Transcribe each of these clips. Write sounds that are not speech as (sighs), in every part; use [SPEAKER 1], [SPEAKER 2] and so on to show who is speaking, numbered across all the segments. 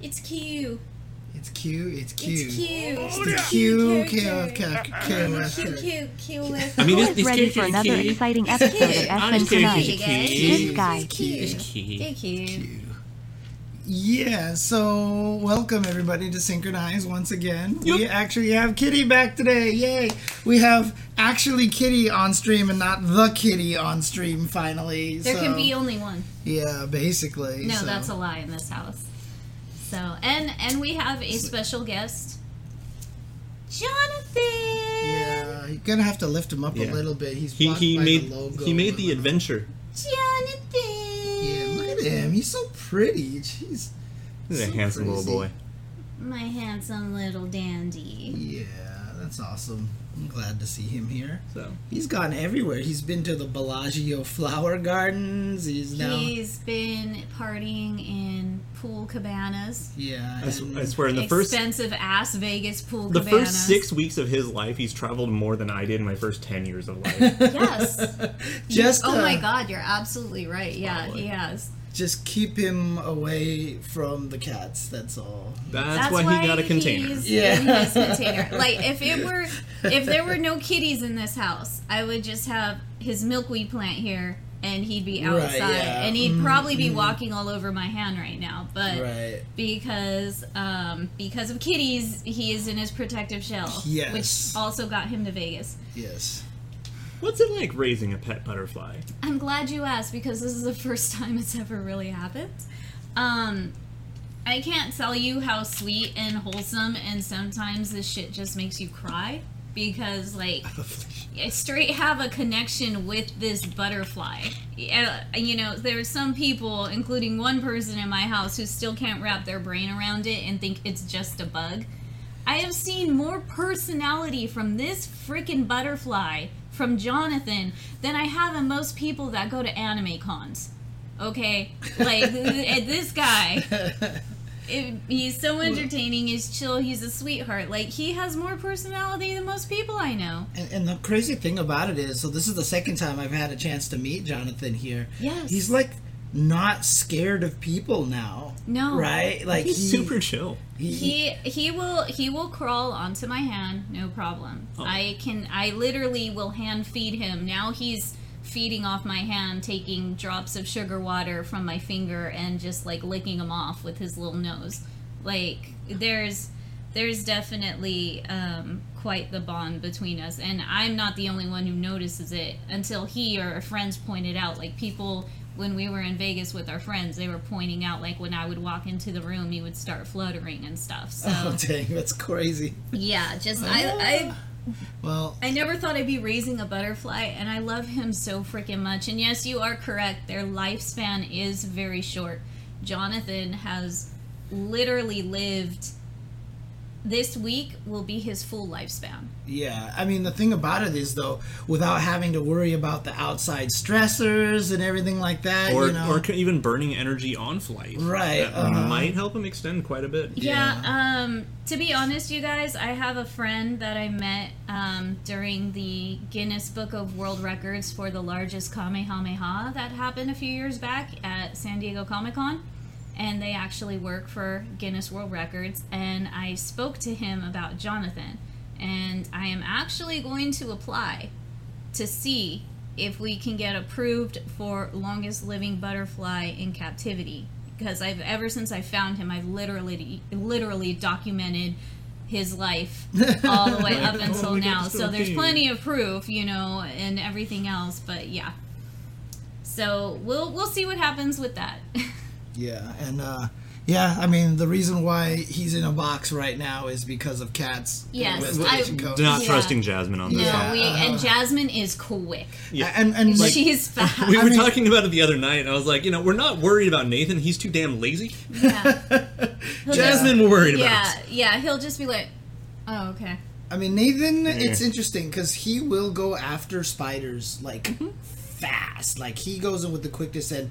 [SPEAKER 1] It's Q.
[SPEAKER 2] It's Q. It's Q.
[SPEAKER 1] It's Q.
[SPEAKER 2] It's the Q KOF
[SPEAKER 1] Q Q Q with.
[SPEAKER 3] I mean, this, this
[SPEAKER 4] Ready
[SPEAKER 3] character
[SPEAKER 4] for
[SPEAKER 3] is
[SPEAKER 4] another
[SPEAKER 3] key.
[SPEAKER 4] exciting episode of
[SPEAKER 1] cute.
[SPEAKER 4] SM
[SPEAKER 3] Honest
[SPEAKER 4] Tonight.
[SPEAKER 3] character is
[SPEAKER 1] Tonight.
[SPEAKER 3] key.
[SPEAKER 4] This guy.
[SPEAKER 3] It's
[SPEAKER 1] Q.
[SPEAKER 3] key.
[SPEAKER 1] Q.
[SPEAKER 2] Yeah, so welcome everybody to Synchronize once again. We
[SPEAKER 3] Yep.
[SPEAKER 2] actually have Kitty back today. Yay! We have actually Kitty on stream and not the Kitty on stream finally.
[SPEAKER 1] There
[SPEAKER 2] so,
[SPEAKER 1] can be only one.
[SPEAKER 2] Yeah, basically.
[SPEAKER 1] No,
[SPEAKER 2] so.
[SPEAKER 1] that's a lie in this house. So, and and we have a special guest, Jonathan.
[SPEAKER 2] Yeah, you're gonna have to lift him up
[SPEAKER 3] Yeah.
[SPEAKER 2] a little bit. He's
[SPEAKER 3] He,
[SPEAKER 2] blocked
[SPEAKER 3] he
[SPEAKER 2] by
[SPEAKER 3] made
[SPEAKER 2] the logo.
[SPEAKER 3] he made the adventure.
[SPEAKER 2] Yeah,
[SPEAKER 1] Jonathan.
[SPEAKER 2] look at him. He's so pretty. Jeez.
[SPEAKER 3] He's a
[SPEAKER 2] So
[SPEAKER 3] handsome
[SPEAKER 2] crazy.
[SPEAKER 3] little boy.
[SPEAKER 1] My handsome little dandy.
[SPEAKER 2] Yeah, that's awesome. I'm glad to see him here.
[SPEAKER 3] So
[SPEAKER 2] He's gone everywhere. He's been to the Bellagio flower gardens. He's now
[SPEAKER 1] He's been partying in pool cabanas,
[SPEAKER 2] yeah.
[SPEAKER 3] I, s-
[SPEAKER 2] and-
[SPEAKER 3] I swear, in the first
[SPEAKER 1] expensive ass Vegas pool
[SPEAKER 3] the
[SPEAKER 1] cabanas.
[SPEAKER 3] first six weeks of his life, he's traveled more than I did in my first ten years of
[SPEAKER 2] (laughs)
[SPEAKER 3] life.
[SPEAKER 1] Yes.
[SPEAKER 2] just
[SPEAKER 1] oh
[SPEAKER 2] uh,
[SPEAKER 1] my God, you're absolutely right. Yeah, he has.
[SPEAKER 2] Just keep him away from the cats. That's all.
[SPEAKER 3] That's, why, he got a container.
[SPEAKER 1] he's
[SPEAKER 2] Yeah.
[SPEAKER 1] in his
[SPEAKER 2] (laughs)
[SPEAKER 1] container. Like if it were, if there were no kitties in this house, I would just have his milkweed plant here, and he'd be
[SPEAKER 2] Right,
[SPEAKER 1] outside,
[SPEAKER 2] yeah. Mm-hmm.
[SPEAKER 1] and he'd probably be walking all over my hand right now. But
[SPEAKER 2] Right.
[SPEAKER 1] because um, because of kitties, he is in his protective shell,
[SPEAKER 2] Yes.
[SPEAKER 1] which also got him to Vegas.
[SPEAKER 3] (laughs)
[SPEAKER 2] Yes.
[SPEAKER 3] What's it like raising a pet butterfly?
[SPEAKER 1] I'm glad you asked because this is the (laughs) first time it's ever really happened. Um, I can't tell you how sweet and wholesome, and sometimes this shit just makes you cry because, like, I straight have a connection with this butterfly. Yeah, You know, there's some people, including one person in my house, who still can't wrap their brain around it and think it's just a bug. I have seen more personality from this freaking butterfly from Jonathan than I have in most people that go to anime cons. Okay, like (laughs) th- th- this guy. It, he's so entertaining. He's chill. He's a sweetheart. Like he has more personality than most people I know.
[SPEAKER 2] And, and the crazy thing about it is, so this is the second time I've had a chance to meet Jonathan here.
[SPEAKER 1] Yes.
[SPEAKER 2] He's like not scared of people now.
[SPEAKER 1] No.
[SPEAKER 2] Right? Like
[SPEAKER 3] He's
[SPEAKER 2] he-
[SPEAKER 3] super chill.
[SPEAKER 2] he-
[SPEAKER 1] He he will he will crawl onto my hand, no problem. I can I literally will hand feed him. Now he's feeding off my hand, taking drops of sugar water from my finger and just like licking them off with his little nose. Like there's there's definitely um, quite the bond between us, and I'm not the only one who notices it until he or friends pointed out. Like people, when we were in Vegas with our friends, they were pointing out like when I would walk into the room, he would start fluttering and stuff.
[SPEAKER 2] (laughs) oh
[SPEAKER 1] So
[SPEAKER 2] dang, that's crazy.
[SPEAKER 1] yeah, just I
[SPEAKER 2] Well,
[SPEAKER 1] I I never thought I'd be raising a butterfly, and I love him so freaking much. And yes, you are correct. Their lifespan is very short. Jonathan has literally lived this week will be his full lifespan.
[SPEAKER 2] Yeah, I mean the thing about it is though, without having to worry about the outside stressors and everything like that,
[SPEAKER 3] Or,
[SPEAKER 2] you know,
[SPEAKER 3] or c- even burning energy on flight.
[SPEAKER 2] Right,
[SPEAKER 3] That
[SPEAKER 2] uh-huh.
[SPEAKER 3] might help him extend quite a bit.
[SPEAKER 1] Yeah. Um, to be honest, you guys, I have a friend that I met um, during the Guinness Book of World Records for the largest Kamehameha that happened a few years back at San Diego Comic Con. And they actually work for Guinness World Records. And I spoke to him about Jonathan. And I am actually going to apply to see if we can get approved for longest living butterfly in captivity because I've ever since I found him I've literally literally documented his (laughs) life all the way up
[SPEAKER 3] Like,
[SPEAKER 1] until
[SPEAKER 3] oh, we got
[SPEAKER 1] now
[SPEAKER 3] this
[SPEAKER 1] so
[SPEAKER 3] little
[SPEAKER 1] there's
[SPEAKER 3] thing.
[SPEAKER 1] plenty of proof you know and everything else but yeah so we'll we'll see what happens with that (laughs)
[SPEAKER 2] yeah, and uh, yeah, I mean the reason why he's in a box right now is because of cats.
[SPEAKER 1] Yes,
[SPEAKER 2] West
[SPEAKER 1] I-
[SPEAKER 2] Asian coast.
[SPEAKER 3] Not
[SPEAKER 1] Yeah.
[SPEAKER 3] trusting Jasmine on this
[SPEAKER 1] no
[SPEAKER 2] Yeah.
[SPEAKER 1] we and Jasmine is quick
[SPEAKER 3] Yeah.
[SPEAKER 2] and and
[SPEAKER 1] (laughs)
[SPEAKER 2] like,
[SPEAKER 1] she's fast
[SPEAKER 3] We were
[SPEAKER 2] mean-
[SPEAKER 3] talking about it the other night, and I was like, you know, we're not worried about Nathan. He's too damn lazy.
[SPEAKER 1] yeah (laughs)
[SPEAKER 3] Jasmine, we're worried
[SPEAKER 1] yeah
[SPEAKER 3] about.
[SPEAKER 1] yeah he'll just be like oh okay
[SPEAKER 2] I mean Nathan, it's interesting because he will go after spiders like
[SPEAKER 1] Mm-hmm.
[SPEAKER 2] fast, like he goes in with the quickness and.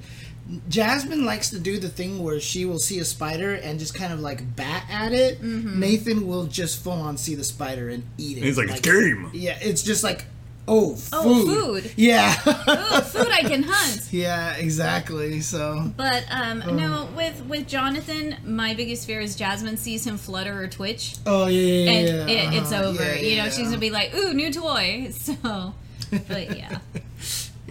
[SPEAKER 2] Jasmine likes to do the thing where she will see a spider and just kind of like bat at it.
[SPEAKER 1] Mm-hmm.
[SPEAKER 2] Nathan will just full on see the spider and eat it.
[SPEAKER 3] He's like, it's game.
[SPEAKER 2] Yeah, it's just like Oh, food.
[SPEAKER 1] Oh, food.
[SPEAKER 2] (laughs) Yeah.
[SPEAKER 1] Ooh, food I can hunt.
[SPEAKER 2] yeah, exactly. So,
[SPEAKER 1] But um,
[SPEAKER 2] Oh.
[SPEAKER 1] no, with with Jonathan, my biggest fear is Jasmine sees him flutter or twitch,
[SPEAKER 2] oh yeah, yeah,
[SPEAKER 1] and
[SPEAKER 2] yeah.
[SPEAKER 1] it, it's
[SPEAKER 2] uh-huh.
[SPEAKER 1] over.
[SPEAKER 2] Yeah,
[SPEAKER 1] you know,
[SPEAKER 2] yeah,
[SPEAKER 1] she's gonna be like, "Ooh, new toy." (laughs) So, but
[SPEAKER 2] (laughs)
[SPEAKER 1] yeah,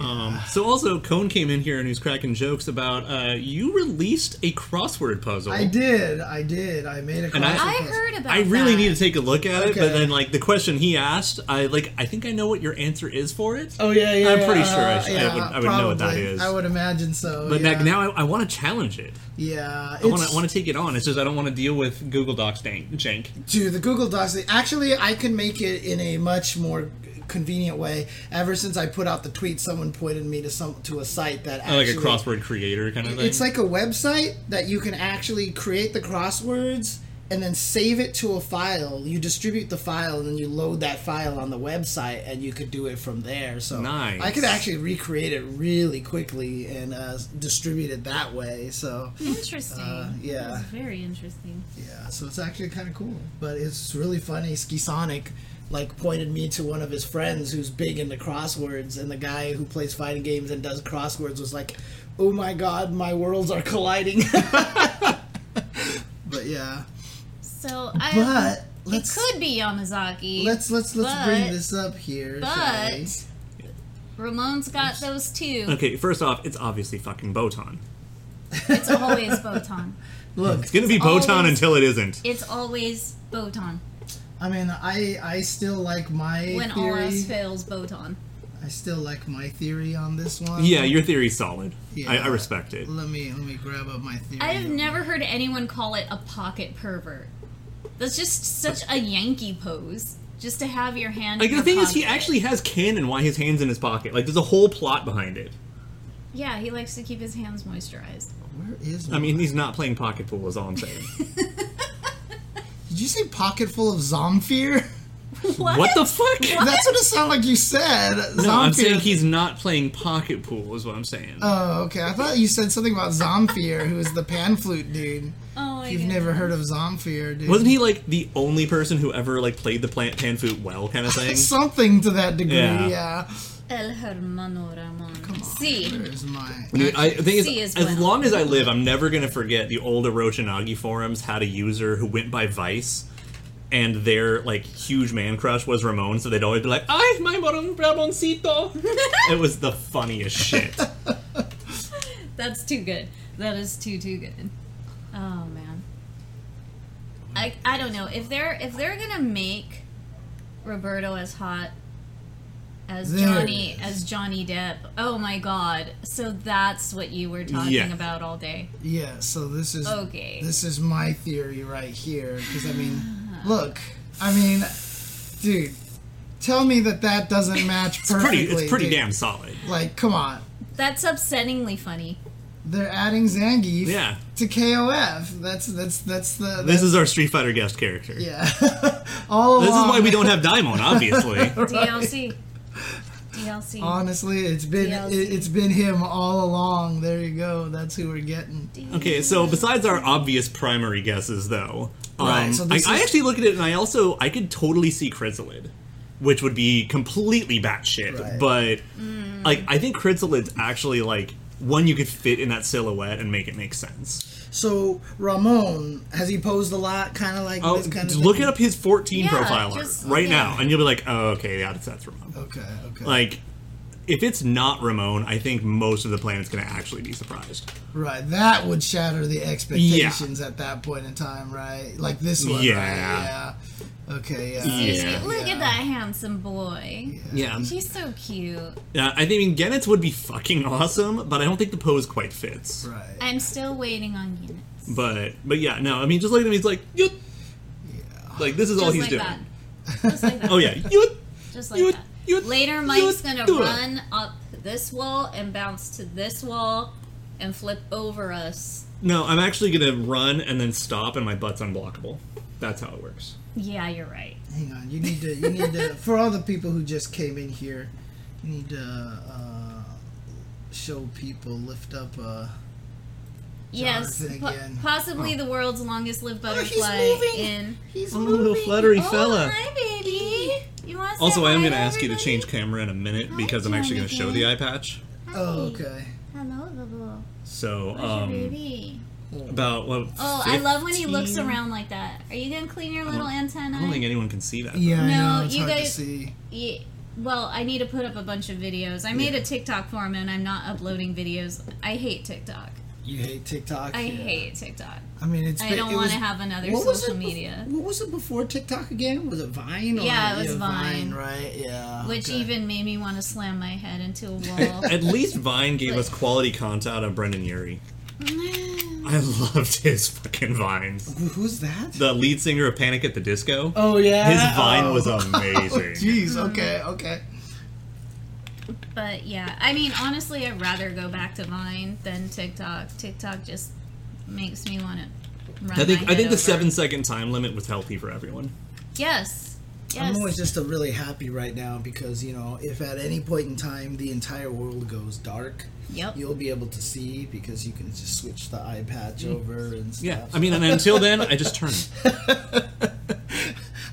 [SPEAKER 4] Um, so also, Cone came in here and he's cracking jokes about uh, you released a crossword puzzle.
[SPEAKER 2] I did. I did. I made a.
[SPEAKER 4] And I-
[SPEAKER 2] crossword
[SPEAKER 1] I
[SPEAKER 2] puzzle.
[SPEAKER 1] heard about.
[SPEAKER 4] I really
[SPEAKER 1] that.
[SPEAKER 4] need to take a look at it, but
[SPEAKER 2] Okay.
[SPEAKER 4] then like the question he asked, I like I think I know what your answer is for it.
[SPEAKER 2] Oh yeah, yeah.
[SPEAKER 4] I'm
[SPEAKER 2] yeah,
[SPEAKER 4] pretty sure I
[SPEAKER 2] uh,
[SPEAKER 4] should- I would- I would know what that
[SPEAKER 2] probably.
[SPEAKER 4] is.
[SPEAKER 2] I would imagine so.
[SPEAKER 4] But
[SPEAKER 2] yeah.
[SPEAKER 4] like, now I, I want to challenge it.
[SPEAKER 2] yeah,
[SPEAKER 4] I
[SPEAKER 2] it's-
[SPEAKER 4] want to want to take it on. It's just I don't want to deal with Google Docs dank, jank.
[SPEAKER 2] Dude, the Google Docs. Actually, I can make it in a much more convenient way. Ever since I put out the tweet, someone pointed me to some to a site that
[SPEAKER 4] Uh,
[SPEAKER 2] actually,
[SPEAKER 4] Like a crossword creator kind of thing.
[SPEAKER 2] It's like a website that you can actually create the crosswords and then save it to a file. You distribute the file and then you load that file on the website, and you could do it from there. So
[SPEAKER 4] Nice.
[SPEAKER 2] I could actually recreate it really quickly and uh, distribute it that way. So
[SPEAKER 1] Interesting.
[SPEAKER 2] Uh, yeah.
[SPEAKER 1] That's very interesting.
[SPEAKER 2] Yeah, so it's actually kind of cool, but it's really funny. Ski Sonic like pointed me to one of his friends who's big into crosswords, and the guy who plays fighting games and does crosswords was like, "Oh my god, my worlds are colliding." (laughs) but yeah,
[SPEAKER 1] So I.
[SPEAKER 2] but
[SPEAKER 1] it
[SPEAKER 2] let's
[SPEAKER 1] could be Yamazaki.
[SPEAKER 2] let's let's let's bring
[SPEAKER 1] but-
[SPEAKER 2] this up here. shall we?
[SPEAKER 1] But Ramon's got those two.
[SPEAKER 4] okay, first off, it's obviously fucking Botan.
[SPEAKER 1] It's
[SPEAKER 2] (laughs)
[SPEAKER 1] always Botan.
[SPEAKER 2] Look,
[SPEAKER 4] It's gonna be Botan
[SPEAKER 1] always-
[SPEAKER 4] until it isn't.
[SPEAKER 1] It's always Botan.
[SPEAKER 2] I mean, I I still like my
[SPEAKER 1] When
[SPEAKER 2] theory.
[SPEAKER 1] all else fails, Botan.
[SPEAKER 2] I still like my theory on this one.
[SPEAKER 4] Yeah, your theory's solid. I,
[SPEAKER 2] Yeah. Mm.
[SPEAKER 4] I respect it.
[SPEAKER 2] Let me let me grab up my theory.
[SPEAKER 1] I have never heard anyone call it a pocket pervert. That's just such a Yankee pose. Just to have your hand.
[SPEAKER 4] Like
[SPEAKER 1] in
[SPEAKER 4] the
[SPEAKER 1] your
[SPEAKER 4] thing is, he
[SPEAKER 1] pocket.
[SPEAKER 4] actually has canon why his hands in his pocket. Like there's a whole plot behind it.
[SPEAKER 1] Yeah, he likes to keep his hands moisturized.
[SPEAKER 2] Where is?
[SPEAKER 4] I mean, he's not playing pocket pool. Is all I'm saying.
[SPEAKER 2] Did you say pocket full of zomfear? (laughs)
[SPEAKER 1] What?
[SPEAKER 4] what the fuck?
[SPEAKER 2] That's what it sounded like you said.
[SPEAKER 4] No, I'm saying he's not playing pocket pool. Is what I'm saying.
[SPEAKER 2] Oh, okay. I thought you said something about Zomfear, who is the pan flute dude.
[SPEAKER 1] (laughs) Oh my
[SPEAKER 2] You've
[SPEAKER 1] god.
[SPEAKER 2] never heard of Zomfear, dude. (laughs)
[SPEAKER 4] Wasn't he like the only person who ever like played the plant pan flute well, kind of thing?
[SPEAKER 2] Something to that degree, yeah.
[SPEAKER 4] Yeah.
[SPEAKER 1] El hermano Ramon. See,
[SPEAKER 2] There's my. uh,
[SPEAKER 4] Dude, I, the thing
[SPEAKER 1] See
[SPEAKER 4] is,
[SPEAKER 1] as
[SPEAKER 4] as
[SPEAKER 1] well.
[SPEAKER 4] long as I live, I'm never gonna forget the old Oroshinagi forums had a user who went by Vice, and their like huge man crush was Ramon, so they'd always be like, "Ay, my Ramon- Ramoncito." it was the funniest shit.
[SPEAKER 1] that's too good. That is too too good. Oh man. I I don't know if they're if they're gonna make Roberto as hot as
[SPEAKER 2] There it
[SPEAKER 1] Johnny as Johnny Depp. Oh my god. So that's what you were talking
[SPEAKER 4] Yeah.
[SPEAKER 1] about all day.
[SPEAKER 2] Yeah, so this is.
[SPEAKER 1] Okay.
[SPEAKER 2] This is my theory right here. Because, I mean, look. I mean, dude. Tell me that that doesn't match perfectly.
[SPEAKER 4] Pretty, it's pretty
[SPEAKER 2] dude.
[SPEAKER 4] damn solid.
[SPEAKER 2] Like, come on.
[SPEAKER 1] That's upsettingly funny.
[SPEAKER 2] They're adding Zangief
[SPEAKER 4] Yeah.
[SPEAKER 2] to KOF. That's that's that's the.
[SPEAKER 4] This is our Street Fighter guest character.
[SPEAKER 2] Yeah. (laughs) All
[SPEAKER 4] This is
[SPEAKER 2] along,
[SPEAKER 4] why we don't
[SPEAKER 2] (laughs)
[SPEAKER 4] have Daimon, obviously.
[SPEAKER 1] DLC. DLC.
[SPEAKER 2] Honestly, it's been it,
[SPEAKER 1] DLC.
[SPEAKER 2] it's been him all along. There you go. That's who we're getting.
[SPEAKER 4] Okay, so besides our obvious primary guesses, though, um,
[SPEAKER 2] Right, so
[SPEAKER 4] I,
[SPEAKER 2] this
[SPEAKER 4] I
[SPEAKER 2] is-
[SPEAKER 4] actually look at it and I also I could totally see Chrysalid, which would be completely batshit.
[SPEAKER 2] Right. Mm.
[SPEAKER 4] But like, I think Chrysalid's actually like one you could fit in that silhouette and make it make sense.
[SPEAKER 2] So Ramon has he posed a lot, kind of like
[SPEAKER 4] Oh,
[SPEAKER 2] this kind of
[SPEAKER 4] look it up his fourteen
[SPEAKER 1] Yeah,
[SPEAKER 4] profile art
[SPEAKER 1] just-
[SPEAKER 4] right
[SPEAKER 1] yeah.
[SPEAKER 4] now, and you'll be like, oh, okay, yeah, that's, that's Ramon.
[SPEAKER 2] Okay, okay.
[SPEAKER 4] Like, if it's not Ramon, I think most of the planet's gonna actually be surprised.
[SPEAKER 2] right, that would shatter the expectations at that point in time, right? Like this one,
[SPEAKER 4] Yeah.
[SPEAKER 2] right? Yeah. Okay, yeah.
[SPEAKER 4] Yeah.
[SPEAKER 1] Look at that handsome boy.
[SPEAKER 4] Yeah.
[SPEAKER 1] He's so cute.
[SPEAKER 4] Uh, I think Gennett's would be fucking awesome, but I don't think the pose quite fits.
[SPEAKER 2] Right.
[SPEAKER 1] I'm still waiting on units.
[SPEAKER 4] But but yeah, no, I mean just look at him, he's like, Yut! Like this is all
[SPEAKER 1] Just like
[SPEAKER 4] he's doing.
[SPEAKER 1] that. Just like that.
[SPEAKER 4] (laughs) Oh yeah, Yut!
[SPEAKER 1] (laughs) Just like
[SPEAKER 4] You-
[SPEAKER 1] that.
[SPEAKER 4] you
[SPEAKER 1] Later, Mike's
[SPEAKER 4] do
[SPEAKER 1] gonna
[SPEAKER 4] it.
[SPEAKER 1] run up this wall and bounce to this wall and flip over us.
[SPEAKER 4] No, I'm actually gonna run and then stop and my butt's unblockable. That's how it works.
[SPEAKER 1] Yeah, you're right.
[SPEAKER 2] Hang on. You need to. You need (laughs) to. for all the people who just came in here, you need to uh, show people lift up. Uh,
[SPEAKER 1] Yes,
[SPEAKER 2] Jonathan
[SPEAKER 1] po-
[SPEAKER 2] again. Oh.
[SPEAKER 1] possibly the world's longest-lived
[SPEAKER 2] he's
[SPEAKER 1] butterfly
[SPEAKER 2] moving.
[SPEAKER 1] in.
[SPEAKER 2] He's
[SPEAKER 4] Oh,
[SPEAKER 2] moving.
[SPEAKER 4] little fluttery
[SPEAKER 1] Oh,
[SPEAKER 4] fella.
[SPEAKER 1] hi, baby. You want? to
[SPEAKER 4] Also,
[SPEAKER 1] say
[SPEAKER 4] I am
[SPEAKER 1] hi
[SPEAKER 4] going to ask you to
[SPEAKER 1] everybody?
[SPEAKER 4] change camera in a minute because I'm actually going to show the eye patch.
[SPEAKER 2] Oh, okay.
[SPEAKER 1] Hello, Bubble.
[SPEAKER 4] So,
[SPEAKER 1] Where's your
[SPEAKER 4] um,
[SPEAKER 1] baby?
[SPEAKER 4] about what?
[SPEAKER 1] Oh, I love when he looks
[SPEAKER 4] 15?
[SPEAKER 1] around like that. Are you gonna clean your
[SPEAKER 4] don't-
[SPEAKER 1] little antenna?
[SPEAKER 4] I don't think anyone can see that.
[SPEAKER 2] Yeah, I
[SPEAKER 1] No,
[SPEAKER 2] know. It's
[SPEAKER 1] you
[SPEAKER 2] hard to
[SPEAKER 1] guys-
[SPEAKER 2] see.
[SPEAKER 1] Ye- well, I need to put up a bunch of videos. I made a TikTok for him, and I'm not uploading videos. I hate TikTok.
[SPEAKER 2] You hate TikTok.
[SPEAKER 1] I
[SPEAKER 2] Yeah.
[SPEAKER 1] hate TikTok.
[SPEAKER 2] I mean, it's.
[SPEAKER 1] I
[SPEAKER 2] been-
[SPEAKER 1] don't
[SPEAKER 2] it
[SPEAKER 1] want
[SPEAKER 2] was-
[SPEAKER 1] to have another
[SPEAKER 2] what was
[SPEAKER 1] social
[SPEAKER 2] it bef-
[SPEAKER 1] media,
[SPEAKER 2] What was it before TikTok again? Was it Vine? Or,
[SPEAKER 1] Yeah, it was Vine.
[SPEAKER 2] right? Yeah.
[SPEAKER 1] which
[SPEAKER 2] okay.
[SPEAKER 1] even made me want to slam my head
[SPEAKER 2] (laughs)
[SPEAKER 1] into a wall.
[SPEAKER 4] At least Vine gave us quality content on Brendan Urie. I loved his fucking vines.
[SPEAKER 2] Who- Who's that?
[SPEAKER 4] The lead singer of Panic at the Disco.
[SPEAKER 2] oh yeah.
[SPEAKER 4] His
[SPEAKER 2] (laughs)
[SPEAKER 4] vine
[SPEAKER 2] Oh.
[SPEAKER 4] was
[SPEAKER 2] Oh,
[SPEAKER 4] amazing.
[SPEAKER 2] Jeez. okay. Okay.
[SPEAKER 1] but yeah, I mean, honestly, I'd rather go back to Vine than TikTok. TikTok just makes me want to run.
[SPEAKER 4] I think
[SPEAKER 1] my
[SPEAKER 4] I
[SPEAKER 1] head
[SPEAKER 4] think
[SPEAKER 1] over.
[SPEAKER 4] the seven second time limit was healthy for everyone.
[SPEAKER 1] Yes. Yes.
[SPEAKER 2] I'm always just a really happy right now because you know if at any point in time the entire world goes dark,
[SPEAKER 1] Yep.
[SPEAKER 2] you'll be able to see because you can just switch the eye patch over and stuff.
[SPEAKER 4] Mm. Yeah, I
[SPEAKER 2] (laughs)
[SPEAKER 4] mean, and until then, I just turn. it.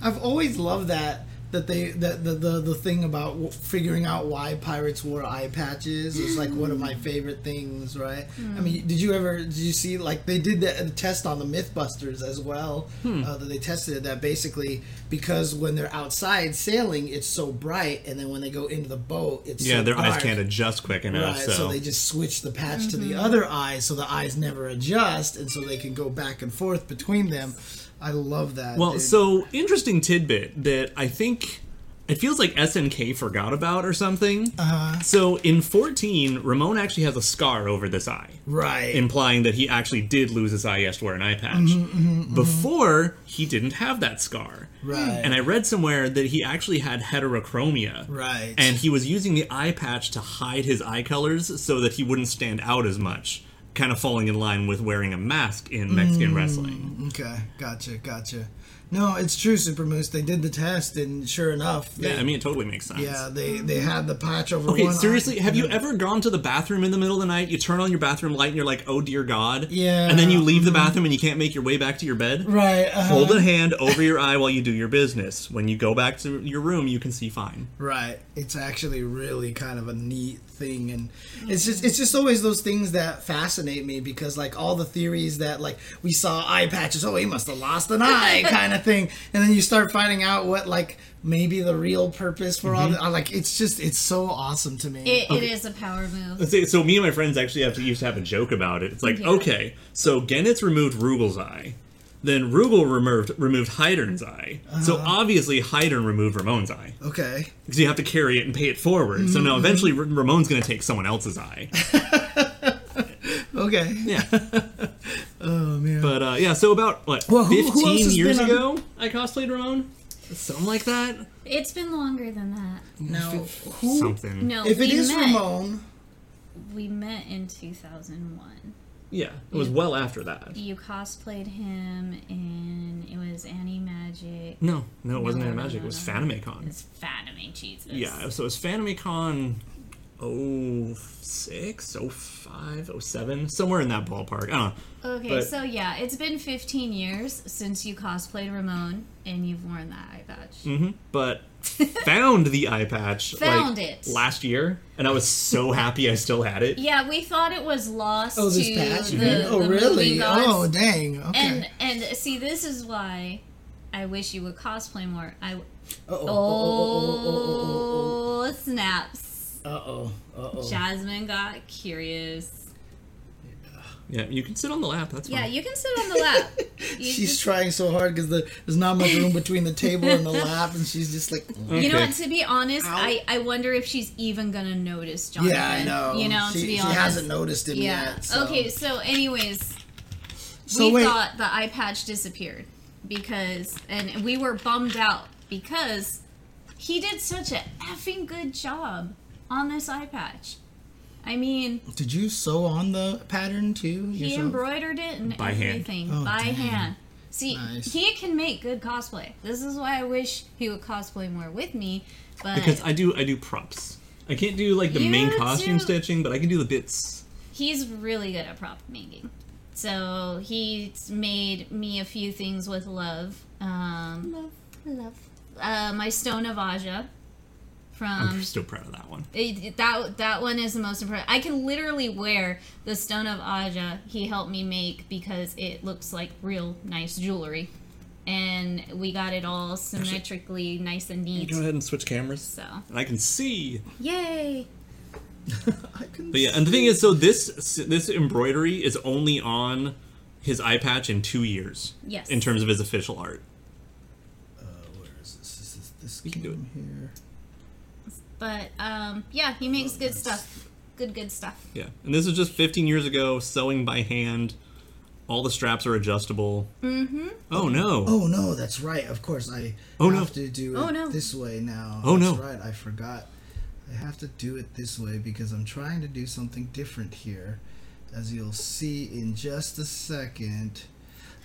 [SPEAKER 2] I've always loved that that they that the the, the thing about w- figuring out why pirates wore eye patches is like one of
[SPEAKER 4] Mm.
[SPEAKER 2] my favorite things, right? I mean, did you ever did you see like they did that a test on the MythBusters as well
[SPEAKER 4] Hmm.
[SPEAKER 2] uh, that they tested it, that basically because when they're outside sailing it's so bright and then when they go into the boat it's
[SPEAKER 4] Yeah,
[SPEAKER 2] so
[SPEAKER 4] their eyes
[SPEAKER 2] dark.
[SPEAKER 4] can't adjust quick enough.
[SPEAKER 2] Right,
[SPEAKER 4] so.
[SPEAKER 2] so. they just switch the patch to the other eye, so the eyes never adjust, and so they can go back and forth between them. I love that.
[SPEAKER 4] well,
[SPEAKER 2] dude.
[SPEAKER 4] so interesting tidbit that I think it feels like SNK forgot about or something. Uh-huh. So in 14, Ramon actually has a scar over this eye.
[SPEAKER 2] right,
[SPEAKER 4] implying that he actually did lose his eye. He has to wear an eye patch.
[SPEAKER 2] Mm-hmm,
[SPEAKER 4] Before he didn't have that scar,
[SPEAKER 2] right,
[SPEAKER 4] and I read somewhere that he actually had heterochromia,
[SPEAKER 2] Right.
[SPEAKER 4] And he was using the eye patch to hide his eye colors so that he wouldn't stand out as much, kind of falling in line with wearing a mask in
[SPEAKER 2] Mm-hmm.
[SPEAKER 4] Mexican wrestling.
[SPEAKER 2] Okay, gotcha, gotcha. No, it's true, Super Moose. They did the test, and sure enough, they,
[SPEAKER 4] Yeah, I mean it totally makes sense.
[SPEAKER 2] yeah, they they had the patch over.
[SPEAKER 4] Okay,
[SPEAKER 2] one eye.
[SPEAKER 4] seriously, have you ever gone to the bathroom in the middle of the night? You turn on your bathroom light and you're like, "Oh dear God!"
[SPEAKER 2] Yeah. mm-hmm.
[SPEAKER 4] and then you leave the bathroom and you can't make your way back to your bed.
[SPEAKER 2] Right, uh
[SPEAKER 4] Hold a hand over your eye while you do your business. When you go back to your room, you can see fine.
[SPEAKER 2] right. It's actually really kind of a neat thing, and it's just it's just always those things that fascinate me because like all the theories that like we saw eye patches. Oh, he must have lost an eye, kind of thing, and then you start finding out what like maybe the real purpose for
[SPEAKER 4] Mm-hmm.
[SPEAKER 2] all. The, I like it's just it's so awesome to me.
[SPEAKER 1] It, it is a power
[SPEAKER 2] Uh.
[SPEAKER 1] move.
[SPEAKER 4] Let's see, So me and my friends actually have to, used to have a joke about it. It's like,
[SPEAKER 1] Yeah.
[SPEAKER 4] okay, so Gennett's removed Rugel's eye. Then Rugel removed removed Hydern's eye. So
[SPEAKER 2] Uh-huh.
[SPEAKER 4] obviously Hydern removed Ramon's eye
[SPEAKER 2] okay.
[SPEAKER 4] because you have to carry it and pay it forward. So
[SPEAKER 2] Mm-hmm.
[SPEAKER 4] now eventually Ra- Ramon's going to take someone else's eye.
[SPEAKER 2] (laughs) Okay.
[SPEAKER 4] Yeah.
[SPEAKER 2] Oh man.
[SPEAKER 4] But uh, yeah, so about what
[SPEAKER 2] Well, who- who else
[SPEAKER 4] 15
[SPEAKER 2] has
[SPEAKER 4] years
[SPEAKER 2] been on-
[SPEAKER 4] ago, I cosplayed Ramon. Something like that.
[SPEAKER 1] It's been longer than that.
[SPEAKER 2] now, who?
[SPEAKER 4] Something.
[SPEAKER 1] No,
[SPEAKER 2] If it
[SPEAKER 1] we
[SPEAKER 2] is
[SPEAKER 1] met.
[SPEAKER 2] Ramon,
[SPEAKER 1] We met in 2001.
[SPEAKER 4] Yeah, it was well after that.
[SPEAKER 1] You cosplayed him in it was Annie Magic.
[SPEAKER 4] No, no, it wasn't
[SPEAKER 1] No,
[SPEAKER 4] Anime
[SPEAKER 1] no,
[SPEAKER 4] Magic.
[SPEAKER 1] no,
[SPEAKER 4] it was
[SPEAKER 1] no.
[SPEAKER 4] Fanimecon.
[SPEAKER 1] It's Fatimate Jesus.
[SPEAKER 4] Yeah, so it was oh Fanimecon 06, 05, 07, somewhere in that ballpark. I don't know.
[SPEAKER 1] Okay,
[SPEAKER 4] But-
[SPEAKER 1] so yeah, it's been 15 years since you cosplayed Ramon and you've worn that eye patch.
[SPEAKER 4] But
[SPEAKER 1] (laughs)
[SPEAKER 4] found the eye patch
[SPEAKER 1] Found
[SPEAKER 4] like,
[SPEAKER 1] it.
[SPEAKER 4] last year, and I
[SPEAKER 1] (laughs)
[SPEAKER 4] was so happy I still had it.
[SPEAKER 1] Yeah, we thought it was lost
[SPEAKER 2] oh,
[SPEAKER 1] to
[SPEAKER 2] this patch.
[SPEAKER 1] the,
[SPEAKER 2] man. oh,
[SPEAKER 1] the movie
[SPEAKER 2] really?
[SPEAKER 1] gods.
[SPEAKER 2] Oh, dang. Okay.
[SPEAKER 1] And and see, this is why I wish you would cosplay more. I
[SPEAKER 2] Uh-oh. oh,
[SPEAKER 1] oh snaps!
[SPEAKER 2] Uh-oh. Uh-oh.
[SPEAKER 1] Jasmine got curious.
[SPEAKER 4] Yeah, you can sit on the lap. That's
[SPEAKER 1] Yeah,
[SPEAKER 4] fine.
[SPEAKER 1] you can sit on the
[SPEAKER 2] (laughs)
[SPEAKER 1] lap. You
[SPEAKER 2] She's
[SPEAKER 1] just-
[SPEAKER 2] trying so hard because the, there's not much room between the table
[SPEAKER 1] (laughs)
[SPEAKER 2] and the lap, and she's just like,
[SPEAKER 1] you know
[SPEAKER 4] Okay.
[SPEAKER 1] what? To be honest,
[SPEAKER 2] Ow.
[SPEAKER 1] I, I wonder if she's even gonna notice John.
[SPEAKER 2] yeah, I know.
[SPEAKER 1] You know,
[SPEAKER 2] she,
[SPEAKER 1] to be
[SPEAKER 2] she
[SPEAKER 1] honest,
[SPEAKER 2] hasn't noticed him
[SPEAKER 1] Yeah.
[SPEAKER 2] yet. So.
[SPEAKER 1] Okay. So, anyways,
[SPEAKER 2] So
[SPEAKER 1] we
[SPEAKER 2] wait.
[SPEAKER 1] thought the eye patch disappeared because, and we were bummed out because he did such a effing good job on this eye patch. I mean,
[SPEAKER 2] Did you sew on the pattern too?
[SPEAKER 1] he
[SPEAKER 2] yourself?
[SPEAKER 1] embroidered it and
[SPEAKER 4] By hand.
[SPEAKER 1] everything
[SPEAKER 2] Oh,
[SPEAKER 1] by
[SPEAKER 2] damn.
[SPEAKER 1] hand. See,
[SPEAKER 2] Nice.
[SPEAKER 1] he can make good cosplay. This is why I wish he would cosplay more with me. But
[SPEAKER 4] Because I do, I do props. I can't do like the
[SPEAKER 1] You
[SPEAKER 4] main costume
[SPEAKER 1] do-
[SPEAKER 4] stitching, but I can do the bits.
[SPEAKER 1] he's really good at prop making. So he's made me a few things with love. Um,
[SPEAKER 4] Love,
[SPEAKER 1] love. Uh, my stone of Aja
[SPEAKER 4] I'm
[SPEAKER 1] from
[SPEAKER 4] still proud of that one.
[SPEAKER 1] it, it- that that one is the most important. I can literally wear the stone of Aja he helped me make because it looks like real nice jewelry, and we got it all symmetrically nice and neat.
[SPEAKER 4] Go ahead and switch cameras.
[SPEAKER 1] So
[SPEAKER 4] And I can see.
[SPEAKER 1] yay!
[SPEAKER 2] I couldn't
[SPEAKER 4] But yeah, and the thing is, so this this embroidery is only on his eye patch in two years.
[SPEAKER 1] Yes.
[SPEAKER 4] In terms of his official art.
[SPEAKER 2] Uh, where is this? This is this
[SPEAKER 4] can do
[SPEAKER 2] came here.
[SPEAKER 1] But um, yeah, he
[SPEAKER 2] Oh,
[SPEAKER 1] makes good stuff. Good good stuff.
[SPEAKER 4] Yeah. And this is just 15 years ago, sewing by hand. All the straps are adjustable. Mm-hmm. Oh no.
[SPEAKER 2] Oh no, that's right. Of course, I
[SPEAKER 4] Oh, no.
[SPEAKER 2] have to do it
[SPEAKER 1] Oh, no.
[SPEAKER 2] this way now.
[SPEAKER 4] Oh,
[SPEAKER 2] that's
[SPEAKER 4] no.
[SPEAKER 2] right. I forgot. I have to do it this way because I'm trying to do something different here, as you'll see in just a second.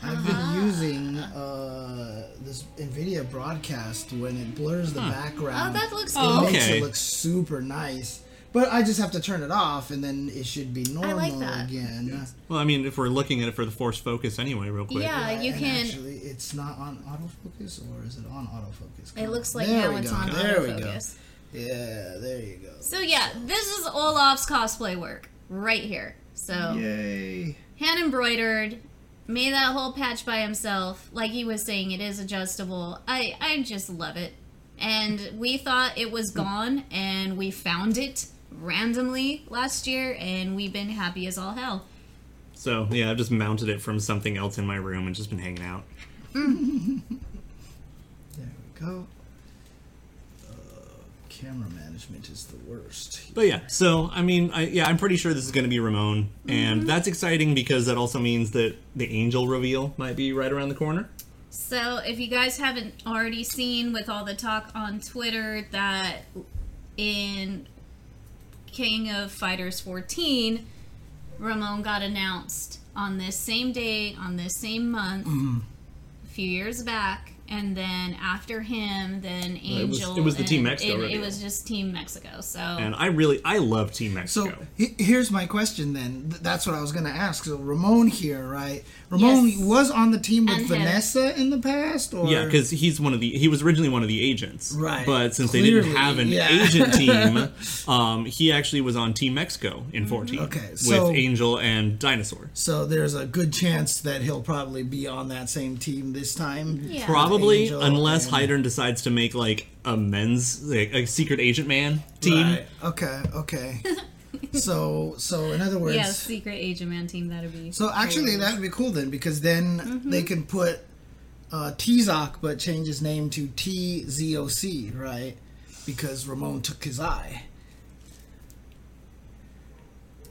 [SPEAKER 2] I've been
[SPEAKER 1] Uh-huh.
[SPEAKER 2] using uh, this NVIDIA broadcast when it blurs the
[SPEAKER 1] Oh,
[SPEAKER 2] background.
[SPEAKER 1] that looks cool.
[SPEAKER 4] Oh,
[SPEAKER 2] It makes
[SPEAKER 4] Okay.
[SPEAKER 2] it look super nice. But I just have to turn it off, and then it should be normal
[SPEAKER 1] like that.
[SPEAKER 2] again.
[SPEAKER 4] Well, I mean, if we're looking at it for the force focus anyway, real quick.
[SPEAKER 1] Yeah, Uh, you
[SPEAKER 2] and
[SPEAKER 1] can.
[SPEAKER 2] Actually, it's not on autofocus, or is it on autofocus? Come
[SPEAKER 1] It
[SPEAKER 2] on.
[SPEAKER 1] looks like
[SPEAKER 2] There
[SPEAKER 1] now
[SPEAKER 2] we
[SPEAKER 1] it's
[SPEAKER 2] go,
[SPEAKER 1] on
[SPEAKER 2] there we go.
[SPEAKER 1] autofocus.
[SPEAKER 2] Yeah, there you go.
[SPEAKER 1] So yeah, this is Olaf's cosplay work right here. So
[SPEAKER 2] Yay!
[SPEAKER 1] hand embroidered, made that whole patch by himself. Like he was saying, it is adjustable. I I just love it. And we thought it was gone, and we found it randomly last year, and we've been happy as all hell.
[SPEAKER 4] So yeah, I've just mounted it from something else in my room and just been hanging out.
[SPEAKER 2] There we go. Uh, camera management is the worst.
[SPEAKER 4] But yeah, so I mean, I, yeah, I'm pretty sure this is going to be Ramon,
[SPEAKER 1] Mm-hmm.
[SPEAKER 4] and that's exciting because that also means that the angel reveal might be right around the corner.
[SPEAKER 1] So, if you guys haven't already seen with all the talk on Twitter that in King of Fighters 14, Ramon got announced on this same day, on this same month,
[SPEAKER 4] Mm-hmm.
[SPEAKER 1] a few years back. And then after him, then
[SPEAKER 4] it was-
[SPEAKER 1] Angel.
[SPEAKER 4] it was the Team
[SPEAKER 1] and
[SPEAKER 4] Mexico
[SPEAKER 1] It, it
[SPEAKER 4] reveal.
[SPEAKER 1] was just Team Mexico. So,
[SPEAKER 4] And I really, I love Team
[SPEAKER 2] So
[SPEAKER 4] Mexico.
[SPEAKER 2] he- here's my question then. Th- that's what I was going to ask. So Ramon here, right? Ramon
[SPEAKER 1] Yes.
[SPEAKER 2] was on the team with
[SPEAKER 1] And him.
[SPEAKER 2] Vanessa in the past, or
[SPEAKER 4] yeah, because he's one of the he was originally one of the agents,
[SPEAKER 2] Right.
[SPEAKER 4] But since they didn't
[SPEAKER 2] Clearly,
[SPEAKER 4] have an
[SPEAKER 2] yeah. (laughs)
[SPEAKER 4] agent team, um, he actually was on Team Mexico in 14
[SPEAKER 2] Mm-hmm. Okay, so-
[SPEAKER 4] with Angel and Dinosaur.
[SPEAKER 2] so there's a good chance that he'll probably be on that same team this time.
[SPEAKER 1] Yeah.
[SPEAKER 4] Probably,
[SPEAKER 2] Angel
[SPEAKER 4] unless
[SPEAKER 2] and-
[SPEAKER 4] Hydern decides to make like a men's like, a secret agent man team.
[SPEAKER 2] Right. Okay.
[SPEAKER 1] (laughs)
[SPEAKER 2] Okay. so so in other words,
[SPEAKER 1] yeah, Secret Agent Man team, that'd be.
[SPEAKER 2] so actually that would be cool then because then
[SPEAKER 1] Mm-hmm.
[SPEAKER 2] they can put uh, Tzok but change his name to T Z O C right because Ramon took his eye.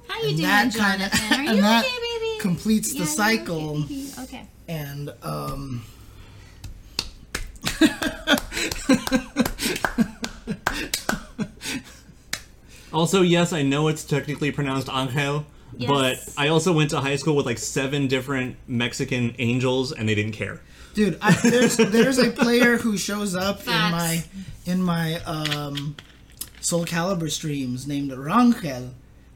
[SPEAKER 1] How you doing,
[SPEAKER 2] that kinda-
[SPEAKER 1] Jonathan? Are you
[SPEAKER 2] (laughs) and that
[SPEAKER 1] okay, baby?
[SPEAKER 2] completes
[SPEAKER 1] Yeah,
[SPEAKER 2] the
[SPEAKER 1] you
[SPEAKER 2] cycle
[SPEAKER 1] Okay. okay.
[SPEAKER 2] and um.
[SPEAKER 4] Also, yes, I know it's technically pronounced Angel,
[SPEAKER 1] Yes.
[SPEAKER 4] but I also went to high school with like seven different Mexican angels, and they didn't care.
[SPEAKER 2] Dude, I,
[SPEAKER 1] (laughs)
[SPEAKER 2] there's there's a player who shows up
[SPEAKER 1] Facts.
[SPEAKER 2] in my in my um, Soul Calibur streams named Rangel,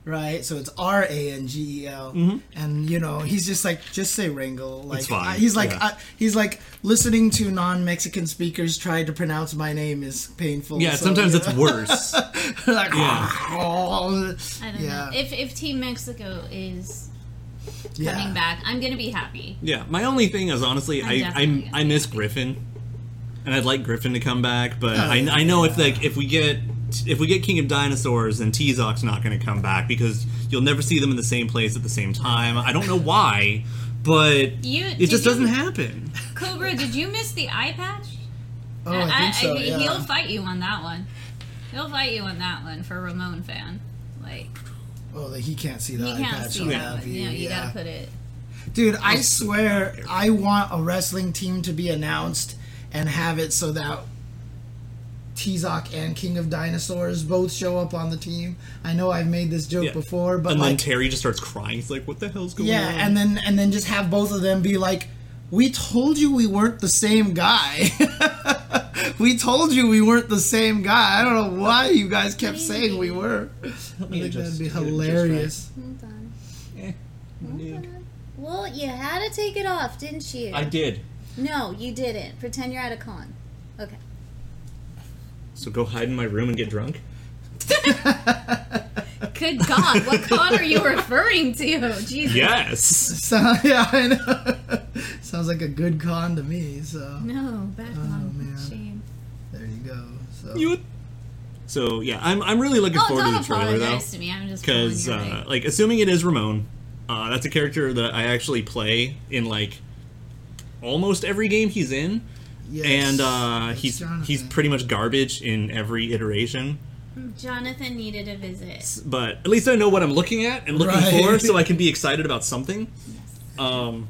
[SPEAKER 2] right? So it's R A N G E L, and you know he's just like just say Rangel, like
[SPEAKER 4] Mm-hmm. fine,
[SPEAKER 2] I- he's like
[SPEAKER 4] yeah.
[SPEAKER 2] I- he's like listening to non-Mexican speakers try to pronounce my name is painful.
[SPEAKER 4] Yeah,
[SPEAKER 2] so,
[SPEAKER 4] sometimes
[SPEAKER 2] you
[SPEAKER 4] it's
[SPEAKER 2] (laughs)
[SPEAKER 4] worse.
[SPEAKER 2] know, like
[SPEAKER 4] yeah.
[SPEAKER 1] I don't know.
[SPEAKER 2] yeah,
[SPEAKER 1] If if Team Mexico is
[SPEAKER 2] (laughs) yeah.
[SPEAKER 1] coming back, I'm gonna be happy.
[SPEAKER 4] Yeah, my only thing is honestly,
[SPEAKER 1] I'm
[SPEAKER 4] I
[SPEAKER 1] definitely
[SPEAKER 4] I,
[SPEAKER 1] gonna
[SPEAKER 4] I miss Griffin, and I'd like Griffin to come back,
[SPEAKER 2] Oh,
[SPEAKER 4] but I, I know if like if we get if we get King of Dinosaurs, then Tzok's not going to come back because you'll never see them in the same place at the same time. I don't know why, but
[SPEAKER 1] You
[SPEAKER 4] it
[SPEAKER 1] did
[SPEAKER 4] just
[SPEAKER 1] you-
[SPEAKER 4] doesn't happen.
[SPEAKER 1] Cobra, did you miss the eye patch?
[SPEAKER 2] Oh, I think so. yeah.
[SPEAKER 1] He'll fight you on that one. He'll fight you on that one for Ramon fan. Like
[SPEAKER 2] oh, he can't see that.
[SPEAKER 1] you can't
[SPEAKER 2] patch
[SPEAKER 1] see
[SPEAKER 2] on
[SPEAKER 1] that one.
[SPEAKER 2] view,
[SPEAKER 1] You know, you
[SPEAKER 2] yeah.
[SPEAKER 1] gotta put it.
[SPEAKER 2] Dude, I swear I want a wrestling team to be announced and have it so that Tzok and King of Dinosaurs both show up on the team. I know I've made this joke
[SPEAKER 4] Yeah.
[SPEAKER 2] before, but
[SPEAKER 4] and then
[SPEAKER 2] like
[SPEAKER 4] Terry just starts crying. He's like, "What the hell's going
[SPEAKER 2] yeah,
[SPEAKER 4] on?"
[SPEAKER 2] and then and then just have both of them be like, "We told you we weren't the same guy. (laughs) we told you we weren't the same guy. I don't know why you guys kept saying we were." I think that'd be hilarious. (laughs)
[SPEAKER 1] Hold on.
[SPEAKER 4] Eh, nude.
[SPEAKER 5] Well, you had to take it off, didn't you?
[SPEAKER 4] I did.
[SPEAKER 5] no, you didn't. Pretend you're at a con. Okay.
[SPEAKER 4] So go hide in my room and get drunk.
[SPEAKER 1] Good God,
[SPEAKER 2] (laughs)
[SPEAKER 1] what con are you referring to? Jesus.
[SPEAKER 4] Yes.
[SPEAKER 2] So, yeah, I know. (laughs) Sounds like a good con to me. So
[SPEAKER 1] No, bad con.
[SPEAKER 2] Oh, man.
[SPEAKER 1] Shame.
[SPEAKER 2] there you go. So
[SPEAKER 4] You. So yeah, I'm I'm really looking
[SPEAKER 1] Oh,
[SPEAKER 4] forward to
[SPEAKER 1] don't
[SPEAKER 4] the trailer though.
[SPEAKER 1] apologize to me. I'm just
[SPEAKER 4] because
[SPEAKER 2] Oh,
[SPEAKER 1] pulling your
[SPEAKER 4] uh,
[SPEAKER 1] leg.
[SPEAKER 4] like assuming it is Ramon, uh, that's a character that I actually play in like almost every game he's in,
[SPEAKER 2] yes,
[SPEAKER 4] and uh,
[SPEAKER 2] it's
[SPEAKER 4] he's
[SPEAKER 2] Jonathan.
[SPEAKER 4] he's pretty much garbage in every iteration.
[SPEAKER 1] Jonathan needed a visit.
[SPEAKER 4] But at least I know what I'm looking at and looking
[SPEAKER 2] Right.
[SPEAKER 4] for, so I can
[SPEAKER 2] (laughs)
[SPEAKER 4] be excited about something. Um,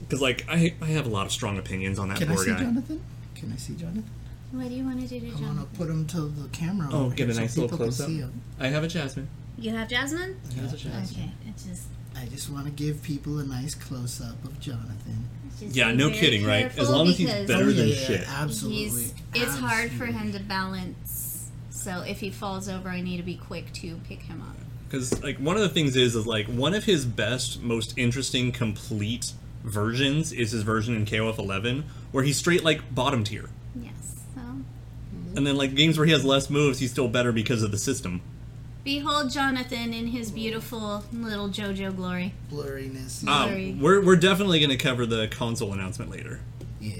[SPEAKER 4] because like I I have a lot of strong opinions on that
[SPEAKER 2] Can I
[SPEAKER 4] poor
[SPEAKER 2] see
[SPEAKER 4] guy.
[SPEAKER 2] Jonathan? Can I see Jonathan?
[SPEAKER 1] What do you want to do to
[SPEAKER 2] I want
[SPEAKER 1] Jonathan?
[SPEAKER 2] to put him to the camera.
[SPEAKER 4] Oh,
[SPEAKER 2] over
[SPEAKER 4] get
[SPEAKER 2] here
[SPEAKER 4] a
[SPEAKER 2] so
[SPEAKER 4] nice little
[SPEAKER 2] people can
[SPEAKER 4] close up.
[SPEAKER 2] see him.
[SPEAKER 4] I have a Jasmine.
[SPEAKER 1] You have Jasmine?
[SPEAKER 4] I have a Jasmine.
[SPEAKER 1] Okay, it just.
[SPEAKER 2] I just want to give people a nice close up of Jonathan.
[SPEAKER 1] just
[SPEAKER 4] Yeah,
[SPEAKER 1] be
[SPEAKER 4] no
[SPEAKER 1] very
[SPEAKER 4] kidding, right? As
[SPEAKER 1] careful
[SPEAKER 4] long as he's
[SPEAKER 1] because
[SPEAKER 4] Better
[SPEAKER 2] Oh,
[SPEAKER 4] than
[SPEAKER 2] yeah,
[SPEAKER 4] shit.
[SPEAKER 2] Yeah, absolutely.
[SPEAKER 1] He's, it's hard for
[SPEAKER 2] Absolutely.
[SPEAKER 1] him to balance. So if he falls over, I need to be quick to pick him up.
[SPEAKER 4] because like one of the things is is like one of his best most interesting complete versions is his version in KOF 11 where he's straight like bottom tier
[SPEAKER 1] Yes. So
[SPEAKER 4] and then like games where he has less moves he's still better because of the system
[SPEAKER 1] behold Jonathan in his beautiful little JoJo glory.
[SPEAKER 2] Blurriness.
[SPEAKER 4] um,
[SPEAKER 1] Very-
[SPEAKER 4] we're, we're definitely going to cover the console announcement later
[SPEAKER 2] yeah,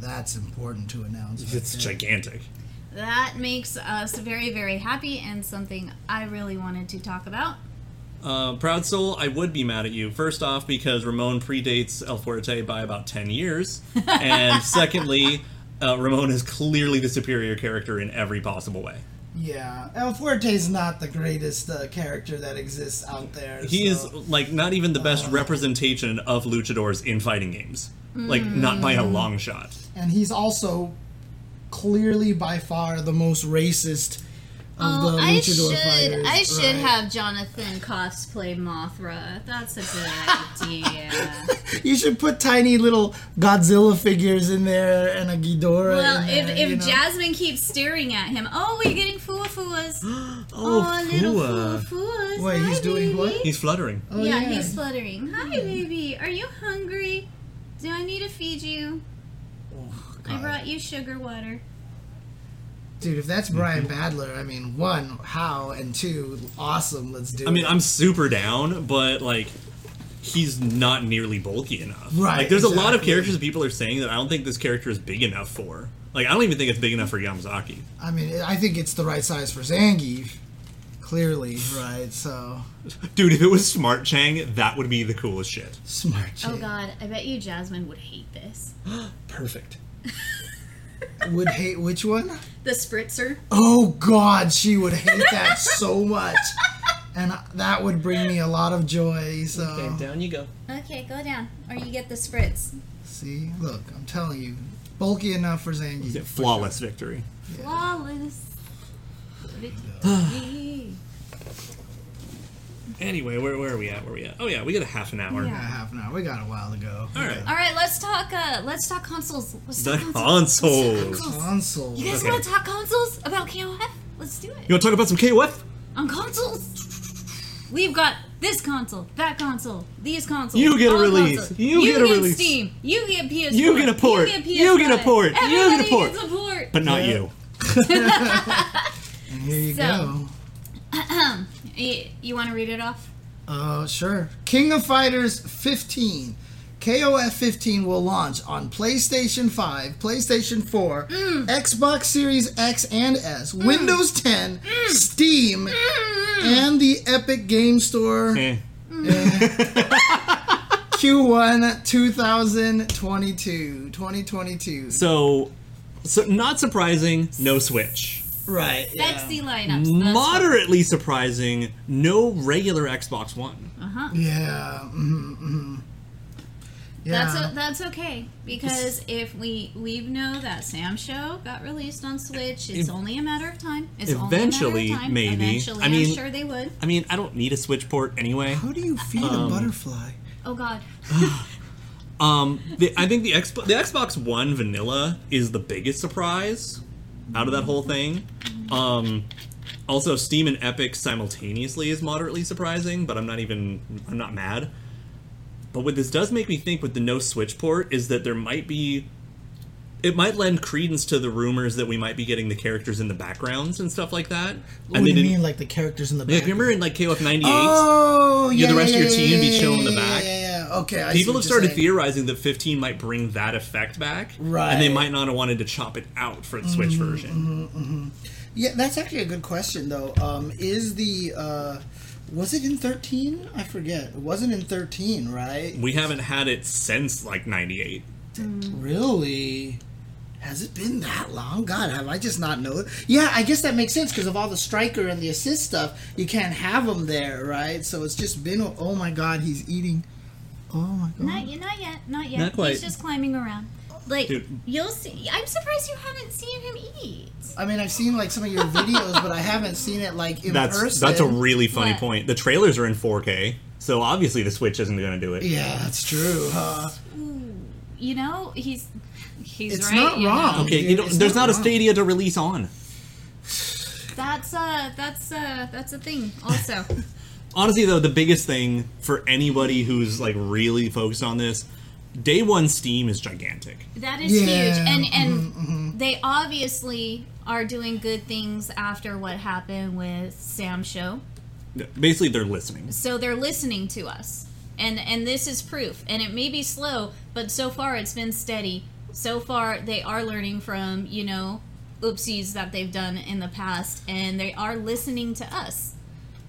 [SPEAKER 2] that's important to announce. right
[SPEAKER 4] it's
[SPEAKER 2] there.
[SPEAKER 4] gigantic
[SPEAKER 1] That makes us very, very happy and something I really wanted to talk about.
[SPEAKER 4] uh, proud soul i would be mad at you first off because ramon predates el fuerte by about 10 years and secondly uh, ramon is clearly the superior character in every possible way
[SPEAKER 2] Yeah, El Fuerte's not the greatest uh, character that exists out there.
[SPEAKER 4] He
[SPEAKER 2] so-
[SPEAKER 4] is like not even the best representation of luchadors in fighting games. Like not by a
[SPEAKER 2] Mm.
[SPEAKER 4] long shot.
[SPEAKER 2] and he's also clearly by far the most racist of
[SPEAKER 1] Oh,
[SPEAKER 2] the
[SPEAKER 1] I
[SPEAKER 2] luchador
[SPEAKER 1] should,
[SPEAKER 2] fighters.
[SPEAKER 1] I should
[SPEAKER 2] Right.
[SPEAKER 1] have Jonathan cosplay Mothra. That's a good
[SPEAKER 2] (laughs)
[SPEAKER 1] idea.
[SPEAKER 2] You should put tiny little Godzilla figures in there and a Ghidorah.
[SPEAKER 1] Well,
[SPEAKER 2] in
[SPEAKER 1] if,
[SPEAKER 2] there, you
[SPEAKER 1] if
[SPEAKER 2] know?
[SPEAKER 1] Jasmine keeps staring at him, oh, we're getting Fua
[SPEAKER 2] (gasps)
[SPEAKER 1] Fuas. Oh, little Fua
[SPEAKER 4] Fua.
[SPEAKER 1] Fuas.
[SPEAKER 2] Wait,
[SPEAKER 1] Hi,
[SPEAKER 2] he's doing
[SPEAKER 1] baby.
[SPEAKER 2] what?
[SPEAKER 4] He's fluttering.
[SPEAKER 2] Oh,
[SPEAKER 1] yeah, he's fluttering. Hi, baby. Are you hungry? Do I need to feed you?
[SPEAKER 2] Oh,
[SPEAKER 1] I
[SPEAKER 2] God.
[SPEAKER 1] brought you sugar water.
[SPEAKER 2] Dude, if that's Brian Badler, I mean, one, how, and two, awesome. Let's do.
[SPEAKER 4] I mean,
[SPEAKER 2] it.
[SPEAKER 4] I'm super down, but like he's not nearly bulky enough.
[SPEAKER 2] Right,
[SPEAKER 4] Like there's a lot of
[SPEAKER 2] exactly.
[SPEAKER 4] characters people are saying that I don't think this character is big enough for. Like I don't even think it's big enough for Yamazaki.
[SPEAKER 2] I mean, I think it's the right size for Zangief, clearly, right? So
[SPEAKER 4] Dude, if it was Smart Chang, that would be the coolest shit.
[SPEAKER 2] smart. Chick.
[SPEAKER 1] Oh, God. I bet you Jasmine would hate this.
[SPEAKER 4] Perfect.
[SPEAKER 2] Would hate which one?
[SPEAKER 1] The (laughs) spritzer.
[SPEAKER 2] Oh God, she would hate that so much, and that would bring me a lot of joy. So
[SPEAKER 4] down you go.
[SPEAKER 5] Okay, go down.
[SPEAKER 1] Or you get the spritz.
[SPEAKER 2] see, look, I'm telling you, bulky enough for Zangief.
[SPEAKER 4] Flawless victory.
[SPEAKER 2] (sighs)
[SPEAKER 1] Flawless. victory.
[SPEAKER 4] Anyway, where, where are we at? Where are we at? Oh yeah, we got a half an hour.
[SPEAKER 2] Yeah, half an hour. We got a while to go.
[SPEAKER 4] All right.
[SPEAKER 1] All right, let's talk. Uh, let's talk consoles. Let's
[SPEAKER 4] The
[SPEAKER 1] talk consoles.
[SPEAKER 4] consoles.
[SPEAKER 2] (laughs) Console.
[SPEAKER 1] You guys
[SPEAKER 4] Okay.
[SPEAKER 1] want to talk consoles about KOF? Let's do it.
[SPEAKER 4] You want to talk about some KOF?
[SPEAKER 1] on consoles. We've got this console, that console, these consoles.
[SPEAKER 4] You get a
[SPEAKER 1] all
[SPEAKER 4] release.
[SPEAKER 1] consoles.
[SPEAKER 4] You get a release.
[SPEAKER 1] Steam. You get PS.
[SPEAKER 4] You get a port.
[SPEAKER 1] You get,
[SPEAKER 4] You get a
[SPEAKER 1] PS5.
[SPEAKER 4] port. You get a
[SPEAKER 1] Everybody
[SPEAKER 4] port.
[SPEAKER 1] Gets a port.
[SPEAKER 4] But not you.
[SPEAKER 2] And here you
[SPEAKER 1] So-
[SPEAKER 2] go.
[SPEAKER 1] you want to read it off?
[SPEAKER 2] Uh, sure. King of Fighters 15. KOF 15 will launch on PlayStation 5, PlayStation 4, Xbox Series X and S, Windows 10, Steam,
[SPEAKER 1] Mm.
[SPEAKER 2] and the Epic Game Store
[SPEAKER 4] Eh.
[SPEAKER 2] Q1 2022. 2022.
[SPEAKER 4] So, so not surprising, no Switch.
[SPEAKER 2] Right. yeah.
[SPEAKER 1] That's the lineup.
[SPEAKER 4] Moderately surprising, no regular Xbox One.
[SPEAKER 1] Uh-huh.
[SPEAKER 2] Yeah. mhm, mhm. Yeah.
[SPEAKER 1] That's o- that's okay because if we we know that Sam Show got released on Switch, it's
[SPEAKER 4] Ev-
[SPEAKER 1] only a matter of time. It's only
[SPEAKER 4] Eventually,
[SPEAKER 1] a matter of time.
[SPEAKER 4] maybe.
[SPEAKER 1] Eventually,
[SPEAKER 4] I mean-
[SPEAKER 1] am sure they would.
[SPEAKER 4] I mean, I don't need a Switch port anyway.
[SPEAKER 2] How do you feed a butterfly?
[SPEAKER 1] Oh God,
[SPEAKER 4] Um, the, I think the Xbox the Xbox One vanilla is the biggest surprise out of that whole thing. Um, also, Steam and Epic simultaneously is moderately surprising, but I'm not even I'm not mad. But what this does make me think with the no switch port is that there might be. It might lend credence to the rumors that we might be getting the characters in the backgrounds and stuff like that.
[SPEAKER 2] What
[SPEAKER 4] and
[SPEAKER 2] do you
[SPEAKER 4] didn't-
[SPEAKER 2] mean, like the characters in the
[SPEAKER 4] Yeah,
[SPEAKER 2] back?
[SPEAKER 4] if you remember in like KOF 98,
[SPEAKER 2] oh, yeah,
[SPEAKER 4] the rest
[SPEAKER 2] yeah,
[SPEAKER 4] of your
[SPEAKER 2] yeah,
[SPEAKER 4] team
[SPEAKER 2] yeah,
[SPEAKER 4] be
[SPEAKER 2] yeah,
[SPEAKER 4] chill in the
[SPEAKER 2] yeah,
[SPEAKER 4] back.
[SPEAKER 2] Yeah, yeah, okay. I see
[SPEAKER 4] people
[SPEAKER 2] what
[SPEAKER 4] have
[SPEAKER 2] you're
[SPEAKER 4] started
[SPEAKER 2] saying.
[SPEAKER 4] theorizing that 15 might bring that effect back. And they
[SPEAKER 2] Right. Mm-hmm,
[SPEAKER 4] might not have wanted to chop it out for the Switch version.
[SPEAKER 2] Yeah, that's actually a good question though. Um, is the uh, was it in thirteen? I forget. It wasn't in thirteen, right?
[SPEAKER 4] We haven't had it since like 98.
[SPEAKER 2] Really? Has it been that long? God, have I just not known? Yeah, I guess that makes sense because of all the striker and the assist stuff, you can't have them there, right? So it's just been. a- Oh my God, he's eating. Oh my God.
[SPEAKER 1] Not, y- not yet. Not yet.
[SPEAKER 4] Not
[SPEAKER 1] He's
[SPEAKER 4] quite.
[SPEAKER 1] just climbing around. Like
[SPEAKER 4] Dude.
[SPEAKER 1] you'll see. I'm surprised you haven't seen him eat.
[SPEAKER 2] I mean, I've seen like some of your videos, but I haven't seen it like in
[SPEAKER 4] That's
[SPEAKER 2] person.
[SPEAKER 4] that's a really funny
[SPEAKER 1] What?
[SPEAKER 4] point. The trailers are in 4K, so obviously the Switch isn't going to do it.
[SPEAKER 2] yeah, that's true. Huh?
[SPEAKER 1] Ooh, you know he's he's
[SPEAKER 2] It's
[SPEAKER 1] right.
[SPEAKER 2] not
[SPEAKER 1] you
[SPEAKER 2] wrong.
[SPEAKER 1] know.
[SPEAKER 4] Okay,
[SPEAKER 2] Dude,
[SPEAKER 4] you don't,
[SPEAKER 2] it's
[SPEAKER 4] there's
[SPEAKER 2] not
[SPEAKER 4] not, a
[SPEAKER 2] wrong.
[SPEAKER 4] Stadia to release on.
[SPEAKER 1] That's uh that's uh that's a thing
[SPEAKER 2] (laughs)
[SPEAKER 1] also.
[SPEAKER 4] Honestly, though, the biggest thing for anybody who's like really focused on this, day one Steam is gigantic.
[SPEAKER 1] That is
[SPEAKER 2] Yeah, Mm-hmm,
[SPEAKER 1] huge, and and they obviously are doing good things after what happened with Sam Show.
[SPEAKER 4] Basically, they're listening.
[SPEAKER 1] So they're listening to us, and and this is proof. And it may be slow, but so far it's been steady. So far they are learning from you know oopsies that they've done in the past, and they are listening to us.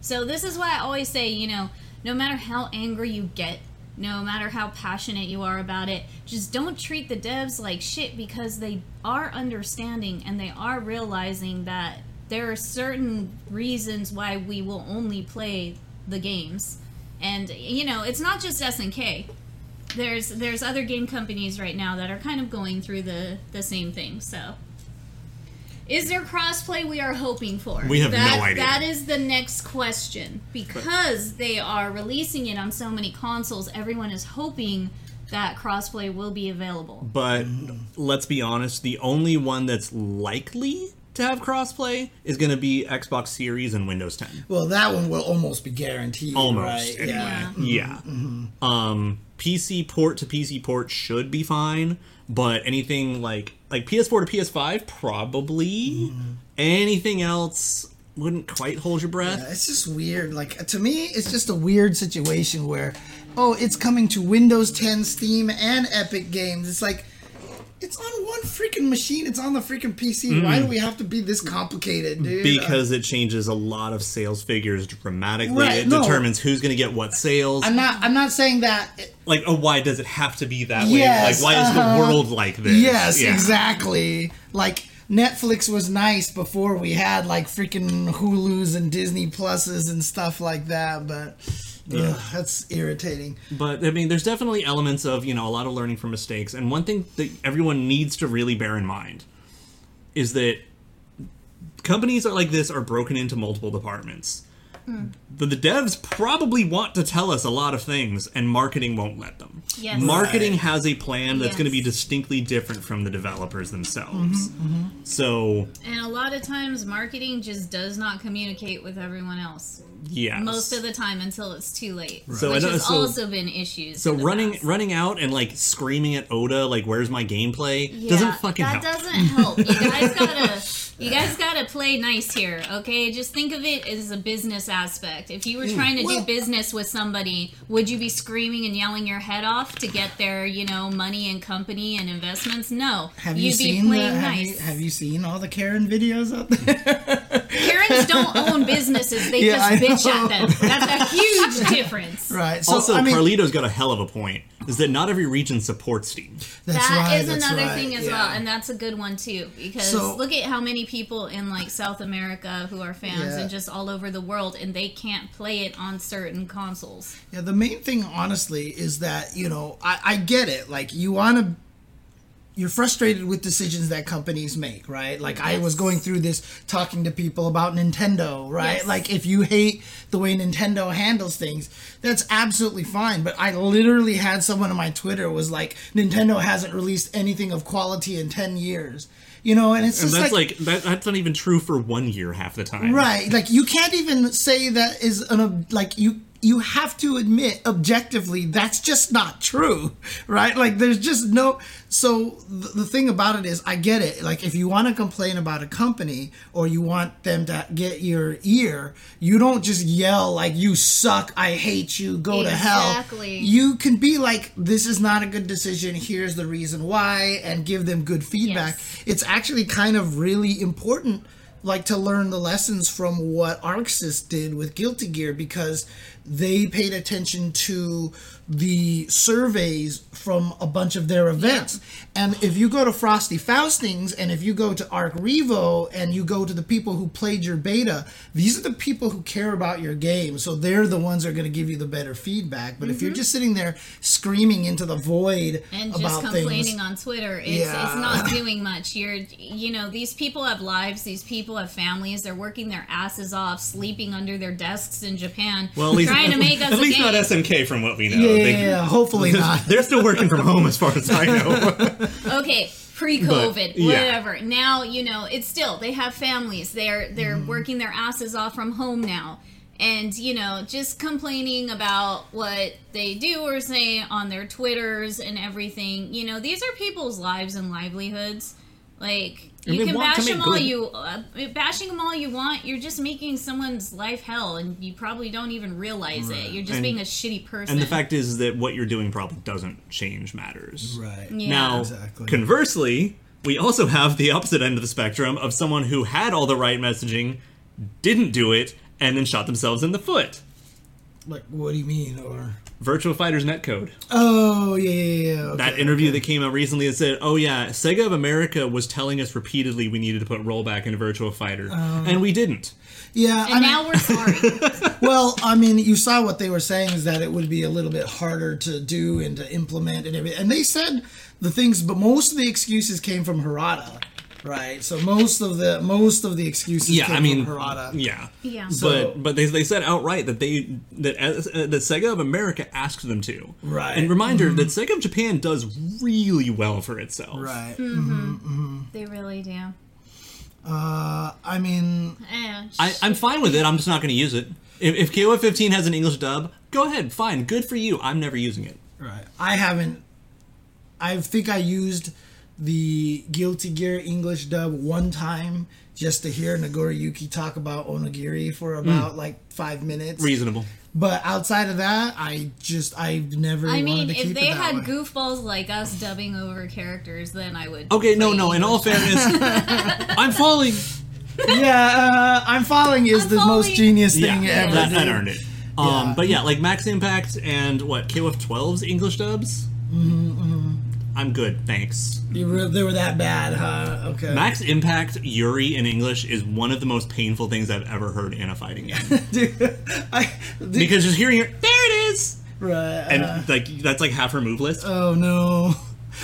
[SPEAKER 1] So this is why I always say, you know, no matter how angry you get, no matter how passionate you are about it, just don't treat the devs like shit because they are understanding and they are realizing that there are certain reasons why we will only play the games. And you know, it's not just SNK. There's there's other game companies right now that are kind of going through the the same thing. So is there crossplay we are hoping for?
[SPEAKER 4] We have no
[SPEAKER 1] That-
[SPEAKER 4] idea.
[SPEAKER 1] That is the next question because they are releasing it on so many consoles. Everyone is hoping that crossplay will be available.
[SPEAKER 4] But
[SPEAKER 2] Mm.
[SPEAKER 4] let's be honest, the only one that's likely to have crossplay is going to be Xbox Series and Windows 10.
[SPEAKER 2] Well, that one will almost be guaranteed.
[SPEAKER 4] Almost,
[SPEAKER 2] Right?
[SPEAKER 4] anyway.
[SPEAKER 2] Yeah.
[SPEAKER 4] Yeah.
[SPEAKER 2] Mm-hmm.
[SPEAKER 4] Um, PC port to PC port should be fine, but anything like like PS4 to PS5 probably.
[SPEAKER 2] Mm-hmm.
[SPEAKER 4] Anything else wouldn't quite hold your breath.
[SPEAKER 2] It's just weird. Like to me, it's just a weird situation where, oh, it's coming to Windows 10, Steam, and Epic Games. It's like, it's on one freaking machine. It's on the freaking PC. Why do we have to be this complicated, dude?
[SPEAKER 4] Hmm. Because it changes a lot of sales figures dramatically.
[SPEAKER 2] Right,
[SPEAKER 4] it
[SPEAKER 2] no.
[SPEAKER 4] determines who's going to get what sales.
[SPEAKER 2] I'm not. I'm not saying that.
[SPEAKER 4] like, oh, why does it have to be that
[SPEAKER 2] Yes, uh-huh.
[SPEAKER 4] way? Like, why is the world like this?
[SPEAKER 2] Yes,
[SPEAKER 4] Yeah.
[SPEAKER 2] exactly. Like Netflix was nice before we had like freaking Hulu's and Disney Pluses and stuff like that. But yeah, that's irritating.
[SPEAKER 4] But I mean, there's definitely elements of, you know, a lot of learning from mistakes. And one thing that everyone needs to really bear in mind is that companies are like this are broken into multiple departments.
[SPEAKER 1] Hmm.
[SPEAKER 4] But the devs probably want to tell us a lot of things, and marketing won't let them.
[SPEAKER 1] Yes.
[SPEAKER 4] Marketing has a plan that's going to be
[SPEAKER 1] Yes.
[SPEAKER 4] distinctly different from the developers themselves. So,
[SPEAKER 1] And a lot of times marketing just does not communicate with everyone else
[SPEAKER 4] yeah.
[SPEAKER 1] most of the time until it's too late.
[SPEAKER 4] So I
[SPEAKER 1] which
[SPEAKER 4] know-
[SPEAKER 1] has
[SPEAKER 4] so-
[SPEAKER 1] also been issues.
[SPEAKER 4] so
[SPEAKER 1] in the
[SPEAKER 4] running
[SPEAKER 1] past.
[SPEAKER 4] running out and like screaming at Oda like where's my gameplay doesn't fucking
[SPEAKER 1] that
[SPEAKER 4] help.
[SPEAKER 1] doesn't help.
[SPEAKER 2] (laughs)
[SPEAKER 1] You guys gotta, you guys gotta play nice here, okay? Just think of it as a business aspect. If you
[SPEAKER 2] Hmm.
[SPEAKER 1] were trying to
[SPEAKER 2] well-
[SPEAKER 1] do business with somebody, would you be screaming and yelling your head off to get their, you know, money and company and investments? No,
[SPEAKER 2] Have
[SPEAKER 1] you'd
[SPEAKER 2] you
[SPEAKER 1] be
[SPEAKER 2] seen the,
[SPEAKER 1] playing
[SPEAKER 2] have,
[SPEAKER 1] nice.
[SPEAKER 2] you, have you seen all the Karen videos out there?
[SPEAKER 1] Karens don't own businesses; they
[SPEAKER 2] (laughs) Yeah, I
[SPEAKER 1] just bitch
[SPEAKER 2] know.
[SPEAKER 1] at them. That's a huge difference.
[SPEAKER 2] (laughs) right. So
[SPEAKER 4] also,
[SPEAKER 2] I mean,
[SPEAKER 4] Carlito's got a hell of a point. Is that not every region supports Steam?
[SPEAKER 2] that's
[SPEAKER 1] That
[SPEAKER 2] right,
[SPEAKER 1] is
[SPEAKER 2] that's
[SPEAKER 1] another
[SPEAKER 2] right,
[SPEAKER 1] thing as
[SPEAKER 2] yeah.
[SPEAKER 1] well, and that's a good one too because
[SPEAKER 2] So-
[SPEAKER 1] look at how many people in like South America who are fans
[SPEAKER 2] Yeah.
[SPEAKER 1] and just all over the world, and they can't play it on certain consoles.
[SPEAKER 2] Yeah, the main thing, honestly, is that you know I, I get it. Like you want to, you're frustrated with decisions that companies make, right? Like I was going through this talking to people about Nintendo, right?
[SPEAKER 1] Yes.
[SPEAKER 2] Like if you hate the way Nintendo handles things, that's absolutely fine. But I literally had someone on my Twitter was like, Nintendo hasn't released anything of quality in ten years, you know, and it's
[SPEAKER 4] And
[SPEAKER 2] just
[SPEAKER 4] that's like, that, that's not even true for one year half the time.
[SPEAKER 2] Right. Like you can't even say that is an ob- like you you have to admit objectively that's just not true, (laughs) right? Like there's just no. So the, the thing about it is, I get it. Like if you want to complain about a company or you want them to get your ear, you don't just yell like "you suck," "I hate you," "go to hell."
[SPEAKER 1] Exactly.
[SPEAKER 2] You can be like, "This is not a good decision. Here's the reason why," and give them good feedback.
[SPEAKER 1] Yes.
[SPEAKER 2] It's actually kind of really important like to learn the lessons from what Arxis did with Guilty Gear because they paid attention to the surveys from a bunch of their events. And if you go to Frosty Faustings and if you go to Arc Revo and you go to the people who played your beta, these are the people who care about your game. So they're the ones that are going to give you the better feedback. But if you're just sitting there screaming into the void
[SPEAKER 1] Mm-hmm. and
[SPEAKER 2] about
[SPEAKER 1] just complaining
[SPEAKER 2] things,
[SPEAKER 1] on Twitter. It's,
[SPEAKER 2] Yeah.
[SPEAKER 1] it's
[SPEAKER 2] (laughs)
[SPEAKER 1] not doing much. You're, you know, these people have lives. These people have families. They're working their asses off, sleeping under their desks in Japan,
[SPEAKER 4] Well, at least, (laughs)
[SPEAKER 1] trying to make us
[SPEAKER 4] at
[SPEAKER 1] a
[SPEAKER 4] least
[SPEAKER 1] game.
[SPEAKER 4] not SMK from what we know.
[SPEAKER 2] yeah, hopefully not.
[SPEAKER 4] They, are still working from home as far as
[SPEAKER 2] (laughs)
[SPEAKER 4] I know.
[SPEAKER 1] okay pre-covid
[SPEAKER 4] But, yeah.
[SPEAKER 1] whatever now you know it's still they have families they're they're
[SPEAKER 4] Mm-hmm.
[SPEAKER 1] working their asses off from home now and you know just complaining about what they do or say on their twitters and everything you know these are people's lives and livelihoods like
[SPEAKER 4] And
[SPEAKER 1] you
[SPEAKER 4] they
[SPEAKER 1] can
[SPEAKER 4] want to
[SPEAKER 1] bash
[SPEAKER 4] make
[SPEAKER 1] them all
[SPEAKER 4] good.
[SPEAKER 1] you uh, bashing them all you want you're just making someone's life hell and you probably don't even realize it you're just
[SPEAKER 4] And-
[SPEAKER 1] being a shitty person
[SPEAKER 4] and the fact is that what you're doing probably doesn't change matters.
[SPEAKER 2] right.
[SPEAKER 1] yeah.
[SPEAKER 4] Now,
[SPEAKER 2] Exactly.
[SPEAKER 4] conversely, we also have the opposite end of the spectrum of someone who had all the right messaging, didn't do it, and then shot themselves in the foot.
[SPEAKER 2] Like, what do you mean? Or
[SPEAKER 4] Virtual Fighters Netcode.
[SPEAKER 2] oh yeah, yeah, yeah. okay.
[SPEAKER 4] That interview that came out recently that said, "Oh yeah, Sega of America was telling us repeatedly we needed to put rollback into Virtual Fighter,
[SPEAKER 2] Oh.
[SPEAKER 4] and we didn't."
[SPEAKER 2] Yeah, I
[SPEAKER 1] and
[SPEAKER 2] mean,
[SPEAKER 1] now
[SPEAKER 4] (laughs)
[SPEAKER 1] we're sorry
[SPEAKER 2] (laughs) well, I mean, you saw what they were saying is that it would be a little bit harder to do and to implement and everything. And they said the things, but most of the excuses came from Harada, right? So most of the most of the excuses
[SPEAKER 4] Yeah,
[SPEAKER 2] came
[SPEAKER 4] I mean,
[SPEAKER 2] from Harada.
[SPEAKER 4] yeah,
[SPEAKER 1] yeah
[SPEAKER 2] So-
[SPEAKER 4] but but they, they said outright that they that as, uh, that Sega of America asked them to.
[SPEAKER 2] Right. Mm-hmm.
[SPEAKER 4] And reminder that Sega of Japan does really well for itself.
[SPEAKER 2] Right.
[SPEAKER 1] Hmm. they really do
[SPEAKER 2] Uh, I mean,
[SPEAKER 1] Eh,
[SPEAKER 4] I, I'm fine with it. I'm just not going to use it. If, if KOF 15 has an English dub, go ahead. Fine. Good for you. I'm never using it.
[SPEAKER 2] Right. I haven't. I think I used the Guilty Gear English dub one time just to hear Nagori Yuki talk about Onigiri for
[SPEAKER 4] Hmm.
[SPEAKER 2] about like five minutes.
[SPEAKER 4] Reasonable.
[SPEAKER 2] But outside of that, I just I've never.
[SPEAKER 1] I mean,
[SPEAKER 2] wanted to
[SPEAKER 1] if
[SPEAKER 2] keep
[SPEAKER 1] they
[SPEAKER 2] it that
[SPEAKER 1] had
[SPEAKER 2] way.
[SPEAKER 1] goofballs like us dubbing over characters, then I would.
[SPEAKER 4] Okay. No.
[SPEAKER 1] play
[SPEAKER 4] No. In all
[SPEAKER 1] English.
[SPEAKER 2] (laughs)
[SPEAKER 4] fairness, I'm falling.
[SPEAKER 2] (laughs) yeah, uh, I'm falling is
[SPEAKER 1] I'm
[SPEAKER 2] the most
[SPEAKER 1] falling.
[SPEAKER 2] genius thing
[SPEAKER 4] Yeah.
[SPEAKER 2] ever.
[SPEAKER 4] That, that
[SPEAKER 2] dude.
[SPEAKER 4] earned it. Um,
[SPEAKER 2] Yeah.
[SPEAKER 4] But yeah, like Max Impact and what KOF 12's English dubs.
[SPEAKER 1] Mm-hmm,
[SPEAKER 4] I'm good. Thanks.
[SPEAKER 2] You were, they were that bad, huh? Okay. (laughs)
[SPEAKER 4] Max Impact Yuri in English is one of the most painful things I've ever heard in a
[SPEAKER 1] (laughs)
[SPEAKER 4] fighting game.
[SPEAKER 2] Dude, (laughs) I, dude,
[SPEAKER 4] because just hearing her, there it is,
[SPEAKER 2] right,
[SPEAKER 4] and
[SPEAKER 2] uh,
[SPEAKER 4] like that's like half her move list.
[SPEAKER 1] Uh,
[SPEAKER 2] Oh no.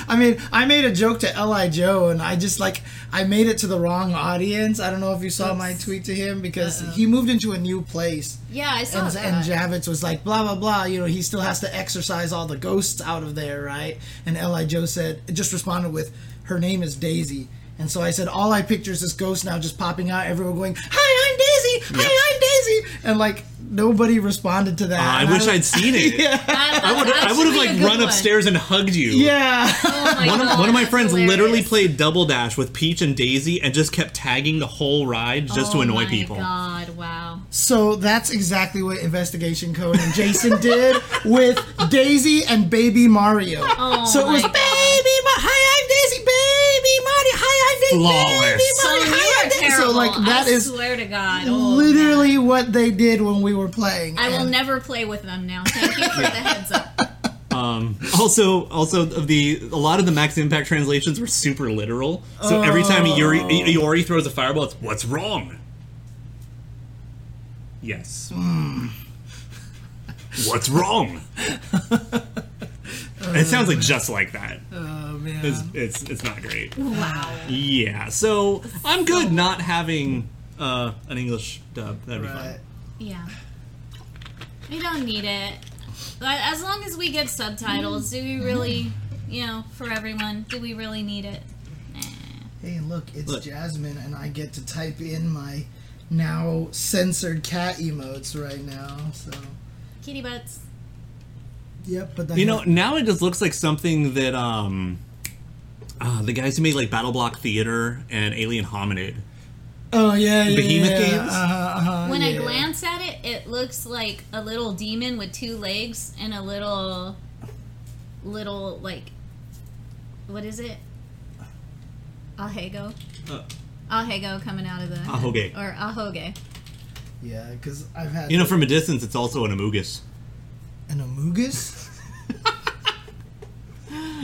[SPEAKER 2] I mean, I made a joke to Li Joe, and I just like I made it to the wrong audience. I don't know if you saw my tweet to him because he moved into a new place,
[SPEAKER 1] Yeah, I saw
[SPEAKER 2] and,
[SPEAKER 1] that.
[SPEAKER 2] and Javits was like, blah blah blah. You know, he still has to exorcise all the ghosts out of there, right? And Li Joe said, just responded with, her name is Daisy. And so I said, all I picture is this ghost now just popping out, everyone going, hi, I'm Daisy, hi, I'm Daisy, and like nobody responded to that.
[SPEAKER 4] I
[SPEAKER 2] And
[SPEAKER 4] wish
[SPEAKER 2] was-
[SPEAKER 4] I'd seen
[SPEAKER 1] (laughs)
[SPEAKER 4] it.
[SPEAKER 1] That-
[SPEAKER 4] I would
[SPEAKER 1] that's
[SPEAKER 4] I would have
[SPEAKER 1] actually a
[SPEAKER 4] like
[SPEAKER 1] good
[SPEAKER 4] run
[SPEAKER 1] one.
[SPEAKER 4] upstairs and hugged you.
[SPEAKER 2] Yeah. (laughs)
[SPEAKER 1] Oh my
[SPEAKER 4] One of,
[SPEAKER 1] God,
[SPEAKER 4] one of my
[SPEAKER 1] that's
[SPEAKER 4] friends literally
[SPEAKER 1] hilarious.
[SPEAKER 4] played Double Dash with Peach and Daisy and just kept tagging the whole ride just to
[SPEAKER 1] Oh
[SPEAKER 4] annoy
[SPEAKER 1] my
[SPEAKER 4] people.
[SPEAKER 1] God! Wow.
[SPEAKER 2] So that's exactly what Investigation Code and Jason (laughs) did with Daisy and Baby Mario.
[SPEAKER 1] Oh
[SPEAKER 2] so it was
[SPEAKER 1] my
[SPEAKER 2] Baby Mario. Hi, I'm Daisy. Baby Mario. Hi, I'm Daisy. Baby
[SPEAKER 4] Flawless.
[SPEAKER 1] So
[SPEAKER 2] Mario.
[SPEAKER 1] you are
[SPEAKER 2] Hi, I'm Daisy.
[SPEAKER 1] terrible.
[SPEAKER 2] So like that
[SPEAKER 1] I
[SPEAKER 2] is
[SPEAKER 1] swear to God. Oh,
[SPEAKER 2] literally what they did when we were playing.
[SPEAKER 1] I will
[SPEAKER 2] And-
[SPEAKER 1] never play with them now. Thank you for the heads up.
[SPEAKER 4] (laughs) Also, also of the a lot of the Max Impact translations were super literal. So every time
[SPEAKER 2] Oh.
[SPEAKER 4] Yuri Iori throws a fireball, it's what's wrong? Yes.
[SPEAKER 2] Hmm.
[SPEAKER 4] what's wrong? it sounds like just like that.
[SPEAKER 2] Oh man.
[SPEAKER 4] It's, it's it's not great.
[SPEAKER 1] Wow.
[SPEAKER 4] Yeah, so I'm good not having uh, an English dub. That'd be
[SPEAKER 2] Right.
[SPEAKER 4] fine.
[SPEAKER 1] Yeah. We don't need it. But as long as we get subtitles, do we really, you know, for everyone, do we really need it?
[SPEAKER 2] Hey, look, it's
[SPEAKER 4] Look.
[SPEAKER 2] Jasmine, and I get to type in my now censored cat emotes right now. So
[SPEAKER 1] kitty butts.
[SPEAKER 2] Yep, but then
[SPEAKER 4] You know, now it just looks like something that um, uh, the guys who made like Battle Block Theater and Alien Hominid.
[SPEAKER 2] oh yeah, yeah
[SPEAKER 4] Behemoth
[SPEAKER 2] yeah,
[SPEAKER 4] games?
[SPEAKER 2] Uh-huh, uh-huh,
[SPEAKER 1] When I
[SPEAKER 2] yeah.
[SPEAKER 1] glance at it, it looks like a little demon with two legs and a little, little like, what is it? Alhago.
[SPEAKER 4] Uh,
[SPEAKER 1] Alhago coming out of the
[SPEAKER 4] Ahoge.
[SPEAKER 1] or ahoge.
[SPEAKER 2] yeah, because I've had
[SPEAKER 4] you know, from a distance, it's also an Amogus.
[SPEAKER 2] an amogus.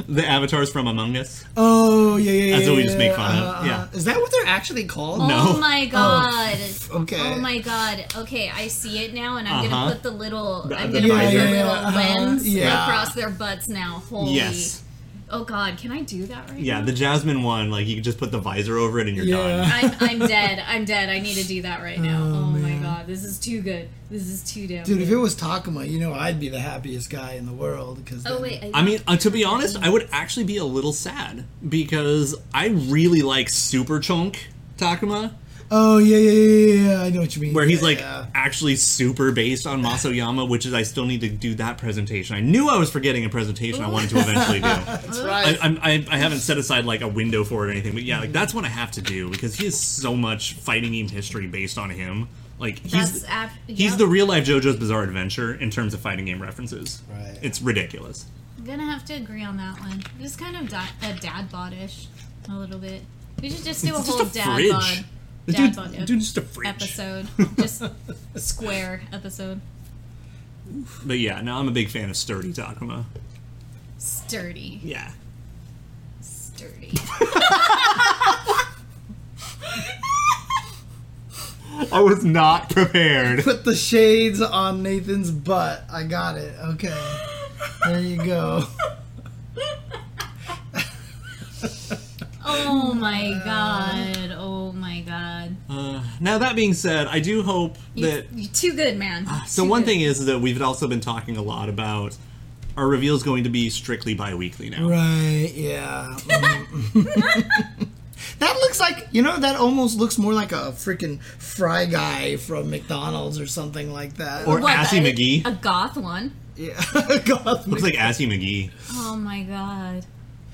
[SPEAKER 4] The avatars from Among Us.
[SPEAKER 2] Oh yeah, yeah, yeah.
[SPEAKER 4] That's what we
[SPEAKER 2] yeah,
[SPEAKER 4] just make
[SPEAKER 2] yeah,
[SPEAKER 4] fun of,
[SPEAKER 2] uh-huh,
[SPEAKER 4] yeah.
[SPEAKER 2] uh-huh. is that what they're actually called?
[SPEAKER 1] Oh
[SPEAKER 4] No.
[SPEAKER 1] my god.
[SPEAKER 2] okay.
[SPEAKER 1] Oh my god. Okay, I see it now, and I'm
[SPEAKER 4] Uh-huh.
[SPEAKER 1] gonna put the little.
[SPEAKER 4] The-
[SPEAKER 1] I'm
[SPEAKER 4] the
[SPEAKER 1] gonna put the
[SPEAKER 4] visor.
[SPEAKER 1] little
[SPEAKER 2] Yeah, yeah,
[SPEAKER 1] lens
[SPEAKER 2] uh-huh, yeah.
[SPEAKER 1] across their butts now. Holy.
[SPEAKER 4] Yes.
[SPEAKER 1] Oh god, can I do that right
[SPEAKER 4] Yeah,
[SPEAKER 1] now?
[SPEAKER 4] the Jasmine one, like you could just put the visor over it and you're
[SPEAKER 2] Yeah.
[SPEAKER 4] done.
[SPEAKER 1] I'm, I'm dead. I'm dead. I need to do that right now.
[SPEAKER 2] Oh,
[SPEAKER 1] Oh, my
[SPEAKER 2] man.
[SPEAKER 1] god, this is too good. This is too damn.
[SPEAKER 2] Dude,
[SPEAKER 1] good.
[SPEAKER 2] if it was Takuma, you know I'd be the happiest guy in the world. Cause
[SPEAKER 1] oh
[SPEAKER 2] then-
[SPEAKER 1] wait.
[SPEAKER 4] I mean, uh, to be honest, I would actually be a little sad because I really like Super Chunk Takuma,
[SPEAKER 2] Oh yeah, yeah, yeah, yeah, yeah. I know what you mean.
[SPEAKER 4] where he's
[SPEAKER 2] Yeah,
[SPEAKER 4] like
[SPEAKER 2] yeah.
[SPEAKER 4] actually super based on Masoyama, which is I still need to do that presentation. I knew I was forgetting a presentation I wanted to
[SPEAKER 2] (laughs)
[SPEAKER 4] eventually do.
[SPEAKER 2] that's
[SPEAKER 4] I,
[SPEAKER 2] right.
[SPEAKER 4] I'm- I, I haven't set aside like a window for it or anything, but yeah, like that's what I have to do because he has so much fighting game history based on him. Like he's
[SPEAKER 1] That's af-
[SPEAKER 4] he's
[SPEAKER 1] yep.
[SPEAKER 4] the real life JoJo's Bizarre Adventure in terms of fighting game references.
[SPEAKER 2] Right.
[SPEAKER 4] It's ridiculous.
[SPEAKER 1] I'm gonna have to agree on that one. This is kind of di- a dad bodish, a little bit. We should just do a
[SPEAKER 4] It's
[SPEAKER 1] whole
[SPEAKER 4] just a
[SPEAKER 1] dad
[SPEAKER 4] fridge.
[SPEAKER 1] bod.
[SPEAKER 4] The
[SPEAKER 1] Dad
[SPEAKER 4] dude,
[SPEAKER 1] bod
[SPEAKER 4] the dude's just a fridge.
[SPEAKER 1] episode,
[SPEAKER 4] (laughs)
[SPEAKER 1] just square episode.
[SPEAKER 4] But yeah, no, I'm a big fan of Sturdy Takuma.
[SPEAKER 1] Sturdy.
[SPEAKER 4] Yeah.
[SPEAKER 1] Sturdy.
[SPEAKER 4] I was not prepared.
[SPEAKER 2] Put the shades on Nathan's butt. I got it. Okay, there you
[SPEAKER 1] (laughs)
[SPEAKER 2] go.
[SPEAKER 1] Oh my god. Oh my god.
[SPEAKER 4] Uh, now that being said, I do hope
[SPEAKER 1] You,
[SPEAKER 4] that
[SPEAKER 1] you too good, man.
[SPEAKER 4] so
[SPEAKER 1] Too
[SPEAKER 4] Ah, one
[SPEAKER 1] good.
[SPEAKER 4] thing is that we've also been talking a lot about our reveal is going to be strictly bi-weekly now.
[SPEAKER 2] Right. Yeah. Mm. (laughs) that looks like you know. That almost looks more like a freaking fry guy from McDonald's or something like that.
[SPEAKER 4] Or Assy
[SPEAKER 1] a-
[SPEAKER 4] McGee.
[SPEAKER 1] A goth one.
[SPEAKER 2] yeah. (laughs) God,
[SPEAKER 4] Looks like Assy McGee.
[SPEAKER 1] Oh my god.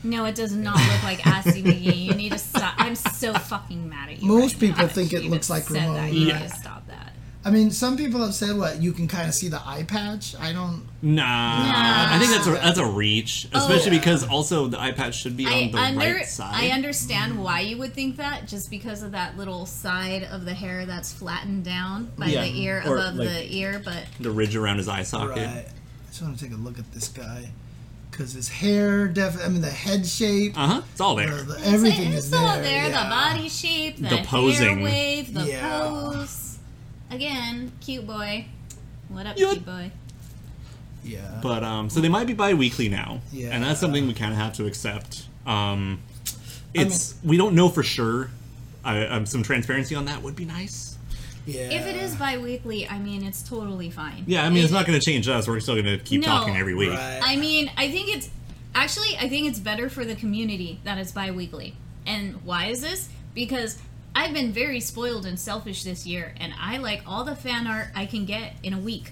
[SPEAKER 1] No, it does not look like Assy McGee. You need to stop. I'm so fucking mad at you.
[SPEAKER 2] Most
[SPEAKER 1] right
[SPEAKER 2] people
[SPEAKER 1] now.
[SPEAKER 2] think it
[SPEAKER 1] You just
[SPEAKER 2] looks like
[SPEAKER 1] said that.
[SPEAKER 2] Ramon,
[SPEAKER 1] You
[SPEAKER 4] right?
[SPEAKER 1] need to stop that.
[SPEAKER 2] I mean, some people have said what you can kind of see the eye patch. I don't.
[SPEAKER 4] Nah, I think that's a that's a reach, especially because also the eye patch should be on
[SPEAKER 1] Oh, I
[SPEAKER 4] the
[SPEAKER 1] under
[SPEAKER 4] right side.
[SPEAKER 1] I understand why you would think that just because of that little side of the hair that's flattened down by
[SPEAKER 4] Yeah.
[SPEAKER 1] the ear
[SPEAKER 4] Or,
[SPEAKER 1] above
[SPEAKER 4] like-
[SPEAKER 1] the ear, but
[SPEAKER 4] the ridge around his eye socket.
[SPEAKER 2] Right. I just want to take a look at this guy because his hair, def- I mean, the head shape,
[SPEAKER 4] Uh huh. It's all there.
[SPEAKER 2] uh, the- everything
[SPEAKER 1] it's
[SPEAKER 2] is
[SPEAKER 1] all
[SPEAKER 2] there.
[SPEAKER 1] there.
[SPEAKER 2] yeah.
[SPEAKER 1] The body shape, the,
[SPEAKER 4] The posing.
[SPEAKER 1] hair wave, the
[SPEAKER 2] Yeah.
[SPEAKER 1] pose. Again, cute boy. What up,
[SPEAKER 4] You're-
[SPEAKER 1] cute boy?
[SPEAKER 2] Yeah.
[SPEAKER 4] But um, so they might be bi-weekly now,
[SPEAKER 2] Yeah.
[SPEAKER 4] and that's something we kind of have to accept. Um, it's we don't know for sure. I, um, some transparency on that would be nice.
[SPEAKER 2] yeah.
[SPEAKER 1] If it is bi-weekly, I mean it's totally fine.
[SPEAKER 4] Yeah, I mean it's
[SPEAKER 1] It-
[SPEAKER 4] not going to change us. We're still going to keep
[SPEAKER 1] No.
[SPEAKER 4] talking every week.
[SPEAKER 2] Right.
[SPEAKER 1] I mean, I think it's actually I think it's better for the community that it's bi-weekly. And why is this? Because I've been very spoiled and selfish this year, and I like all the fan art I can get in a week.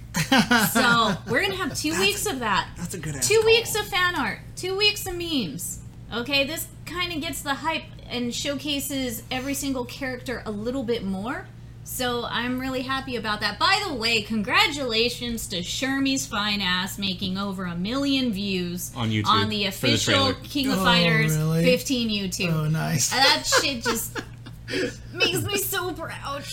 [SPEAKER 1] so we're gonna have two weeks of that.
[SPEAKER 4] That's a good ass
[SPEAKER 1] Two
[SPEAKER 4] call.
[SPEAKER 1] weeks of fan art. Two weeks of memes. Okay, this kind of gets the hype and showcases every single character a little bit more. So I'm really happy about that. By the way, congratulations to Shermie's fine ass making over a million views
[SPEAKER 4] On YouTube
[SPEAKER 1] on the
[SPEAKER 4] for the
[SPEAKER 1] official
[SPEAKER 4] trailer.
[SPEAKER 1] King of
[SPEAKER 2] Oh,
[SPEAKER 1] Fighters
[SPEAKER 2] really?
[SPEAKER 1] 15 YouTube.
[SPEAKER 2] Oh, nice.
[SPEAKER 1] That shit
[SPEAKER 2] (laughs)
[SPEAKER 1] just makes me so proud.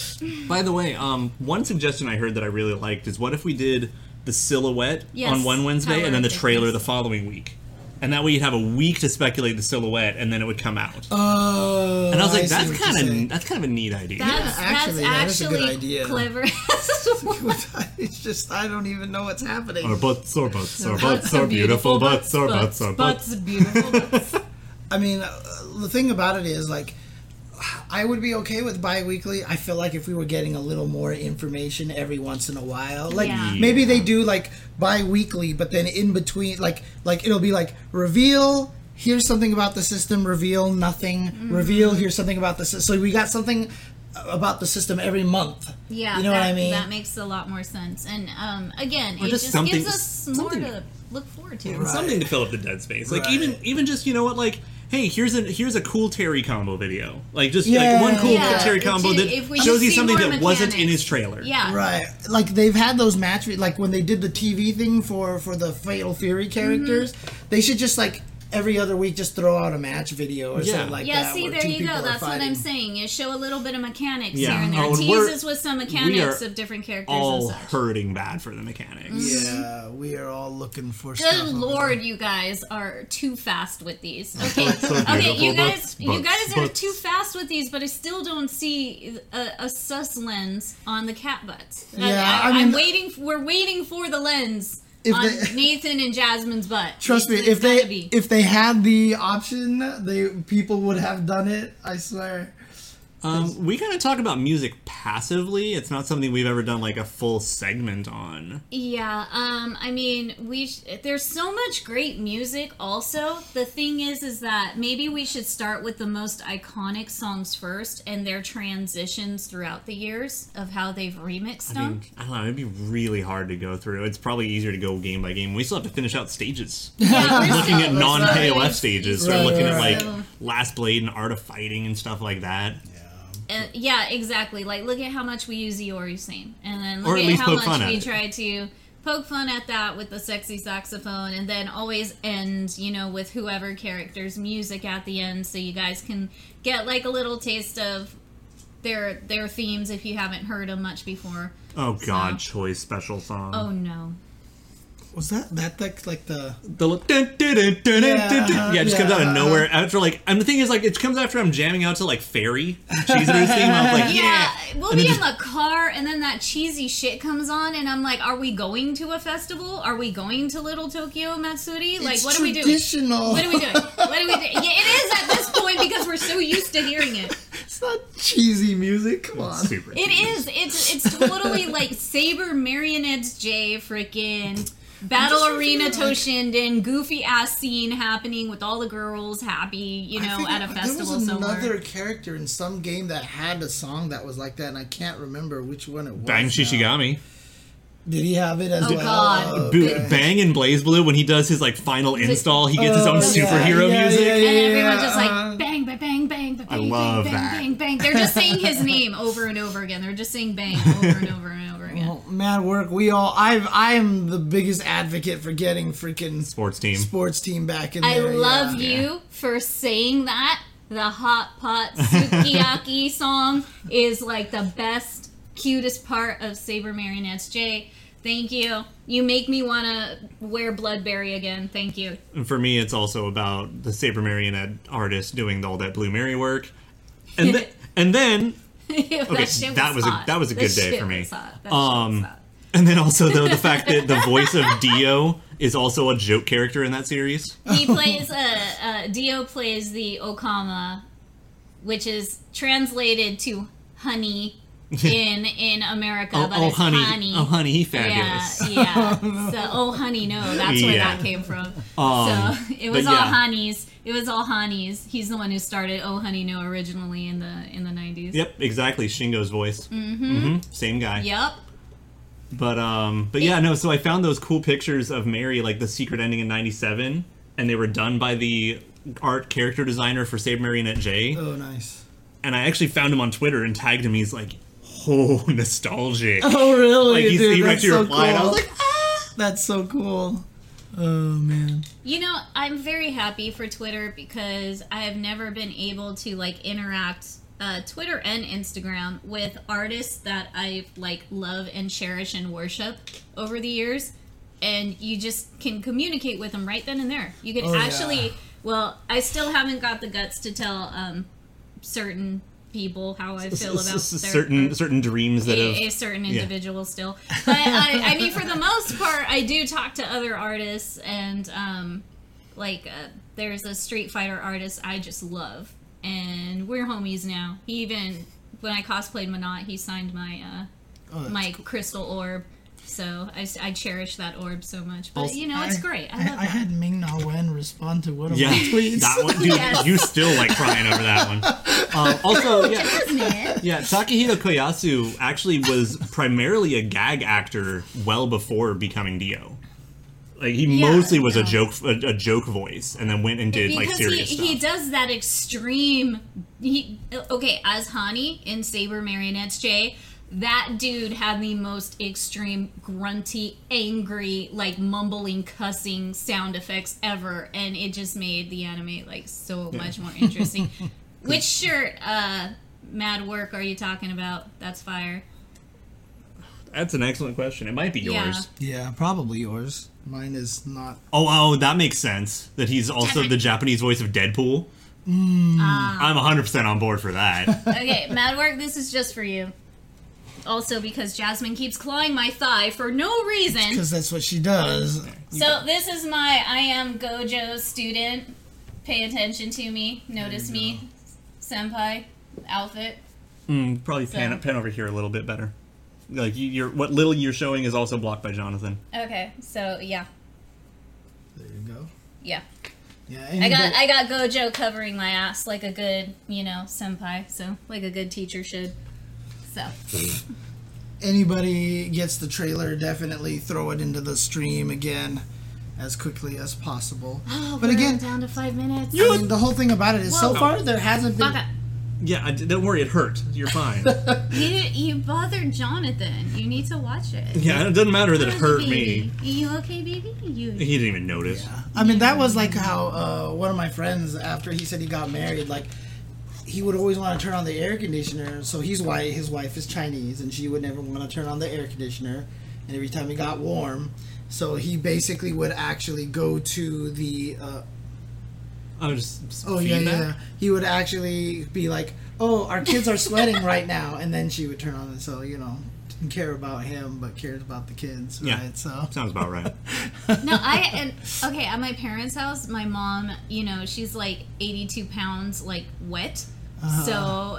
[SPEAKER 4] By the way, um, one suggestion I heard that I really liked is what if we did the silhouette
[SPEAKER 1] Yes,
[SPEAKER 4] on one Wednesday
[SPEAKER 1] Tyler
[SPEAKER 4] and then the
[SPEAKER 1] did
[SPEAKER 4] trailer
[SPEAKER 1] this.
[SPEAKER 4] the following week, and that way you'd have a week to speculate the silhouette, and then it would come out.
[SPEAKER 2] Oh.
[SPEAKER 4] and I was like,
[SPEAKER 2] see
[SPEAKER 4] that's
[SPEAKER 2] what you're
[SPEAKER 4] kind
[SPEAKER 2] saying.
[SPEAKER 4] of that's kind of a neat idea.
[SPEAKER 1] That's,
[SPEAKER 2] actually, that
[SPEAKER 1] that's
[SPEAKER 2] is a
[SPEAKER 1] actually
[SPEAKER 2] good idea.
[SPEAKER 1] clever. (laughs)
[SPEAKER 2] (laughs) it's just I don't even know what's happening.
[SPEAKER 4] Our butts, our butts, our
[SPEAKER 1] Butts
[SPEAKER 4] butts
[SPEAKER 1] are
[SPEAKER 4] are beautiful. Butts, our butts, our butts.
[SPEAKER 1] are beautiful.
[SPEAKER 4] (laughs)
[SPEAKER 1] butts.
[SPEAKER 2] I mean, uh, the thing about it is like. I would be okay with bi-weekly. I feel like if we were getting a little more information every once in a while, like
[SPEAKER 1] Yeah.
[SPEAKER 2] maybe they do like bi-weekly, but then in between, like like it'll be like reveal.
[SPEAKER 1] Mm-hmm.
[SPEAKER 2] Here's something about the system. Reveal nothing. Reveal here's something about the system. So we got something about the system every month.
[SPEAKER 1] Yeah,
[SPEAKER 2] you know
[SPEAKER 1] that,
[SPEAKER 2] what I mean.
[SPEAKER 1] That makes a lot more sense. And um, again, it
[SPEAKER 4] just
[SPEAKER 1] just
[SPEAKER 4] something-
[SPEAKER 1] gives us more
[SPEAKER 4] something-
[SPEAKER 1] to look forward to.
[SPEAKER 4] something to fill up the dead space. Like
[SPEAKER 2] Right.
[SPEAKER 4] even even just you know what like. Hey, here's a here's a cool Terry combo video. Like just like one cool
[SPEAKER 1] Yeah.
[SPEAKER 4] Terry
[SPEAKER 1] If
[SPEAKER 4] combo
[SPEAKER 1] you-
[SPEAKER 4] that
[SPEAKER 1] if we
[SPEAKER 4] shows
[SPEAKER 1] just
[SPEAKER 4] you
[SPEAKER 1] see
[SPEAKER 4] something that
[SPEAKER 1] more
[SPEAKER 4] wasn't in
[SPEAKER 1] mechanics.
[SPEAKER 4] his trailer.
[SPEAKER 1] Yeah.
[SPEAKER 2] Right, like they've had those match, like when they did the TV thing for for the Fatal Fury characters, they should just like every other week just throw out a match video or
[SPEAKER 4] Yeah.
[SPEAKER 2] something like
[SPEAKER 1] Yeah,
[SPEAKER 2] that.
[SPEAKER 1] see,
[SPEAKER 2] where
[SPEAKER 1] there
[SPEAKER 2] two
[SPEAKER 1] you
[SPEAKER 2] people
[SPEAKER 1] go.
[SPEAKER 2] are
[SPEAKER 1] That's what
[SPEAKER 2] fighting.
[SPEAKER 1] I'm saying. You show a little bit of mechanics
[SPEAKER 4] Yeah.
[SPEAKER 1] here and there.
[SPEAKER 4] Oh, and we're-
[SPEAKER 1] Teases with some
[SPEAKER 4] We are
[SPEAKER 1] mechanics of different characters and
[SPEAKER 4] all
[SPEAKER 1] such.
[SPEAKER 4] hurting bad for the mechanics.
[SPEAKER 2] Yeah, we are all looking for.
[SPEAKER 1] Good
[SPEAKER 2] stuff over
[SPEAKER 1] lord, you guys are too fast with these. Okay,
[SPEAKER 4] so
[SPEAKER 1] okay,
[SPEAKER 4] beautiful.
[SPEAKER 1] you guys,
[SPEAKER 4] Butts,
[SPEAKER 1] you
[SPEAKER 4] butts,
[SPEAKER 1] guys are
[SPEAKER 4] butts.
[SPEAKER 1] too fast with these, but I still don't see a, a sus lens on the cat butts. I-
[SPEAKER 2] Yeah,
[SPEAKER 1] I,
[SPEAKER 2] I
[SPEAKER 1] am
[SPEAKER 2] mean-
[SPEAKER 1] waiting. We're waiting for the lens
[SPEAKER 2] If
[SPEAKER 1] on
[SPEAKER 2] they-
[SPEAKER 1] Nathan and Jasmine's butt.
[SPEAKER 2] Trust me,
[SPEAKER 1] It's-
[SPEAKER 2] if
[SPEAKER 1] it's
[SPEAKER 2] they
[SPEAKER 1] gotta be.
[SPEAKER 2] if they had the option, they people would have done it. I swear.
[SPEAKER 4] Um, we kind of talk about music passively. It's not something we've ever done like a full segment on.
[SPEAKER 1] Yeah, um, I mean, we sh- there's so much great music. Also, the thing is, is that maybe we should start with the most iconic songs first, and their transitions throughout the years of how they've remixed
[SPEAKER 4] I
[SPEAKER 1] them.
[SPEAKER 4] mean, I don't know. It'd be really hard to go through. It's probably easier to go game by game. We still have to finish
[SPEAKER 1] (laughs)
[SPEAKER 4] out stages.
[SPEAKER 1] yeah, we're
[SPEAKER 4] looking at
[SPEAKER 1] still-
[SPEAKER 4] non
[SPEAKER 1] Right.
[SPEAKER 4] KOF stages.
[SPEAKER 2] Right,
[SPEAKER 4] We're looking at
[SPEAKER 2] right.
[SPEAKER 4] like Last Blade and Art of Fighting and stuff like that.
[SPEAKER 1] Uh, yeah, exactly. Like, look at how much we use Iori Same, and then
[SPEAKER 4] Or
[SPEAKER 1] look
[SPEAKER 4] at
[SPEAKER 1] at,
[SPEAKER 4] least
[SPEAKER 1] how
[SPEAKER 4] poke
[SPEAKER 1] much
[SPEAKER 4] fun at
[SPEAKER 1] we
[SPEAKER 4] it.
[SPEAKER 1] try to poke fun at that with the sexy saxophone, and then always end, you know, with whoever character's music at the end, so you guys can get like a little taste of their their themes if you haven't heard them much before.
[SPEAKER 4] Oh God,
[SPEAKER 1] So-
[SPEAKER 4] choice special song.
[SPEAKER 1] Oh no.
[SPEAKER 2] Was that that like like the
[SPEAKER 4] The little dun, dun, dun, dun, dun, dun,
[SPEAKER 2] Yeah,
[SPEAKER 4] dun. yeah, it just comes out
[SPEAKER 2] yeah.
[SPEAKER 4] of nowhere. After like, and the thing is, like, it comes after I'm jamming out to like Fairy Cheese Noodle theme. I'm
[SPEAKER 1] (laughs)
[SPEAKER 4] like, yeah,
[SPEAKER 1] we'll
[SPEAKER 4] And
[SPEAKER 1] be
[SPEAKER 4] then
[SPEAKER 1] in the car, and then that cheesy shit comes on, and I'm like, "Are we going to a festival? Are we going to Little Tokyo Matsuri? Like,
[SPEAKER 2] It's
[SPEAKER 1] what do we do?"
[SPEAKER 2] traditional.
[SPEAKER 1] What are we doing? What are we doing? Yeah, it is at this point because we're so used to hearing it.
[SPEAKER 2] (laughs) It's not cheesy music. Come on.
[SPEAKER 4] super.
[SPEAKER 1] It is. It's it's totally like Saber Marionettes J freaking
[SPEAKER 2] just
[SPEAKER 1] Battle Arena
[SPEAKER 2] thinking, like-
[SPEAKER 1] Toshinden goofy ass scene happening with all the girls happy, you
[SPEAKER 2] I
[SPEAKER 1] know,
[SPEAKER 2] think
[SPEAKER 1] at a
[SPEAKER 2] There
[SPEAKER 1] festival
[SPEAKER 2] was
[SPEAKER 1] somewhere.
[SPEAKER 2] another character in some game that had a song that was like that, and I can't remember which one it was.
[SPEAKER 4] Bang
[SPEAKER 2] now.
[SPEAKER 4] Shishigami.
[SPEAKER 2] Did he have it as
[SPEAKER 1] Oh,
[SPEAKER 2] well?
[SPEAKER 1] God.
[SPEAKER 2] Oh,
[SPEAKER 4] Boo-
[SPEAKER 2] okay.
[SPEAKER 4] Bang and Blaze Blue when he does his like final install, he gets his own
[SPEAKER 2] Oh, yeah,
[SPEAKER 4] superhero
[SPEAKER 2] yeah,
[SPEAKER 4] music.
[SPEAKER 2] yeah, yeah,
[SPEAKER 1] and everyone's
[SPEAKER 2] yeah,
[SPEAKER 1] just
[SPEAKER 2] uh-huh.
[SPEAKER 1] like bang, bang, bang, bang, bang, bang,
[SPEAKER 4] love
[SPEAKER 1] bang,
[SPEAKER 4] that.
[SPEAKER 1] bang, bang. They're just saying his name over and over again. They're just saying bang over and over and over
[SPEAKER 2] (laughs)
[SPEAKER 1] again.
[SPEAKER 2] Well, mad Oh, work. We all. I've. I'm the biggest advocate for getting freaking
[SPEAKER 4] Sports team.
[SPEAKER 2] sports team back in
[SPEAKER 1] I
[SPEAKER 2] there.
[SPEAKER 1] love
[SPEAKER 2] yeah.
[SPEAKER 1] you for saying that. The hot pot
[SPEAKER 4] (laughs)
[SPEAKER 1] sukiyaki song is like the best, cutest part of Saber Marionettes J. Thank you. You make me want to wear Bloodberry again. Thank you. (laughs)
[SPEAKER 4] And for me, it's also about the Saber Marionette artist doing all that Blue Mary work, and th- and then
[SPEAKER 1] that,
[SPEAKER 4] Okay,
[SPEAKER 1] shit
[SPEAKER 4] that was a-
[SPEAKER 1] hot.
[SPEAKER 4] that was a
[SPEAKER 1] That
[SPEAKER 4] good day
[SPEAKER 1] shit
[SPEAKER 4] for me.
[SPEAKER 1] was hot. That shit was
[SPEAKER 4] Um,
[SPEAKER 1] hot.
[SPEAKER 4] and then also though the fact that the voice of Dio is also a joke character in that
[SPEAKER 2] (laughs)
[SPEAKER 4] series.
[SPEAKER 1] he plays uh, uh, Dio plays the Okama, which is translated to honey in in America,
[SPEAKER 4] Oh,
[SPEAKER 1] but
[SPEAKER 4] oh
[SPEAKER 1] it's
[SPEAKER 4] honey,
[SPEAKER 1] honey.
[SPEAKER 4] oh honey, he
[SPEAKER 1] Yeah,
[SPEAKER 4] fabulous.
[SPEAKER 1] yeah. So, oh, honey, no, that's where
[SPEAKER 4] Yeah.
[SPEAKER 1] that came from.
[SPEAKER 4] Um,
[SPEAKER 1] so it was
[SPEAKER 4] but
[SPEAKER 1] all
[SPEAKER 4] yeah.
[SPEAKER 1] honeys. It was all honeys. He's the one who started oh, honey, no originally in the in the nineties.
[SPEAKER 4] Yep, exactly. Shingo's voice. Mm-hmm. Same guy.
[SPEAKER 1] Yep.
[SPEAKER 4] But um, but yeah, no. So I found those cool pictures of Mary, like the secret ending in '97, and they were done by the art character designer for Save Marionette J.
[SPEAKER 2] Oh, nice.
[SPEAKER 4] And I actually found him on Twitter and tagged him. He's like, "Oh, (laughs) nostalgic."
[SPEAKER 2] Oh, really?
[SPEAKER 4] Like he's,
[SPEAKER 2] dude,
[SPEAKER 4] he
[SPEAKER 2] that's
[SPEAKER 4] actually
[SPEAKER 2] so
[SPEAKER 4] replied.
[SPEAKER 2] Cool.
[SPEAKER 4] I was like,
[SPEAKER 2] (laughs)
[SPEAKER 4] "Ah,
[SPEAKER 2] that's so cool. Oh man.
[SPEAKER 1] You know, I'm very happy for Twitter because I have never been able to like interact uh, Twitter and Instagram with artists that I like love and cherish and worship over the years, and you just can communicate with them right then and there. You can
[SPEAKER 2] Oh, yeah.
[SPEAKER 1] actually. Well, I still haven't got the guts to tell um, certain people how I feel about
[SPEAKER 4] S-
[SPEAKER 1] their
[SPEAKER 4] s- certain certain dreams that
[SPEAKER 1] a, a
[SPEAKER 4] have.
[SPEAKER 1] certain individual
[SPEAKER 2] (laughs)
[SPEAKER 1] still. But uh, I, I mean, for the most part, I do talk to other artists, and um, like uh, there's a Street Fighter artist I just love, and we're homies now. He even when I cosplayed Monat, he signed my uh,
[SPEAKER 2] Oh, that's
[SPEAKER 1] my crystal orb. So I, s- I cherish that orb so much. But you know, it's great. I
[SPEAKER 2] I,
[SPEAKER 1] love
[SPEAKER 2] I
[SPEAKER 1] that.
[SPEAKER 2] had Ming Na Wen respond to one
[SPEAKER 1] (laughs)
[SPEAKER 2] of
[SPEAKER 4] Yeah,
[SPEAKER 2] my tweets.
[SPEAKER 4] that one, dude,
[SPEAKER 1] Yes.
[SPEAKER 4] you still like crying over that
[SPEAKER 1] (laughs)
[SPEAKER 4] one. Um, also, yeah,
[SPEAKER 5] Isn't it?
[SPEAKER 4] yeah, Takahito Koyasu actually was primarily a gag actor well before becoming Dio. Like he
[SPEAKER 1] Yeah,
[SPEAKER 4] mostly was a
[SPEAKER 1] no.
[SPEAKER 4] joke, a, a joke voice, and then went and did like
[SPEAKER 1] because
[SPEAKER 4] serious
[SPEAKER 1] he,
[SPEAKER 4] stuff.
[SPEAKER 1] he does that extreme he okay as hani in saber marionettes jay that dude had the most extreme grunty angry like mumbling cussing sound effects ever and it just made the anime like so much more interesting which shirt uh mad work are you talking about that's fire
[SPEAKER 4] That's an excellent question. It might be yours.
[SPEAKER 1] Yeah.
[SPEAKER 2] Yeah, probably yours. Mine is not.
[SPEAKER 4] Oh, oh, that makes sense. That he's also the Japanese voice of Deadpool.
[SPEAKER 1] Mm.
[SPEAKER 4] I'm 100% on board for that. (laughs)
[SPEAKER 1] okay mad work this is just for you also because jasmine keeps clawing my thigh for no reason
[SPEAKER 2] Because that's what she
[SPEAKER 1] Oh,
[SPEAKER 2] does.
[SPEAKER 1] So this is my I am Gojo student. Pay attention to me. Notice me, senpai. Outfit.
[SPEAKER 4] Hmm, Probably pan, pan over here a little bit better. Like you, you're, what little you're showing is also blocked by Jonathan.
[SPEAKER 1] Okay. So yeah,
[SPEAKER 2] There you go.
[SPEAKER 1] yeah.
[SPEAKER 2] Yeah,
[SPEAKER 1] I
[SPEAKER 2] anybody-
[SPEAKER 1] got I got Gojo covering my ass like a good you know senpai. So like a good teacher should. So
[SPEAKER 2] anybody gets the trailer, definitely throw it into the stream again as quickly
[SPEAKER 1] (gasps)
[SPEAKER 2] as possible.
[SPEAKER 1] Oh,
[SPEAKER 2] but again,
[SPEAKER 1] down to five minutes. (gasps)
[SPEAKER 2] I mean, the whole thing about it is so
[SPEAKER 1] Whoa.
[SPEAKER 2] far there hasn't been.
[SPEAKER 1] Baka,
[SPEAKER 4] Yeah, I, don't worry, it hurt. You're
[SPEAKER 1] (laughs)
[SPEAKER 4] fine.
[SPEAKER 1] you you bothered Jonathan. You need to watch it.
[SPEAKER 4] yeah, it doesn't matter that it hurt me.
[SPEAKER 1] Baby, You okay, baby?
[SPEAKER 4] (laughs)
[SPEAKER 1] You.
[SPEAKER 4] He didn't even notice.
[SPEAKER 2] I mean, that was like how uh, one of my friends, after he said he got married, like he would always want to turn on the air conditioner. So he's white, his wife is Chinese, and she would never want to turn on the air conditioner. And every time it got warm, so he basically would actually go to the uh,
[SPEAKER 4] I was just
[SPEAKER 2] oh yeah yeah he would actually be like oh our kids are sweating right now, and then she would turn on it. So you know didn't care about him but cared about the kids
[SPEAKER 4] Yeah.
[SPEAKER 2] right so
[SPEAKER 4] Sounds about right.
[SPEAKER 1] No, I and okay at my parents' house, my mom, you know, she's like eighty-two pounds, like wet,
[SPEAKER 2] Uh-huh.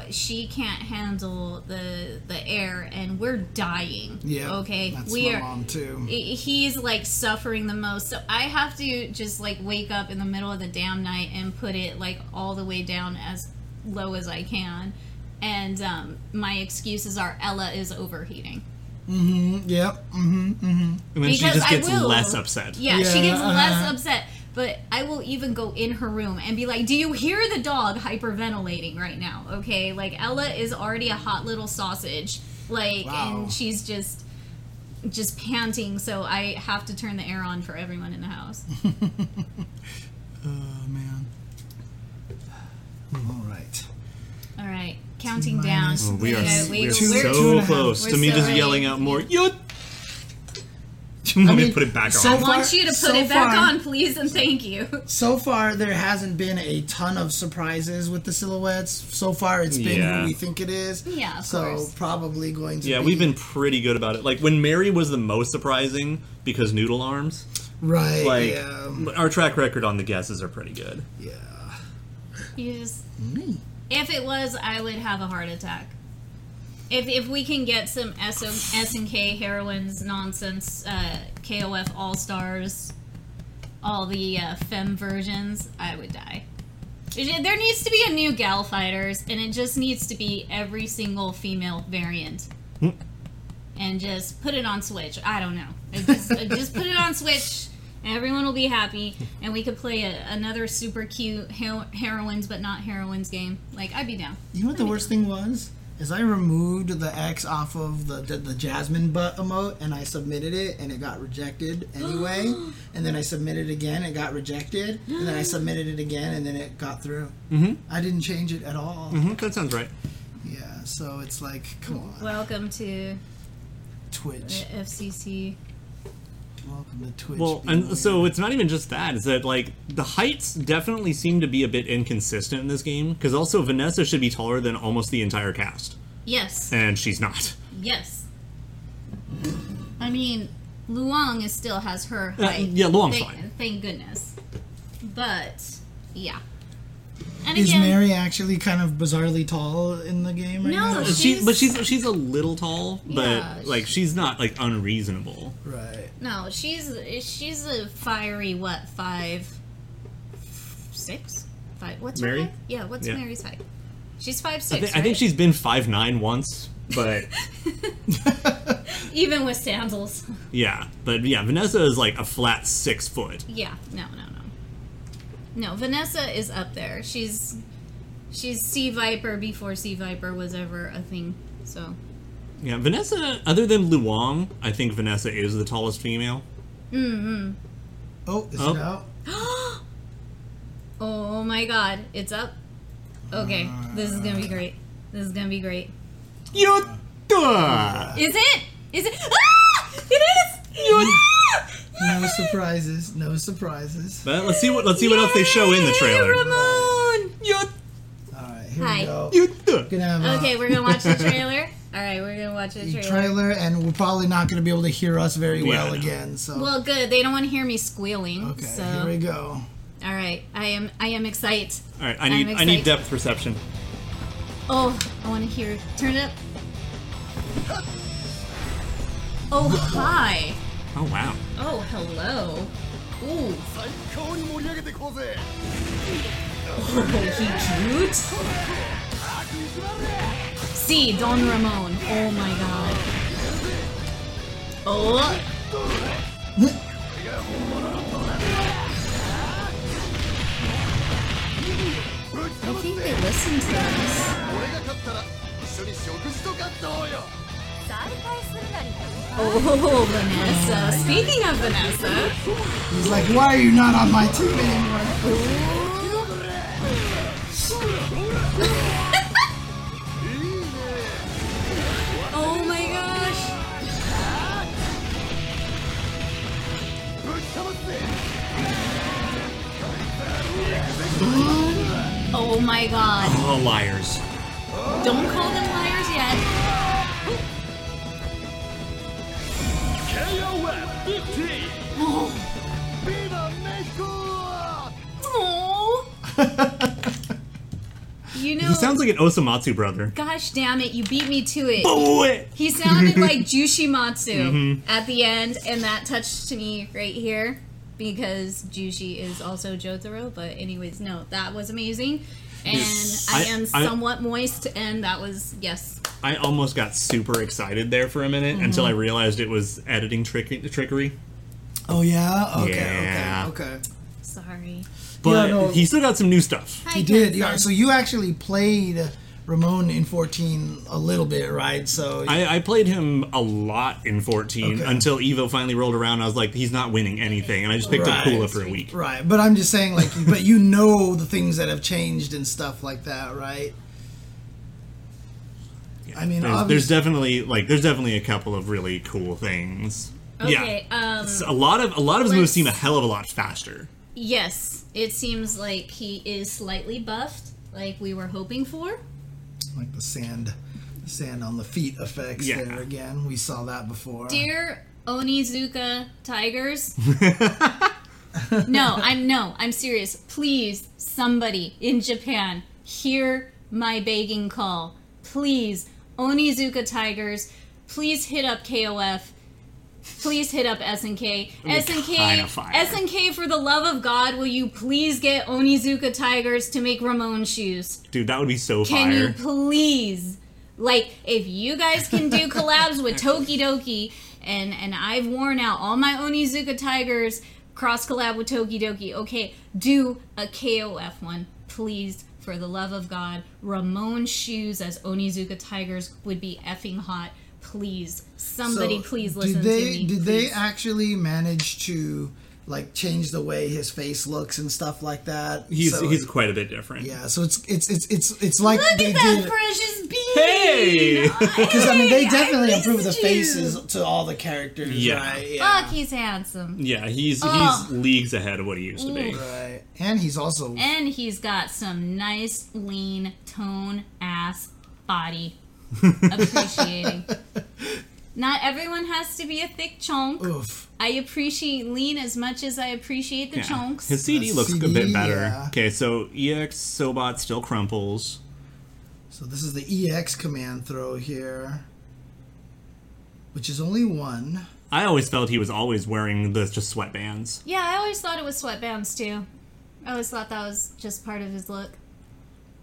[SPEAKER 1] so she can't handle the the air, and we're dying.
[SPEAKER 2] yeah
[SPEAKER 1] okay,
[SPEAKER 2] that's
[SPEAKER 1] we
[SPEAKER 2] my
[SPEAKER 1] are.
[SPEAKER 2] mom too
[SPEAKER 1] i- He's like suffering the most, so I have to just like wake up in the middle of the damn night and put it like all the way down as low as I can, and um, my excuses are Ella is overheating.
[SPEAKER 2] yep hmm
[SPEAKER 4] And
[SPEAKER 1] (laughs)
[SPEAKER 4] then she
[SPEAKER 1] Because
[SPEAKER 4] just
[SPEAKER 1] I
[SPEAKER 4] gets
[SPEAKER 1] will.
[SPEAKER 4] less upset.
[SPEAKER 1] Yeah, she
[SPEAKER 2] Yeah,
[SPEAKER 1] gets
[SPEAKER 2] uh-huh.
[SPEAKER 1] less upset. But I will even go in her room and be like, "Do you hear the dog hyperventilating right now?" Okay, like Ella is already a hot little sausage, like,
[SPEAKER 2] Wow.
[SPEAKER 1] and she's just just panting. So I have to turn the air on for everyone in the
[SPEAKER 2] (laughs)
[SPEAKER 1] house.
[SPEAKER 2] Oh man. All right.
[SPEAKER 1] All right, counting down.
[SPEAKER 2] Minus
[SPEAKER 4] We are,
[SPEAKER 1] Yeah,
[SPEAKER 4] we are
[SPEAKER 1] we- we're-
[SPEAKER 2] two and a
[SPEAKER 4] so
[SPEAKER 2] half.
[SPEAKER 4] close
[SPEAKER 1] We're
[SPEAKER 4] to me
[SPEAKER 1] so
[SPEAKER 4] just
[SPEAKER 1] ready.
[SPEAKER 4] yelling out more. You. (laughs) Let me
[SPEAKER 2] mean,
[SPEAKER 4] put it back
[SPEAKER 2] so
[SPEAKER 4] on.
[SPEAKER 1] I want you to put
[SPEAKER 2] So
[SPEAKER 1] it back
[SPEAKER 2] far-
[SPEAKER 1] on, please, and thank you.
[SPEAKER 2] So far, there hasn't been a ton of surprises with the silhouettes. So far, it's been
[SPEAKER 4] Yeah.
[SPEAKER 2] who we think it is.
[SPEAKER 1] Yeah, of
[SPEAKER 2] so
[SPEAKER 1] course.
[SPEAKER 2] probably going to.
[SPEAKER 4] Yeah,
[SPEAKER 2] be-
[SPEAKER 4] we've been pretty good about it. Like when Mary was the most surprising because noodle arms.
[SPEAKER 2] right.
[SPEAKER 4] Like
[SPEAKER 2] yeah,
[SPEAKER 4] our track record on the guesses are pretty good.
[SPEAKER 2] yeah.
[SPEAKER 1] You just, if it was, I would have a heart attack. If, if we can get some S and K heroines nonsense, uh, KOF All Stars, all the uh, femme versions, I would die. There needs to be a new Gal Fighters, and it just needs to be every single female variant. And just put it on Switch. I don't know. It Just, it just put it on Switch. and Everyone will be happy, and we could play a, another super cute hero, heroines but not heroines game. Like I'd be down.
[SPEAKER 2] You know what the worst thing was? Is I removed the X off of the the, the Jasmine butt emote and I submitted it and it got rejected
[SPEAKER 1] (gasps)
[SPEAKER 2] anyway. and then I submitted again, it got rejected. And then I submitted it again and then it got through. Mm-hmm. I didn't change it at all.
[SPEAKER 4] Mhm, That sounds right.
[SPEAKER 2] Yeah, so it's like, come on,
[SPEAKER 1] Welcome to the
[SPEAKER 2] Twitch.
[SPEAKER 1] FCC. eh.
[SPEAKER 2] Welcome to Twitch.
[SPEAKER 4] Well,
[SPEAKER 2] being
[SPEAKER 4] and
[SPEAKER 2] weird.
[SPEAKER 4] so it's not even just that. It's that like the heights definitely seem to be a bit inconsistent in this game because also Vanessa should be taller than almost the entire cast,
[SPEAKER 1] Yes,
[SPEAKER 4] and she's not.
[SPEAKER 1] yes. I mean, Luang is still has her
[SPEAKER 4] Uh,
[SPEAKER 1] height.
[SPEAKER 4] yeah, Luang's
[SPEAKER 1] thank,
[SPEAKER 4] fine.
[SPEAKER 1] Thank goodness. But yeah, And
[SPEAKER 2] Is
[SPEAKER 1] again,
[SPEAKER 2] Mary actually kind of bizarrely tall in the game right
[SPEAKER 1] No,
[SPEAKER 2] now?
[SPEAKER 1] she-
[SPEAKER 4] She, but
[SPEAKER 1] She's-
[SPEAKER 4] she's she's a little tall, but
[SPEAKER 1] Yeah,
[SPEAKER 4] like she's not like unreasonable.
[SPEAKER 2] Right.
[SPEAKER 1] no, she's she's a fiery what five, six, five. What's
[SPEAKER 4] Mary?
[SPEAKER 1] Her height? Yeah, what's
[SPEAKER 4] Yeah.
[SPEAKER 1] Mary's height? She's five
[SPEAKER 4] I,
[SPEAKER 1] six.
[SPEAKER 4] thi- I think she's been five nine once,
[SPEAKER 1] (laughs)
[SPEAKER 4] but
[SPEAKER 1] even with sandals. (laughs)
[SPEAKER 4] yeah, but yeah, Vanessa is like a flat six foot.
[SPEAKER 1] yeah, no, no, no, no. Vanessa is up there. She's she's Sea Viper before Sea Viper was ever a thing. So
[SPEAKER 4] Yeah, Vanessa. Other than Luong, I think Vanessa is the tallest female.
[SPEAKER 1] Mm-hmm.
[SPEAKER 2] Oh, is
[SPEAKER 4] Oh.
[SPEAKER 2] it out?
[SPEAKER 1] (gasps) Oh my god, it's up. Okay, this is gonna be great. This is gonna be great.
[SPEAKER 4] Yota!
[SPEAKER 1] Is it? Is it? Ah! It is! Ah!
[SPEAKER 2] No surprises. No surprises.
[SPEAKER 4] But let's see what let's see what else they show in the
[SPEAKER 1] Yay,
[SPEAKER 4] trailer.
[SPEAKER 1] Ramon!
[SPEAKER 2] All right, here
[SPEAKER 1] Hi.
[SPEAKER 2] we go.
[SPEAKER 4] Yota!
[SPEAKER 2] Gonna have a-
[SPEAKER 1] Okay, we're gonna watch the trailer. Alright, we're gonna watch the
[SPEAKER 2] the
[SPEAKER 1] trailer.
[SPEAKER 2] trailer, and we're probably not going to be able to hear us very
[SPEAKER 4] Yeah,
[SPEAKER 2] well
[SPEAKER 4] I know.
[SPEAKER 2] again. So
[SPEAKER 1] Well, good. They don't want to hear me squealing.
[SPEAKER 2] okay,
[SPEAKER 1] so,
[SPEAKER 2] here we go.
[SPEAKER 1] all right. I am. I am excited.
[SPEAKER 4] All right, I need
[SPEAKER 1] I'm
[SPEAKER 4] I need
[SPEAKER 1] excited.
[SPEAKER 4] depth perception.
[SPEAKER 1] Oh, I want to hear. Turn it up. (gasps) Oh hi.
[SPEAKER 4] Oh wow.
[SPEAKER 1] Oh hello. Ooh, (laughs) He cute? See, Don Ramon. Oh my god. Oh. I think they listened to us. Oh, Vanessa. Speaking of Vanessa.
[SPEAKER 2] He's like, "Why are you not on my team anymore?"
[SPEAKER 1] Oh my gosh. Oh my god.
[SPEAKER 4] Oh liars.
[SPEAKER 1] Don't call them liars yet. Oh. Oh. you know,
[SPEAKER 4] He sounds like an Osamatsu brother.
[SPEAKER 1] gosh damn it, you beat me to it.
[SPEAKER 4] Oh, wait.
[SPEAKER 1] He sounded
[SPEAKER 4] (laughs)
[SPEAKER 1] like Jushimatsu
[SPEAKER 4] Mm-hmm.
[SPEAKER 1] at the end, and that touched me right here because Jushi is also Jotaro. But anyways, no, that was amazing, and I,
[SPEAKER 4] I-
[SPEAKER 1] am
[SPEAKER 4] I-
[SPEAKER 1] somewhat moist, and that was yes.
[SPEAKER 4] I almost got super excited there for a minute
[SPEAKER 2] Mm-hmm.
[SPEAKER 4] until I realized it was editing trick- trickery.
[SPEAKER 2] Oh yeah. Okay.
[SPEAKER 4] Yeah.
[SPEAKER 2] Okay. Okay.
[SPEAKER 1] Sorry,
[SPEAKER 4] But
[SPEAKER 2] Yeah, no.
[SPEAKER 4] he still got some new stuff.
[SPEAKER 1] Hi,
[SPEAKER 2] He did.
[SPEAKER 1] Kenson.
[SPEAKER 2] Yeah. So you actually played Ramon in 14 a little bit, right? So
[SPEAKER 4] I, I played him a lot in 14
[SPEAKER 2] Okay.
[SPEAKER 4] until Evo finally rolled around. I was like, he's not winning anything. And I just picked up
[SPEAKER 2] Right.
[SPEAKER 4] Kula for a week.
[SPEAKER 2] right. But I'm just saying, like, but you know the things that have changed and stuff like that, right? I mean,
[SPEAKER 4] There's, there's
[SPEAKER 2] obviously,
[SPEAKER 4] definitely like there's definitely a couple of really cool things.
[SPEAKER 1] Okay, um,
[SPEAKER 4] Yeah. A lot of a lot of his moves
[SPEAKER 1] let's-
[SPEAKER 4] seem a hell of a lot faster.
[SPEAKER 1] yes, it seems like he is slightly buffed, like we were hoping for.
[SPEAKER 2] like the sand, sand on the feet effects
[SPEAKER 4] Yeah.
[SPEAKER 2] there again. We saw that before.
[SPEAKER 1] Dear Onizuka Tigers. no, I'm no, I'm serious. Please, somebody in Japan, hear my begging call. Please, Onizuka Tigers, please hit up KOF. Please hit up SNK.
[SPEAKER 4] kinda
[SPEAKER 1] SNK,
[SPEAKER 4] fire.
[SPEAKER 1] SNK, for the love of God, will you please get Onizuka Tigers to make Ramon shoes?
[SPEAKER 4] Dude, that would be so
[SPEAKER 1] Can
[SPEAKER 4] fire.
[SPEAKER 1] you please, like, if you guys can
[SPEAKER 4] (laughs)
[SPEAKER 1] do collabs with Tokidoki, and and I've worn out all my Onizuka Tigers cross collab with Tokidoki. Okay, do a KOF one, please. For the love of God, Ramon shoes as Onizuka Tigers would be effing hot. Please, somebody,
[SPEAKER 2] So,
[SPEAKER 1] please listen
[SPEAKER 2] did they,
[SPEAKER 1] to me.
[SPEAKER 2] Did
[SPEAKER 1] please.
[SPEAKER 2] they actually manage to like change the way his face looks and stuff like that?
[SPEAKER 4] he's
[SPEAKER 2] So-
[SPEAKER 4] he's quite a bit different.
[SPEAKER 2] yeah. So it's it's it's it's it's like
[SPEAKER 1] Look
[SPEAKER 2] they
[SPEAKER 1] at that
[SPEAKER 2] did.
[SPEAKER 1] precious bean! (laughs)
[SPEAKER 4] Hey!
[SPEAKER 2] Because I mean,
[SPEAKER 1] Hey,
[SPEAKER 2] they
[SPEAKER 1] I
[SPEAKER 2] definitely
[SPEAKER 1] missed
[SPEAKER 2] improve the
[SPEAKER 1] you.
[SPEAKER 2] faces to all the characters,
[SPEAKER 4] Yeah.
[SPEAKER 2] right?
[SPEAKER 1] Fuck, he's handsome.
[SPEAKER 4] Yeah, he's
[SPEAKER 1] Oh.
[SPEAKER 4] he's leagues ahead of what he used to be.
[SPEAKER 2] Right. And he's also
[SPEAKER 1] And he's got some nice, lean, tone ass body. Appreciating. Not everyone has to be a thick chunk.
[SPEAKER 2] Oof.
[SPEAKER 1] I appreciate lean as much as I appreciate the
[SPEAKER 4] Yeah.
[SPEAKER 1] chunks.
[SPEAKER 4] His CD
[SPEAKER 2] The
[SPEAKER 4] looks a
[SPEAKER 2] CD,
[SPEAKER 4] bit better.
[SPEAKER 2] yeah.
[SPEAKER 4] Okay, so EX Sobot still crumples.
[SPEAKER 2] So this is the EX command throw here, which is only one.
[SPEAKER 4] I always felt he was always wearing the just sweatbands.
[SPEAKER 1] yeah, I always thought it was sweatbands too. I always thought that was just part of his look.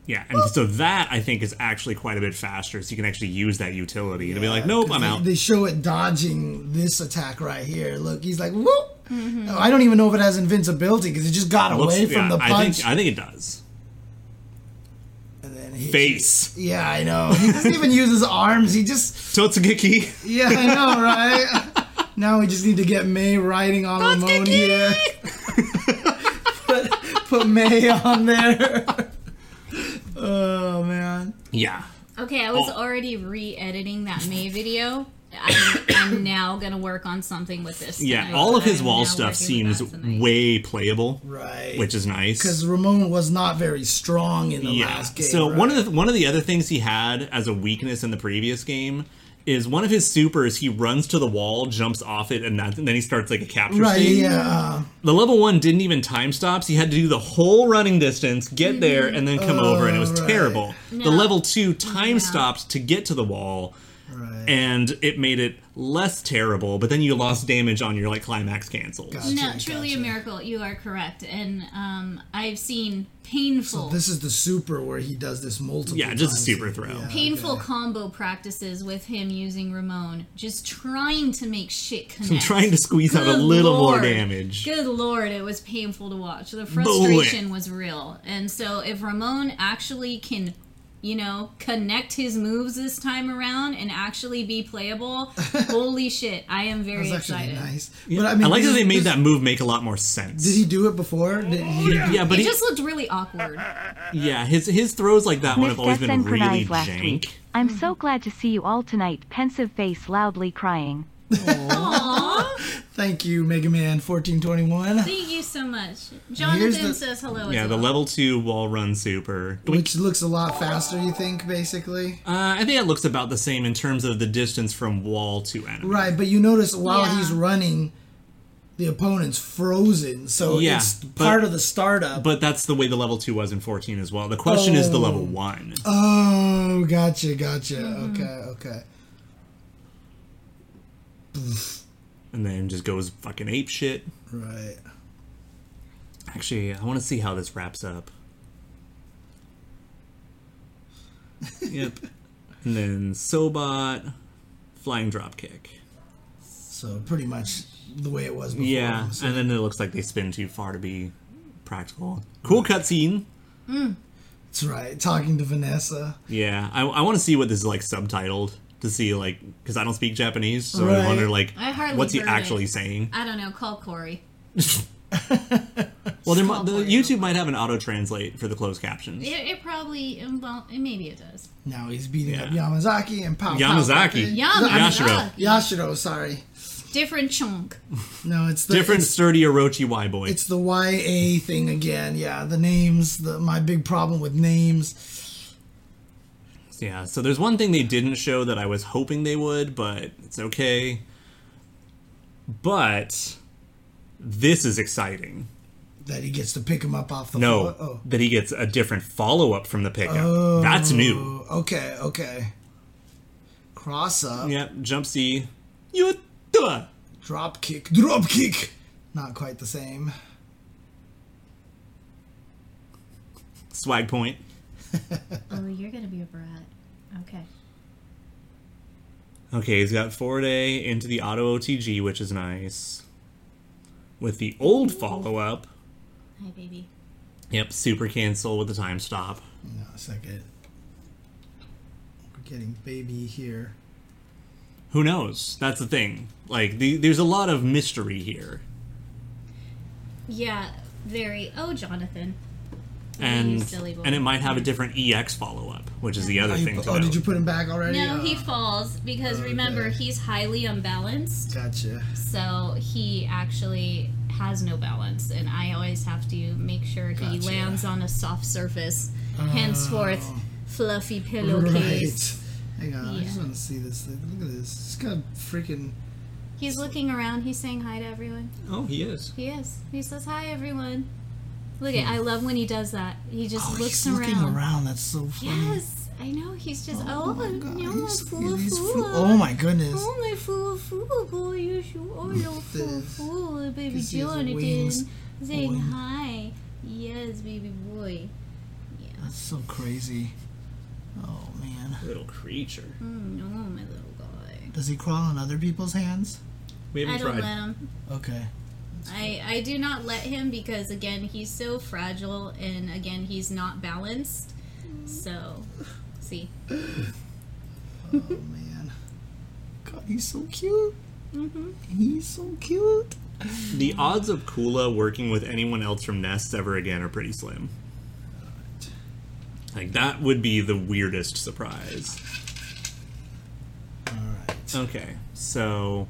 [SPEAKER 4] Yeah, and so that I think is actually quite a bit faster, so you can actually use that utility to be like,
[SPEAKER 2] Yeah,
[SPEAKER 4] nope,
[SPEAKER 2] 'cause
[SPEAKER 4] I'm
[SPEAKER 2] they,
[SPEAKER 4] out.
[SPEAKER 2] They show it dodging this attack right here. Look, he's like, whoop. Oh, I don't even know if it has invincibility because it just got
[SPEAKER 4] Looks-
[SPEAKER 2] away from
[SPEAKER 4] yeah,
[SPEAKER 2] the
[SPEAKER 4] I
[SPEAKER 2] punch.
[SPEAKER 4] think I think it does.
[SPEAKER 2] and then he,
[SPEAKER 4] Face.
[SPEAKER 2] Yeah, I know. He doesn't even use his arms. He just.
[SPEAKER 4] Totsugeki.
[SPEAKER 2] Yeah, I
[SPEAKER 4] (laughs)
[SPEAKER 2] know, right? now we just need to get May riding on Ramon here. (laughs) put, put May on
[SPEAKER 4] (laughs)
[SPEAKER 2] there. oh, man.
[SPEAKER 4] Yeah.
[SPEAKER 1] Okay, I was
[SPEAKER 4] Oh.
[SPEAKER 1] already re-editing
[SPEAKER 4] (laughs)
[SPEAKER 1] that May video. I'm, I'm now gonna work on something with this.
[SPEAKER 4] Yeah.
[SPEAKER 1] tonight.
[SPEAKER 4] all of his
[SPEAKER 1] I'm
[SPEAKER 4] wall
[SPEAKER 1] now
[SPEAKER 4] stuff
[SPEAKER 1] working with
[SPEAKER 4] seems
[SPEAKER 1] that tonight.
[SPEAKER 4] way playable.
[SPEAKER 2] Right.
[SPEAKER 4] Which is nice.
[SPEAKER 2] Because Ramon was not very strong in the last game.
[SPEAKER 4] So one
[SPEAKER 2] right?
[SPEAKER 4] of the one of the other things he had as a weakness in the previous game is one of his supers. He runs to the wall, jumps off it, and, that, and then he starts like a capture.
[SPEAKER 2] Right,
[SPEAKER 4] scene.
[SPEAKER 2] yeah. uh,
[SPEAKER 4] The level one didn't even time stops. He had to do the whole running distance, get there, and then come over, and it was
[SPEAKER 2] Mm-hmm. Oh, right.
[SPEAKER 4] terrible.
[SPEAKER 1] No.
[SPEAKER 4] The level two time stopped to get to the wall.
[SPEAKER 2] Right.
[SPEAKER 4] And it made it less terrible, but then you lost damage on your like climax cancels.
[SPEAKER 2] Gotcha.
[SPEAKER 1] No, truly
[SPEAKER 2] Gotcha.
[SPEAKER 1] a miracle. You are correct, and um, I've seen painful,
[SPEAKER 2] This is the super where he does this multiple
[SPEAKER 4] Yeah, just
[SPEAKER 2] times.
[SPEAKER 4] super throw.
[SPEAKER 1] painful combo practices with him using Ramon, just trying to make shit connect.
[SPEAKER 4] I'm trying to squeeze out a
[SPEAKER 1] Good
[SPEAKER 4] little more
[SPEAKER 1] lord.
[SPEAKER 4] damage.
[SPEAKER 1] Good lord, it was painful to watch. The frustration was real. And so if Ramon actually can, you know, connect his moves this time around and actually be playable,
[SPEAKER 4] (laughs)
[SPEAKER 1] holy shit, I am very
[SPEAKER 2] That's actually
[SPEAKER 1] excited.
[SPEAKER 2] nice. But I mean,
[SPEAKER 4] I like that
[SPEAKER 2] this-
[SPEAKER 4] they made
[SPEAKER 2] this-
[SPEAKER 4] that move make a lot more sense.
[SPEAKER 2] Did he do it before? Did he,
[SPEAKER 4] yeah, but
[SPEAKER 1] It
[SPEAKER 4] he,
[SPEAKER 1] just looked really awkward.
[SPEAKER 4] (laughs) yeah, his his throws like that one
[SPEAKER 6] Miss
[SPEAKER 4] have always been
[SPEAKER 6] Deathbend
[SPEAKER 4] really
[SPEAKER 6] cried last
[SPEAKER 4] jank.
[SPEAKER 6] week. I'm so glad to see you all tonight. Pensive face loudly crying.
[SPEAKER 1] Aww.
[SPEAKER 2] Thank you, Mega Man 1421.
[SPEAKER 1] Thank you so much. Jonathan
[SPEAKER 2] the-
[SPEAKER 1] says hello as
[SPEAKER 4] Yeah, the
[SPEAKER 1] well.
[SPEAKER 4] level two wall run super. Doink.
[SPEAKER 2] Which looks a lot faster, you think, basically?
[SPEAKER 4] Uh, I think it looks about the same in terms of the distance from wall to enemy.
[SPEAKER 2] Right, but you notice while
[SPEAKER 1] Yeah.
[SPEAKER 2] he's running, the opponent's frozen. So
[SPEAKER 4] Yeah,
[SPEAKER 2] it's
[SPEAKER 4] but-
[SPEAKER 2] part of the startup.
[SPEAKER 4] But that's the way the level two was in fourteen as well. The question is the level one.
[SPEAKER 2] oh, gotcha, gotcha.
[SPEAKER 1] Mm-hmm.
[SPEAKER 2] Okay, okay.
[SPEAKER 4] and then just goes fucking ape shit.
[SPEAKER 2] Right.
[SPEAKER 4] Actually, I want to see how this wraps up. yep. And then Sobot, flying drop kick.
[SPEAKER 2] So pretty much the way it was before.
[SPEAKER 4] Yeah, and then it looks like they spin too far to be practical. Cool cutscene.
[SPEAKER 2] That's right. Talking to Vanessa.
[SPEAKER 4] Yeah, I, I want to see what this is like subtitled to see like because I don't speak Japanese, so I
[SPEAKER 2] Right.
[SPEAKER 4] wonder like
[SPEAKER 1] I hardly
[SPEAKER 4] what's he
[SPEAKER 1] heard
[SPEAKER 4] actually
[SPEAKER 1] it.
[SPEAKER 4] saying.
[SPEAKER 1] I don't know, call Corey.
[SPEAKER 4] Well, there, mu- the YouTube might have an auto translate for the closed captions.
[SPEAKER 1] It, it probably, um, well, maybe it does.
[SPEAKER 2] Now he's beating up
[SPEAKER 4] Yeah.
[SPEAKER 2] Yamazaki and Pow. Pow.
[SPEAKER 4] Yamazaki,
[SPEAKER 1] Yeah,
[SPEAKER 4] Yashiro,
[SPEAKER 1] Yashiro.
[SPEAKER 2] Yashiro, sorry.
[SPEAKER 1] Different chunk.
[SPEAKER 2] No, it's the
[SPEAKER 4] different
[SPEAKER 2] It's,
[SPEAKER 4] sturdy Orochi Y boy.
[SPEAKER 2] it's the YA thing again. Yeah, the names. The, my big problem with names.
[SPEAKER 4] Yeah, so there's one thing they didn't show that I was hoping they would, but it's okay. But this is exciting.
[SPEAKER 2] That he gets to pick him up off the
[SPEAKER 4] No,
[SPEAKER 2] floor. Oh.
[SPEAKER 4] that he gets a different follow up from the pickup. That's new.
[SPEAKER 2] Oh, okay, okay. Cross up,
[SPEAKER 4] Yep, jump C. Yutta!
[SPEAKER 2] drop kick, drop kick. Not quite the same.
[SPEAKER 4] Swag point.
[SPEAKER 1] Oh, you're going to be a brat. Okay.
[SPEAKER 4] Okay, he's got 4-day into the auto OTG, which is nice. With the old follow up.
[SPEAKER 1] Hi, baby.
[SPEAKER 4] Yep, super cancel with the time stop.
[SPEAKER 2] No, a second. We're getting baby here.
[SPEAKER 4] Who knows? That's the thing. Like, the, there's a lot of mystery here.
[SPEAKER 1] Yeah, very. Oh, Jonathan.
[SPEAKER 4] and
[SPEAKER 1] you silly boy.
[SPEAKER 4] and it might have a different EX follow up, which is the other
[SPEAKER 2] Oh, you-
[SPEAKER 4] thing. To
[SPEAKER 2] oh,
[SPEAKER 4] note.
[SPEAKER 2] did you put him back already?
[SPEAKER 1] No, he
[SPEAKER 2] Uh,
[SPEAKER 1] falls because remember
[SPEAKER 2] okay.
[SPEAKER 1] he's highly unbalanced,
[SPEAKER 2] gotcha.
[SPEAKER 1] so he actually has no balance, and I always have to make sure he
[SPEAKER 2] Gotcha. Oh.
[SPEAKER 1] lands on a soft surface. Henceforth, fluffy
[SPEAKER 2] Right.
[SPEAKER 1] pillowcase.
[SPEAKER 2] Hang on, I just
[SPEAKER 1] Yeah.
[SPEAKER 2] want to see this thing. Look at this. It's got freaking.
[SPEAKER 5] He's looking around. He's saying hi to everyone.
[SPEAKER 4] Oh, he is.
[SPEAKER 5] He is. He says hi, everyone. Look at. I love when he does that. He just
[SPEAKER 2] Hmm. Oh,
[SPEAKER 5] looks
[SPEAKER 2] he's looking
[SPEAKER 5] around.
[SPEAKER 2] around. That's so funny.
[SPEAKER 5] Yes, I know. He's just. Oh,
[SPEAKER 2] my
[SPEAKER 5] you
[SPEAKER 2] God,
[SPEAKER 5] know,
[SPEAKER 2] he's-
[SPEAKER 5] fool,
[SPEAKER 2] he's
[SPEAKER 5] fool,
[SPEAKER 2] flu- oh my goodness.
[SPEAKER 5] Oh my fool, fool boy, you should oh no fool,
[SPEAKER 2] This-
[SPEAKER 5] fool, baby
[SPEAKER 2] this is
[SPEAKER 5] Jonathan,
[SPEAKER 2] wings.
[SPEAKER 5] saying
[SPEAKER 2] Boing.
[SPEAKER 5] hi. Yes, baby boy.
[SPEAKER 2] That's so crazy. Oh man.
[SPEAKER 4] Little creature.
[SPEAKER 5] Oh no, my little guy.
[SPEAKER 2] Does he crawl on other people's hands?
[SPEAKER 4] We haven't
[SPEAKER 1] I don't
[SPEAKER 4] tried.
[SPEAKER 1] let him.
[SPEAKER 2] Okay.
[SPEAKER 1] I, I do not let him because again he's so fragile and again he's not balanced. So, see, (laughs)
[SPEAKER 2] Oh man. God, he's so cute.
[SPEAKER 1] mm-hmm.
[SPEAKER 2] He's so cute.
[SPEAKER 4] The odds of Kula working with anyone else from Nests ever again are pretty slim. Like that would be the weirdest surprise.
[SPEAKER 2] All right.
[SPEAKER 4] Okay, so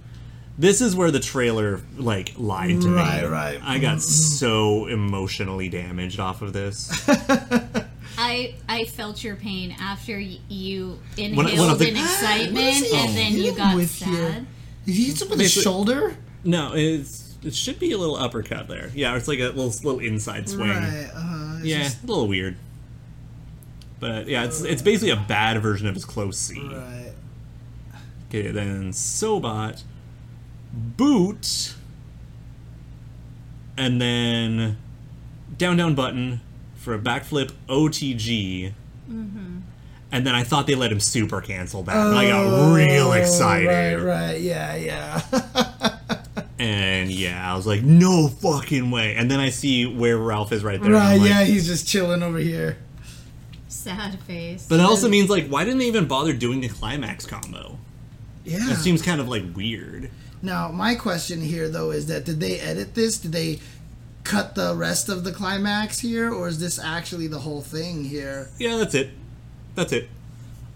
[SPEAKER 4] this is where the trailer like lied to
[SPEAKER 2] Right,
[SPEAKER 4] me.
[SPEAKER 2] right. Mm-hmm.
[SPEAKER 4] I got so emotionally damaged off
[SPEAKER 2] (laughs)
[SPEAKER 4] of this.
[SPEAKER 1] I I felt your pain after y- you
[SPEAKER 4] when
[SPEAKER 1] inhaled
[SPEAKER 4] I
[SPEAKER 1] in
[SPEAKER 4] was
[SPEAKER 2] "Ah,
[SPEAKER 4] like,
[SPEAKER 2] (gasps) what is
[SPEAKER 1] excitement
[SPEAKER 2] he
[SPEAKER 1] and then you
[SPEAKER 2] doing
[SPEAKER 1] got
[SPEAKER 2] with you?"
[SPEAKER 1] sad.
[SPEAKER 2] Did he hit him with his
[SPEAKER 4] Basically-
[SPEAKER 2] shoulder?
[SPEAKER 4] No, it's it should be a little uppercut there. Yeah, it's like a little little inside swing.
[SPEAKER 2] Right. Uh, it's
[SPEAKER 4] Yeah,
[SPEAKER 2] just-
[SPEAKER 4] a little weird. But yeah, it's it's basically a bad version of his close C.
[SPEAKER 2] right.
[SPEAKER 4] Okay, then Sobot, Boot, and then down down button for a backflip OTG.
[SPEAKER 2] Mm-hmm.
[SPEAKER 4] And then I thought they let him super cancel that. and I got real excited.
[SPEAKER 2] Oh, Right. Right. Yeah.
[SPEAKER 4] (laughs)
[SPEAKER 2] (laughs) Yeah.
[SPEAKER 4] And yeah, I was like, no fucking way. And then I see where Ralph is right there. and
[SPEAKER 2] right.
[SPEAKER 4] I'm like,
[SPEAKER 2] yeah. He's just chilling over here.
[SPEAKER 1] Sad face.
[SPEAKER 4] But it also means, like, why didn't they even bother doing the climax combo?
[SPEAKER 2] Yeah.
[SPEAKER 4] That seems kind of, like, weird.
[SPEAKER 2] Now, my question here, though, is that did they edit this? Did they cut the rest of the climax here, or is this actually the whole thing here?
[SPEAKER 4] Yeah, that's it. That's it.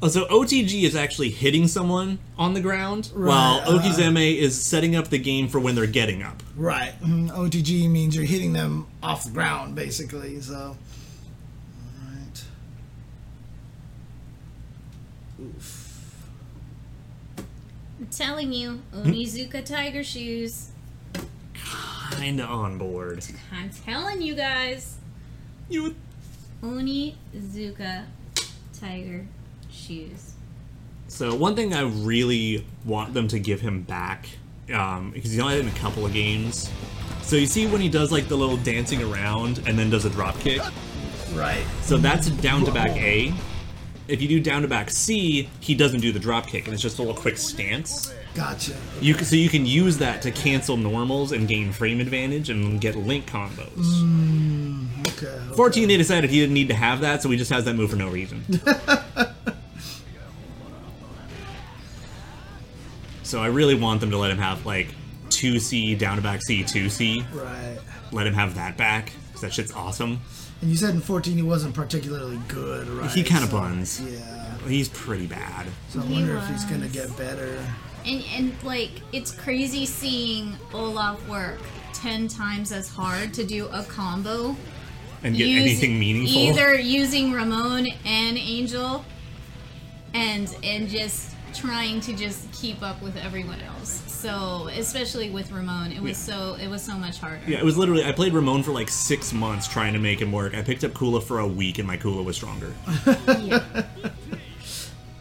[SPEAKER 4] Oh, so OTG is actually hitting someone on the ground, while
[SPEAKER 2] Right, uh,
[SPEAKER 4] Okizeme is setting up the game for when they're getting up.
[SPEAKER 2] Right. Mm, OTG means you're hitting them off the ground, basically. So, all right.
[SPEAKER 1] I'm telling you,
[SPEAKER 2] Hmm?
[SPEAKER 1] Onizuka Tiger Shoes.
[SPEAKER 4] Kinda on board.
[SPEAKER 1] I'm telling you guys,
[SPEAKER 4] You
[SPEAKER 1] Onizuka Tiger Shoes.
[SPEAKER 4] So one thing I really want them to give him back, um, because he's only in a couple of games. So you see when he does like the little dancing around and then does a drop kick.
[SPEAKER 2] Right.
[SPEAKER 4] So that's down to back A. If you do down to back C, he doesn't do the drop kick, and it's just a little quick stance.
[SPEAKER 2] Gotcha.
[SPEAKER 4] You can, so you can use that to cancel normals and gain frame advantage and get link combos.
[SPEAKER 2] Okay. okay.
[SPEAKER 4] 14, they decided he didn't need to have that, so he just has that move for no reason. so I really want them to let him have like 2C down to back C, 2C.
[SPEAKER 2] Right.
[SPEAKER 4] Let him have that back because that shit's awesome.
[SPEAKER 2] And you said in 14 he wasn't particularly good, right?
[SPEAKER 4] He kind of
[SPEAKER 2] so,
[SPEAKER 4] buns.
[SPEAKER 2] Yeah.
[SPEAKER 4] He's pretty bad.
[SPEAKER 2] So I
[SPEAKER 1] He
[SPEAKER 2] wonder if he's
[SPEAKER 1] was.
[SPEAKER 2] gonna get better.
[SPEAKER 1] And and like it's crazy seeing Olaf work ten times as hard to do a combo.
[SPEAKER 4] And get
[SPEAKER 1] Use-
[SPEAKER 4] anything meaningful.
[SPEAKER 1] Either using Ramon and Angel, and and just trying to just keep up with everyone else. So especially with Ramon, it was
[SPEAKER 4] Yeah.
[SPEAKER 1] so it was so much harder.
[SPEAKER 4] Yeah, it was literally. I played Ramon for like six months trying to make him work. I picked up Kula for a week, and my Kula
[SPEAKER 2] (laughs)
[SPEAKER 4] was stronger. (laughs)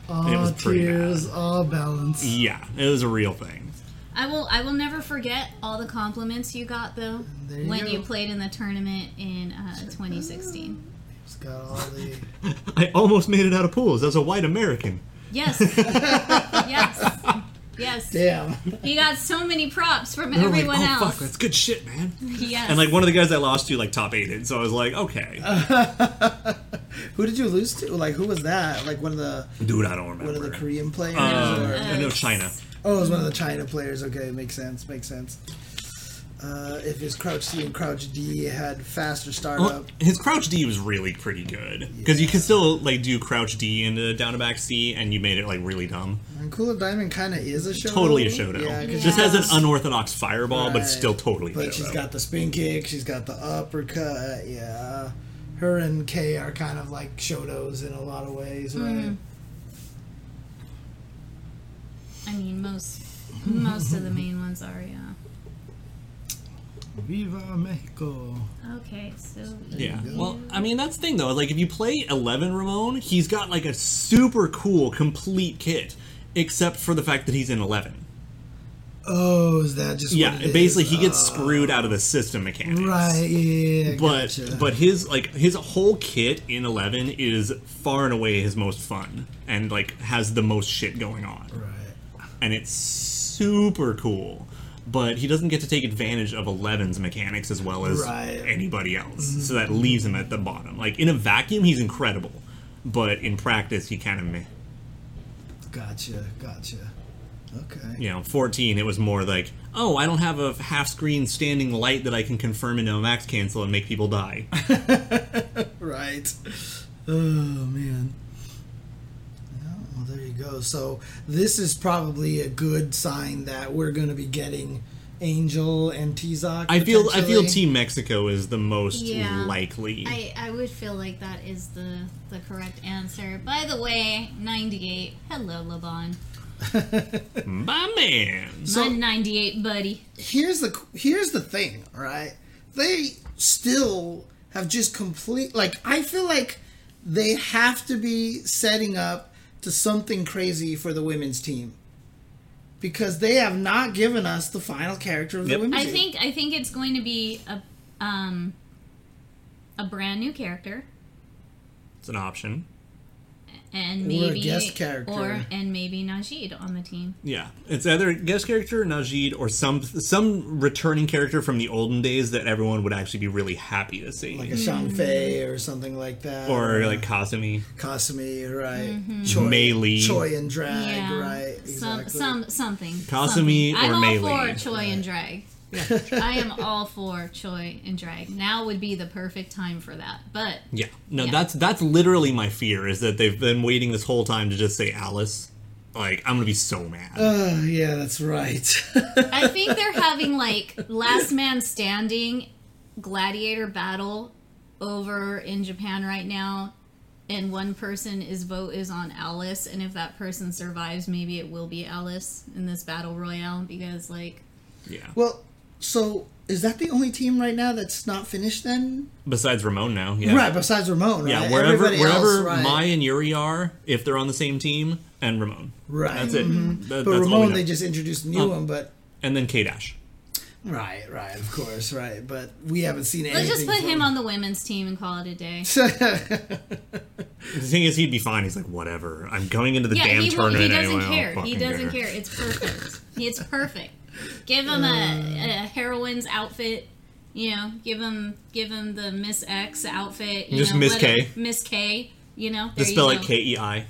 [SPEAKER 2] Oh,
[SPEAKER 4] was pretty
[SPEAKER 2] tears,
[SPEAKER 4] bad.
[SPEAKER 2] all balance.
[SPEAKER 4] yeah, it was a real thing.
[SPEAKER 1] I will I will never forget all the compliments you got though
[SPEAKER 2] There you
[SPEAKER 1] when
[SPEAKER 2] go.
[SPEAKER 1] you played in the tournament in uh, 2016.
[SPEAKER 2] He's got all the.
[SPEAKER 4] I almost made it out of pools as a white American.
[SPEAKER 1] Yes,
[SPEAKER 2] (laughs)
[SPEAKER 1] yes, yes.
[SPEAKER 2] Damn. (laughs)
[SPEAKER 1] He got so many props from
[SPEAKER 4] And I'm like,
[SPEAKER 1] everyone
[SPEAKER 4] oh,
[SPEAKER 1] else.
[SPEAKER 4] fuck, that's good shit, man.
[SPEAKER 1] Yes.
[SPEAKER 4] And like one of the guys I lost to like top aided, so I was like, okay,
[SPEAKER 2] Who did you lose to? Like, who was that? Like one of the
[SPEAKER 4] dude, I don't
[SPEAKER 2] one of the
[SPEAKER 4] remember.
[SPEAKER 2] Korean players?
[SPEAKER 4] Um,
[SPEAKER 2] or?
[SPEAKER 4] I know China.
[SPEAKER 2] Oh, it was one of the China players. Okay, makes sense. Makes sense. Uh, if his crouch C and crouch D had faster startup,
[SPEAKER 4] Well, his crouch D was really pretty good because you could still like do crouch D into down to back C, and you made it like really dumb.
[SPEAKER 2] and Kula Diamond kind of is a show.
[SPEAKER 4] Totally a showdown.
[SPEAKER 2] Yeah, 'cause
[SPEAKER 4] Just
[SPEAKER 2] she
[SPEAKER 4] has an
[SPEAKER 2] does-
[SPEAKER 4] unorthodox fireball, but it's still totally.
[SPEAKER 2] But
[SPEAKER 4] a
[SPEAKER 2] she's
[SPEAKER 4] showdown.
[SPEAKER 2] got the spin kick. She's got the uppercut. Yeah, her and K are kind of like shodos in a lot of ways, right?
[SPEAKER 1] I mean, most most of the main ones are, yeah.
[SPEAKER 2] Viva Mexico.
[SPEAKER 1] Okay, so
[SPEAKER 4] Yeah. Well, I mean that's the thing though. Like if you play Eleven Ramon, he's got like a super cool complete kit, except for the fact that he's in Eleven.
[SPEAKER 2] Oh, is that just
[SPEAKER 4] Yeah.
[SPEAKER 2] What it
[SPEAKER 4] basically,
[SPEAKER 2] is?
[SPEAKER 4] he gets screwed out of the system mechanics.
[SPEAKER 2] right. Yeah, yeah, yeah,
[SPEAKER 4] But
[SPEAKER 2] gotcha.
[SPEAKER 4] but his like his whole kit in Eleven is far and away his most fun and like has the most shit going on.
[SPEAKER 2] right.
[SPEAKER 4] and it's super cool. But he doesn't get to take advantage of Eleven's mechanics as well as
[SPEAKER 2] Right. Mm-hmm.
[SPEAKER 4] anybody else. So that leaves him at the bottom. Like in a vacuum, he's incredible, but in practice, he kind of meh.
[SPEAKER 2] Gotcha, gotcha. Okay.
[SPEAKER 4] You know, 14, it was more like, oh, I don't have a half screen standing light that I can confirm into a max cancel and make people die.
[SPEAKER 2] Right. Oh man. Yeah, well, there you go. So this is probably a good sign that we're going to be getting Angel and Tezok.
[SPEAKER 4] I feel I feel
[SPEAKER 2] potentially.
[SPEAKER 4] Team Mexico is the most
[SPEAKER 1] Yeah.
[SPEAKER 4] likely.
[SPEAKER 1] I, I would feel like that is the the correct answer. By the way, 98. Hello, Laban.
[SPEAKER 4] My man.
[SPEAKER 1] My 98 buddy.
[SPEAKER 2] here's the here's the thing, right? They still have just complete like I feel like they have to be setting up to something crazy for the women's team because they have not given us the final character of the
[SPEAKER 4] Yep.
[SPEAKER 2] women's
[SPEAKER 1] I
[SPEAKER 2] team.
[SPEAKER 1] think I think it's going to be a um a brand new character
[SPEAKER 4] It's an option.
[SPEAKER 1] and
[SPEAKER 2] a
[SPEAKER 1] maybe
[SPEAKER 2] guest character.
[SPEAKER 1] or and maybe Najid on the team.
[SPEAKER 4] Yeah, it's either a guest character Najid or some some returning character from the olden days that everyone would actually be really happy to see,
[SPEAKER 2] like a Shang
[SPEAKER 1] Mm-hmm.
[SPEAKER 2] Fei or something like that,
[SPEAKER 4] or like Kasumi.
[SPEAKER 2] Kasumi, right? Choi,
[SPEAKER 4] Mei Li.
[SPEAKER 2] Choi and Drag,
[SPEAKER 1] Mm-hmm. Yeah.
[SPEAKER 2] right?
[SPEAKER 1] Some
[SPEAKER 2] Exactly.
[SPEAKER 1] some something.
[SPEAKER 4] Kasumi
[SPEAKER 1] something.
[SPEAKER 4] or
[SPEAKER 1] I'm all
[SPEAKER 4] Melee.
[SPEAKER 1] for Choi and drag. I am all for Choi and drag. Now would be the perfect time for that. But
[SPEAKER 4] Yeah, no,
[SPEAKER 1] Yeah.
[SPEAKER 4] that's that's literally my fear is that they've been waiting this whole time to just say Alice. Like I'm gonna be so mad.
[SPEAKER 2] Oh, yeah, that's right. (laughs)
[SPEAKER 1] I think they're having like last man standing gladiator battle over in Japan right now and one person is vote is on Alice and if that person survives maybe it will be Alice in this battle royale because like
[SPEAKER 4] yeah.
[SPEAKER 2] well, so is that the only team right now that's not finished then?
[SPEAKER 4] Besides Ramon now, yeah,
[SPEAKER 2] Right, besides Ramon, right?
[SPEAKER 4] yeah. Wherever
[SPEAKER 2] Everybody
[SPEAKER 4] wherever
[SPEAKER 2] else, right.
[SPEAKER 4] Mai and Yuri are, if they're on the same team, and Ramon.
[SPEAKER 2] Right.
[SPEAKER 4] That's it. That-
[SPEAKER 2] Mm-hmm. But
[SPEAKER 4] that's all we
[SPEAKER 2] Ramon,
[SPEAKER 4] know.
[SPEAKER 2] they just introduced a new
[SPEAKER 4] Oh.
[SPEAKER 2] one, but
[SPEAKER 4] and then K Dash.
[SPEAKER 2] right, right, of course, right. But we haven't seen anything.
[SPEAKER 1] let's just put him on the women's team and call it a
[SPEAKER 2] (laughs)
[SPEAKER 1] day.
[SPEAKER 4] The thing is, he'd be fine. He's like, whatever. I'm going into the
[SPEAKER 1] Yeah,
[SPEAKER 4] damn
[SPEAKER 1] he, won't,
[SPEAKER 4] tournament
[SPEAKER 1] he doesn't
[SPEAKER 4] anyway. I don't
[SPEAKER 1] care. He
[SPEAKER 4] fucking
[SPEAKER 1] doesn't care. It's perfect. it's perfect. Give him
[SPEAKER 4] Mm.
[SPEAKER 1] a, a heroine's outfit. You know, give him give him the Miss X outfit. You
[SPEAKER 4] Just
[SPEAKER 1] know,
[SPEAKER 4] Miss
[SPEAKER 1] let him-
[SPEAKER 4] K.
[SPEAKER 1] Miss K. You know, there
[SPEAKER 4] Just
[SPEAKER 1] you
[SPEAKER 4] spell
[SPEAKER 1] go.
[SPEAKER 4] it K E I.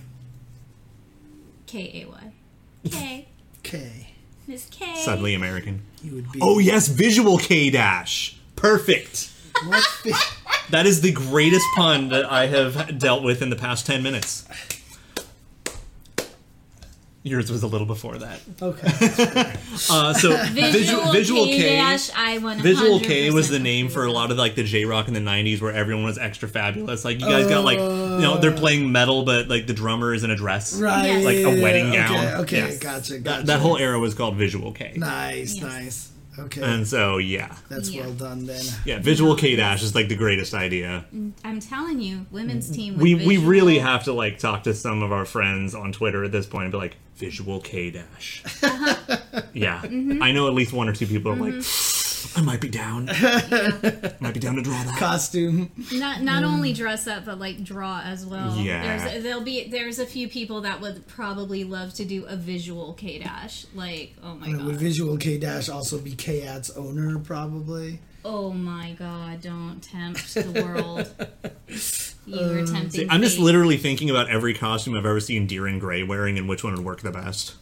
[SPEAKER 1] K A Y.
[SPEAKER 4] (laughs)
[SPEAKER 1] K.
[SPEAKER 2] Okay,
[SPEAKER 1] Miss K.
[SPEAKER 4] Suddenly American.
[SPEAKER 2] you would be.
[SPEAKER 4] Oh yes, visual K dash. Perfect. (laughs)
[SPEAKER 2] What the-
[SPEAKER 4] That is the greatest pun that I have dealt with in the past ten minutes. Yours was a little before that.
[SPEAKER 2] okay,
[SPEAKER 4] Uh, so
[SPEAKER 1] (laughs) Visual,
[SPEAKER 4] visual, visual K.
[SPEAKER 1] dash I one.
[SPEAKER 4] Visual K was the name for a lot of like the J rock in the '90s, where everyone was extra fabulous. Like you guys got like, you know, they're playing metal, but like the drummer is in a dress.
[SPEAKER 2] right,
[SPEAKER 4] Like a wedding
[SPEAKER 2] okay,
[SPEAKER 4] gown.
[SPEAKER 2] Okay,
[SPEAKER 4] Yes.
[SPEAKER 2] gotcha, gotcha.
[SPEAKER 4] That, that whole era was called Visual K.
[SPEAKER 2] nice, nice. Okay,
[SPEAKER 4] And so yeah,
[SPEAKER 2] that's
[SPEAKER 1] Yeah.
[SPEAKER 2] well done then.
[SPEAKER 4] yeah, Visual K dash is like the greatest idea.
[SPEAKER 1] I'm telling you, women's team. With
[SPEAKER 4] we we
[SPEAKER 1] visual-
[SPEAKER 4] really have to like talk to some of our friends on Twitter at this point and be like visual K
[SPEAKER 1] (laughs)
[SPEAKER 4] dash. yeah,
[SPEAKER 1] Mm-hmm.
[SPEAKER 4] I know at least one or two people are like, I might be
[SPEAKER 1] (laughs)
[SPEAKER 4] down. might be down to draw that.
[SPEAKER 2] Costume.
[SPEAKER 1] not not only dress up but like draw as well.
[SPEAKER 4] Mm. Yeah.
[SPEAKER 1] There's there'll be there's a few people that would probably love to do a visual K dash. Like, oh my
[SPEAKER 2] Would
[SPEAKER 1] god.
[SPEAKER 2] Visual K Dash also be KAT's owner, probably?
[SPEAKER 1] Oh my god, don't tempt the world.
[SPEAKER 4] (laughs)
[SPEAKER 1] You were tempting.
[SPEAKER 4] Um, I'm just
[SPEAKER 1] fate.
[SPEAKER 4] literally thinking about every costume I've ever seen Deer in Gray wearing and which one would work the best.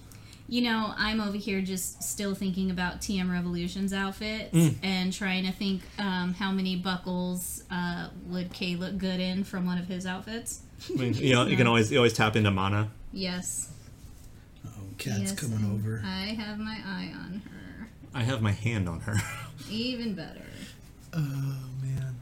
[SPEAKER 1] You know, I'm over here just still thinking about TM Revolution's outfits
[SPEAKER 4] Mm.
[SPEAKER 1] and trying to think um, how many buckles uh, would K look good in from one of his outfits.
[SPEAKER 4] I mean, you know, you can always you always tap into mana.
[SPEAKER 1] Yes,
[SPEAKER 2] Oh, Kat's
[SPEAKER 1] Yes,
[SPEAKER 2] coming over.
[SPEAKER 1] I have my eye on her.
[SPEAKER 4] I have my hand on her.
[SPEAKER 1] Even better. Uh,
[SPEAKER 2] Oh man.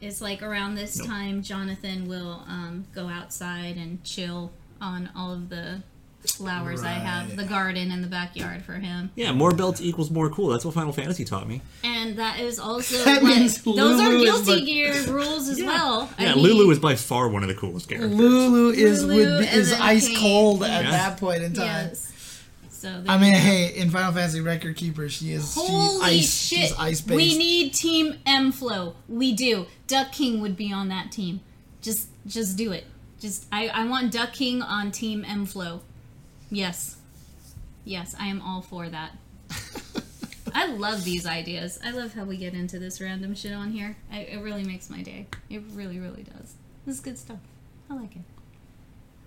[SPEAKER 1] It's like around this
[SPEAKER 4] Nope.
[SPEAKER 1] time, Jonathan will um, go outside and chill on all of the flowers I have,
[SPEAKER 2] Right.
[SPEAKER 1] the garden and the backyard for him.
[SPEAKER 4] Yeah, more belts equals more cool. That's what Final Fantasy taught me.
[SPEAKER 1] And that is also
[SPEAKER 2] (laughs) That
[SPEAKER 1] what-
[SPEAKER 2] means
[SPEAKER 1] those are
[SPEAKER 2] Lulu is
[SPEAKER 1] guilty
[SPEAKER 2] the-
[SPEAKER 1] gear rules as well. I
[SPEAKER 4] Yeah,
[SPEAKER 1] mean,
[SPEAKER 4] Lulu is by far one of the coolest characters.
[SPEAKER 2] Lulu is
[SPEAKER 1] Lulu
[SPEAKER 2] would be,
[SPEAKER 1] and
[SPEAKER 2] is
[SPEAKER 1] then
[SPEAKER 2] ice
[SPEAKER 1] Kate.
[SPEAKER 2] cold at
[SPEAKER 4] Yeah.
[SPEAKER 2] that point in time.
[SPEAKER 1] Yes. So
[SPEAKER 2] I mean, hey, in Final Fantasy Record Keeper, she is she
[SPEAKER 1] Holy
[SPEAKER 2] ice,
[SPEAKER 1] shit!
[SPEAKER 2] She's ice based.
[SPEAKER 1] we need Team M Flow. We do. Duck King would be on that team. Just, just do it. Just, I, I want Duck King on Team M Flow. Yes, yes, I am all for
[SPEAKER 2] (laughs)
[SPEAKER 1] that. I love these ideas. I love how we get into this random shit on here. I, it really makes my day. It really, really does. This is good stuff. I like it.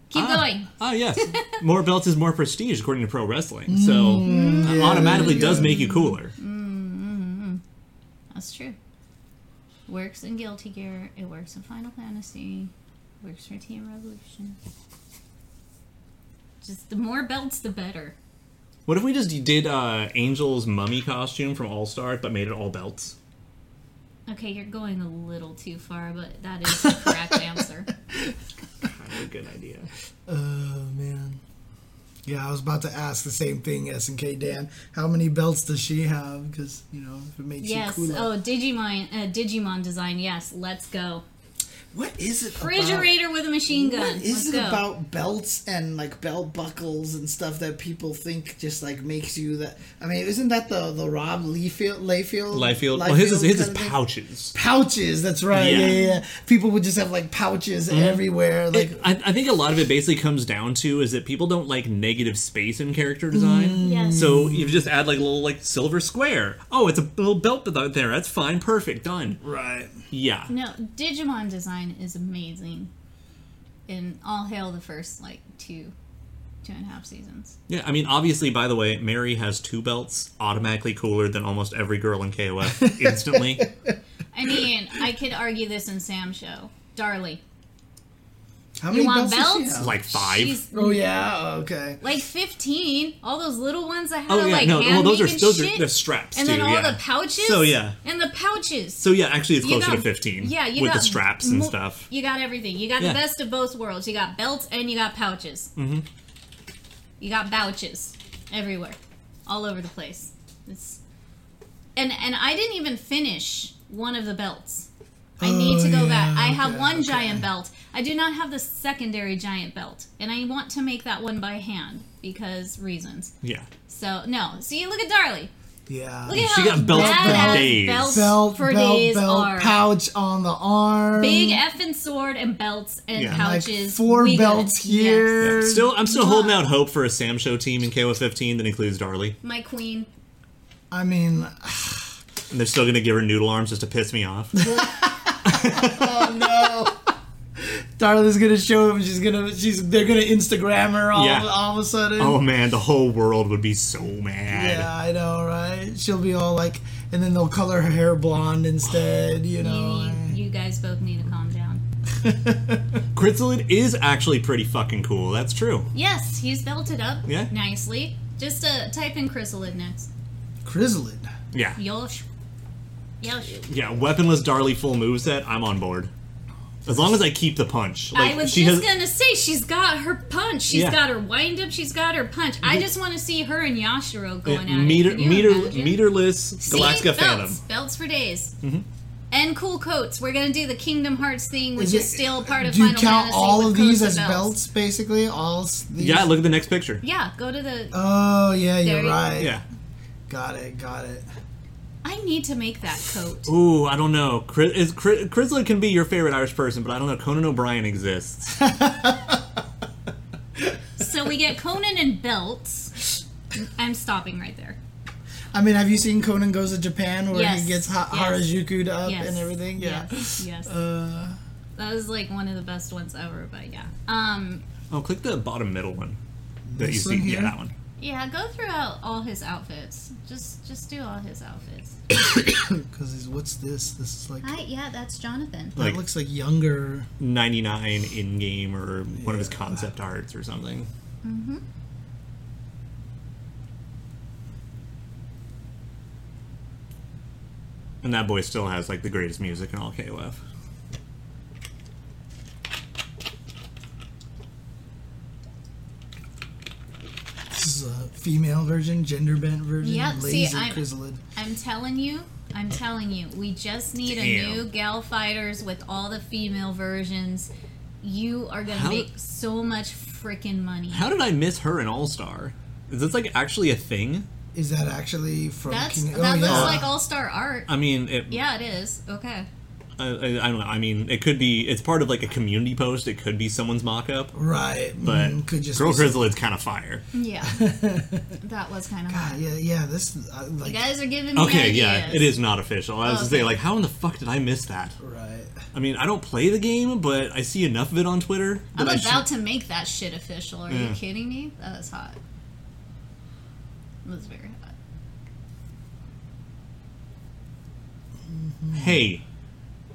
[SPEAKER 1] Keep
[SPEAKER 4] Ah.
[SPEAKER 1] going.
[SPEAKER 4] Ah, yes. (laughs) more belts is more prestige, according to pro wrestling. So
[SPEAKER 2] Mm.
[SPEAKER 4] uh, automatically does make you cooler.
[SPEAKER 1] That's true. Works in Guilty Gear. It works in Final Fantasy. Works for Team Revolution. Just the more belts, the better.
[SPEAKER 4] What if we just did uh, Angel's mummy costume from All Star, but made it all belts?
[SPEAKER 1] Okay, you're going a little too far, but that is
[SPEAKER 2] (laughs)
[SPEAKER 1] the correct answer.
[SPEAKER 4] That's a good idea.
[SPEAKER 2] Oh man. Yeah, I was about to ask the same thing, S and K Dan. How many belts does she have? Because you know, if it makes
[SPEAKER 1] Yes.
[SPEAKER 2] you cooler.
[SPEAKER 1] Oh, Digimon, uh, Digimon design. Yes. Let's go.
[SPEAKER 2] What is it?
[SPEAKER 1] Refrigerator with a machine
[SPEAKER 2] About,
[SPEAKER 1] gun.
[SPEAKER 2] what is
[SPEAKER 1] let's
[SPEAKER 2] it
[SPEAKER 1] go.
[SPEAKER 2] about belts and like belt buckles and stuff that people think just like makes you that? I mean, isn't that the the Rob Layfield? Layfield.
[SPEAKER 4] Liefeld. Well, his is, his is
[SPEAKER 2] kinda thing?
[SPEAKER 4] pouches.
[SPEAKER 2] Pouches. That's right. Yeah.
[SPEAKER 4] Yeah. Mm-hmm.
[SPEAKER 2] yeah, yeah. People would just have like pouches everywhere. Like
[SPEAKER 4] I, I think a lot of it basically comes down to is that people don't like negative space in character design.
[SPEAKER 2] Mm.
[SPEAKER 1] Yes.
[SPEAKER 4] So you just add like a little like silver square. Oh, it's a little belt out there. That's fine. Perfect. Done.
[SPEAKER 2] right.
[SPEAKER 4] Yeah.
[SPEAKER 1] No, Digimon design is amazing. And all hail the first like two, two and a half seasons.
[SPEAKER 4] Yeah. I mean, obviously, by the way, Mary has two belts, automatically cooler than almost every girl
[SPEAKER 1] (laughs)
[SPEAKER 4] in KOF instantly.
[SPEAKER 1] I mean, I could argue this in Sam's show. Darlie.
[SPEAKER 2] How many
[SPEAKER 1] want
[SPEAKER 2] belts? does she
[SPEAKER 1] belts?
[SPEAKER 2] have?
[SPEAKER 4] like five.
[SPEAKER 1] She's
[SPEAKER 2] oh yeah. Okay.
[SPEAKER 1] like 15. All those little ones I had
[SPEAKER 4] oh
[SPEAKER 1] to
[SPEAKER 4] yeah.
[SPEAKER 1] like
[SPEAKER 4] no. Well,
[SPEAKER 1] hand
[SPEAKER 4] those are
[SPEAKER 1] make and
[SPEAKER 4] those
[SPEAKER 1] shit.
[SPEAKER 4] are the straps
[SPEAKER 1] and
[SPEAKER 4] too.
[SPEAKER 1] then all
[SPEAKER 4] yeah.
[SPEAKER 1] the pouches.
[SPEAKER 4] So, yeah.
[SPEAKER 1] And the pouches.
[SPEAKER 4] so yeah, actually, it's
[SPEAKER 1] You
[SPEAKER 4] closer
[SPEAKER 1] got-
[SPEAKER 4] to fifteen.
[SPEAKER 1] Yeah, you
[SPEAKER 4] with
[SPEAKER 1] got
[SPEAKER 4] the straps and
[SPEAKER 1] mo-
[SPEAKER 4] stuff.
[SPEAKER 1] You got everything. You got
[SPEAKER 4] Yeah.
[SPEAKER 1] the best of both worlds. You got belts and you got pouches. Mm-hmm. You got pouches everywhere, all over the place. It's and and I didn't even finish one of the belts.
[SPEAKER 4] Oh,
[SPEAKER 1] I need to go
[SPEAKER 2] yeah,
[SPEAKER 1] back. I have
[SPEAKER 2] okay,
[SPEAKER 1] one giant belt. I do not have the secondary giant belt, and I want to make that one by hand because reasons.
[SPEAKER 4] Yeah.
[SPEAKER 1] So no, see, look at Darlie.
[SPEAKER 2] Yeah.
[SPEAKER 1] Look at
[SPEAKER 4] She
[SPEAKER 1] how
[SPEAKER 4] got belts for
[SPEAKER 1] badass
[SPEAKER 4] days.
[SPEAKER 1] Belts
[SPEAKER 2] belt,
[SPEAKER 1] for
[SPEAKER 2] belt,
[SPEAKER 1] days
[SPEAKER 2] belt,
[SPEAKER 1] are.
[SPEAKER 2] pouch on the arm.
[SPEAKER 1] Big effing sword and belts and
[SPEAKER 4] Um, Yeah.
[SPEAKER 2] like
[SPEAKER 1] pouches.
[SPEAKER 2] four
[SPEAKER 1] We got
[SPEAKER 2] belts
[SPEAKER 1] it. Yes.
[SPEAKER 2] here.
[SPEAKER 4] Still, I'm still holding out hope for a Sam Show team in KOF 15 that includes Darlie,
[SPEAKER 1] My queen.
[SPEAKER 2] I mean,
[SPEAKER 4] and they're still gonna give her noodle arms just to piss
[SPEAKER 1] (laughs)
[SPEAKER 4] me off.
[SPEAKER 2] Darla's gonna show him. She's gonna. She's. They're gonna Instagram her all,
[SPEAKER 4] Yeah.
[SPEAKER 2] all of a sudden.
[SPEAKER 4] Oh man, the whole world would be so mad.
[SPEAKER 2] Yeah, I know, right? She'll be all like, and then they'll color her hair blonde instead. You
[SPEAKER 1] You,
[SPEAKER 2] know.
[SPEAKER 1] need- you guys both need to calm down.
[SPEAKER 4] Grizzlin is actually pretty fucking cool. That's true.
[SPEAKER 1] Yes, he's belted up
[SPEAKER 4] Yeah.
[SPEAKER 1] nicely. Just uh, type in chrysalid next.
[SPEAKER 2] Chrysalid.
[SPEAKER 4] Yeah.
[SPEAKER 1] Yosh. Yosh.
[SPEAKER 4] Yeah, weaponless Darlie full moveset, I'm on board. As long as I keep the punch.
[SPEAKER 1] I was just gonna say she's got her punch. She's
[SPEAKER 4] Yeah.
[SPEAKER 1] got her wind up. She's got her punch. I just want to see her and Yashiro going at
[SPEAKER 4] meter
[SPEAKER 1] it. Can you
[SPEAKER 4] meter
[SPEAKER 1] imagine?
[SPEAKER 4] meterless
[SPEAKER 1] See?
[SPEAKER 4] Galactica
[SPEAKER 1] belts,
[SPEAKER 4] Phantom.
[SPEAKER 1] belts for days, and cool coats. We're gonna do the Kingdom Hearts thing, which
[SPEAKER 2] Is
[SPEAKER 1] is,
[SPEAKER 2] it-
[SPEAKER 1] still part of
[SPEAKER 2] Do you
[SPEAKER 1] Final
[SPEAKER 2] count
[SPEAKER 1] Fantasy.
[SPEAKER 2] all
[SPEAKER 1] with
[SPEAKER 2] of these
[SPEAKER 1] coats
[SPEAKER 2] as
[SPEAKER 1] and
[SPEAKER 2] belts. basically? All s- these.
[SPEAKER 4] Yeah, look at the next picture.
[SPEAKER 1] Yeah, go to the.
[SPEAKER 2] Oh yeah,
[SPEAKER 1] There
[SPEAKER 2] you're
[SPEAKER 1] you go.
[SPEAKER 2] right.
[SPEAKER 4] Yeah.
[SPEAKER 2] Got it. Got it.
[SPEAKER 1] I need to make that coat.
[SPEAKER 4] Ooh, I don't know. Chris, is, Chris, Grizzlin can be your favorite Irish person, but I don't know. Conan O'Brien exists.
[SPEAKER 2] (laughs)
[SPEAKER 1] So we get Conan and belts. I'm stopping right there.
[SPEAKER 2] I mean, have you seen Conan Goes to Japan where
[SPEAKER 1] Yes,
[SPEAKER 2] he gets ha-
[SPEAKER 1] yes,
[SPEAKER 2] Harajuku'd up
[SPEAKER 1] yes,
[SPEAKER 2] and everything? Yeah. (laughs)
[SPEAKER 1] Yes. Yes.
[SPEAKER 2] Uh,
[SPEAKER 1] that was like one of the best ones ever. But yeah. Um.
[SPEAKER 4] oh, click the bottom middle one that
[SPEAKER 2] This
[SPEAKER 4] you see.
[SPEAKER 2] one
[SPEAKER 4] Yeah,
[SPEAKER 2] here?
[SPEAKER 4] that one.
[SPEAKER 1] Yeah. Go throughout all his outfits. Just just do all his outfits.
[SPEAKER 2] Because he's what's this? This is like
[SPEAKER 1] I, yeah, that's Jonathan.
[SPEAKER 2] that
[SPEAKER 4] Like-
[SPEAKER 2] looks like younger.
[SPEAKER 4] 99 in game or one of his concept arts or something. Mm-hmm. And that boy still has like the greatest music in all KOF.
[SPEAKER 2] female version, gender bent version,
[SPEAKER 1] Yep, see,
[SPEAKER 2] laser
[SPEAKER 1] I'm-
[SPEAKER 2] chrysalid.
[SPEAKER 1] I'm telling you, I'm telling you, we just need
[SPEAKER 4] Damn.
[SPEAKER 1] a new Gal Fighters with all the female versions. You are gonna
[SPEAKER 4] How-
[SPEAKER 1] make so much freaking money.
[SPEAKER 4] How did I miss her in All Star? Is this like actually a thing?
[SPEAKER 2] Is that actually from
[SPEAKER 1] That's
[SPEAKER 2] King?
[SPEAKER 1] that
[SPEAKER 2] oh,
[SPEAKER 1] looks
[SPEAKER 2] yeah.
[SPEAKER 1] like all star art.
[SPEAKER 4] I mean, it,
[SPEAKER 1] yeah, it is. Okay.
[SPEAKER 4] I, I, I don't know. I mean, it could be. It's part of like a community post. It could be someone's mock-up.
[SPEAKER 2] right.
[SPEAKER 4] But
[SPEAKER 2] mm, could just
[SPEAKER 4] Girl
[SPEAKER 2] be some-
[SPEAKER 4] Chrysalid's kind of fire.
[SPEAKER 1] Yeah. that was kind of
[SPEAKER 2] Ah,
[SPEAKER 1] hot.
[SPEAKER 2] yeah, yeah. This uh, like
[SPEAKER 1] You guys are giving me
[SPEAKER 4] Okay,
[SPEAKER 1] ideas.
[SPEAKER 4] yeah, it is not official. I was gonna say
[SPEAKER 1] Okay.
[SPEAKER 4] like, how in the fuck did I miss that?
[SPEAKER 2] right.
[SPEAKER 4] I mean, I don't play the game, but I see enough of it on Twitter.
[SPEAKER 1] I'm
[SPEAKER 4] that I
[SPEAKER 1] about
[SPEAKER 4] should-
[SPEAKER 1] to make that shit official. Are
[SPEAKER 4] Yeah.
[SPEAKER 1] you kidding me? That is hot. That was very hot.
[SPEAKER 4] Hey,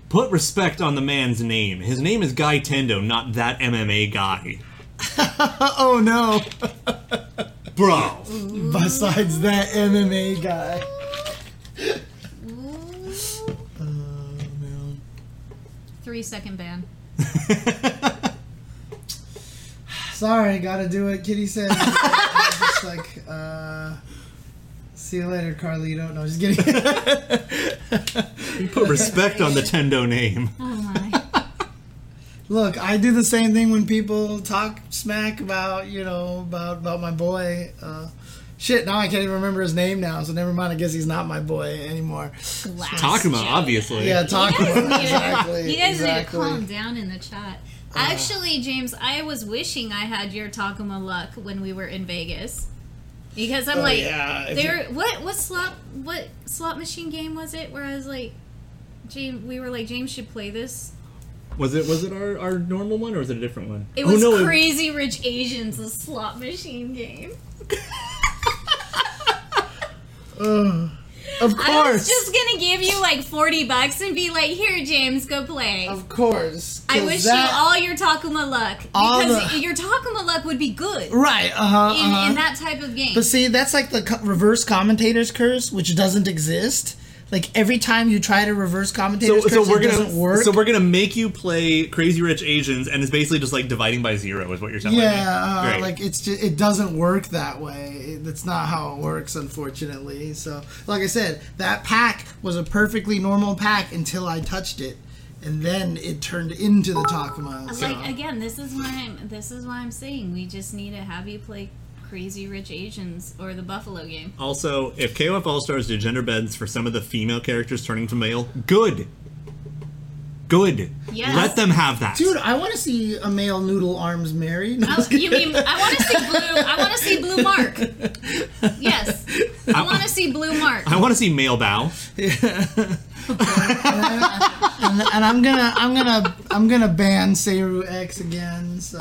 [SPEAKER 4] put respect on the man's name. His name is Guy Tendo, not that MMA guy,
[SPEAKER 2] Oh no! (laughs)
[SPEAKER 4] bro.
[SPEAKER 2] Besides that MMA guy. (laughs)
[SPEAKER 1] Ooh.
[SPEAKER 2] Oh man.
[SPEAKER 1] Three second ban.
[SPEAKER 2] Sorry, gotta do what Kitty
[SPEAKER 1] (laughs)
[SPEAKER 2] said. I'm just like, uh, see you later, Carlito. No, just kidding. (laughs)
[SPEAKER 4] put respect on the
[SPEAKER 1] (laughs)
[SPEAKER 4] Tendo name.
[SPEAKER 1] Oh my.
[SPEAKER 2] Look, I do the same thing when people talk smack about, you know, about about my boy. Uh, shit, now I can't even remember his name now, so never mind. I guess he's not my boy anymore.
[SPEAKER 1] Glass
[SPEAKER 4] Takuma,
[SPEAKER 1] joke.
[SPEAKER 4] obviously.
[SPEAKER 2] Yeah, talk
[SPEAKER 1] (laughs)
[SPEAKER 2] about
[SPEAKER 1] You guys need to-
[SPEAKER 2] exactly.
[SPEAKER 1] You guys
[SPEAKER 2] exactly. Uh-huh.
[SPEAKER 1] need to calm down in the chat. Actually, James, I was wishing I had your Takuma luck when we were in Vegas. Because I'm
[SPEAKER 2] Oh,
[SPEAKER 1] like
[SPEAKER 2] yeah, if
[SPEAKER 1] there what what slot what slot machine game was it where I was like James we were like James should play this.
[SPEAKER 3] Was it was it our, our normal one or was it a different one?
[SPEAKER 1] It
[SPEAKER 4] Oh,
[SPEAKER 1] was
[SPEAKER 4] no, it-
[SPEAKER 1] Crazy Rich Asians, a slot machine game.
[SPEAKER 2] Of
[SPEAKER 1] I was
[SPEAKER 2] course.
[SPEAKER 1] just gonna give you like forty bucks and be like, "Here, James, go play."
[SPEAKER 2] Of course.
[SPEAKER 1] I
[SPEAKER 2] 'cause
[SPEAKER 1] wish
[SPEAKER 2] that-
[SPEAKER 1] you all your Takuma luck
[SPEAKER 2] All
[SPEAKER 1] because
[SPEAKER 2] the-
[SPEAKER 1] your Takuma luck would be good
[SPEAKER 2] Right, uh huh.
[SPEAKER 1] in, in that type of game.
[SPEAKER 2] But see, that's like the co- reverse commentator's curse, which doesn't exist. Like every time you try to reverse commentator's
[SPEAKER 4] So, so
[SPEAKER 2] curse,
[SPEAKER 4] we're
[SPEAKER 2] it
[SPEAKER 4] gonna
[SPEAKER 2] doesn't work.
[SPEAKER 4] so we're gonna make you play Crazy Rich Asians, and it's basically just like dividing by zero is what you're telling me.
[SPEAKER 2] yeah, uh,
[SPEAKER 4] Great.
[SPEAKER 2] like it's just, it doesn't work that way. It- That's not how it works, unfortunately. So, like I said, that pack was a perfectly normal pack until I touched it, and then it turned into the Takuma. So.
[SPEAKER 1] like again, this is why I'm this is why I'm saying we just need to have you play Crazy Rich Asians or the Buffalo game.
[SPEAKER 4] Oh. Also, if KOF All Stars did gender bends for some of the female characters turning to male, good. Good.
[SPEAKER 1] Yes.
[SPEAKER 4] Let them have that.
[SPEAKER 2] Dude, I want to see a male noodle arms
[SPEAKER 1] (laughs)
[SPEAKER 2] marry. No, I'm
[SPEAKER 1] Oh,
[SPEAKER 2] just
[SPEAKER 1] you
[SPEAKER 2] kidding.
[SPEAKER 1] mean I want to see blue? I want to see blue mark. Yes, I want to see blue mark.
[SPEAKER 4] I want to see male bow.
[SPEAKER 2] and I'm gonna, I'm gonna, I'm gonna ban Seiru X again. So.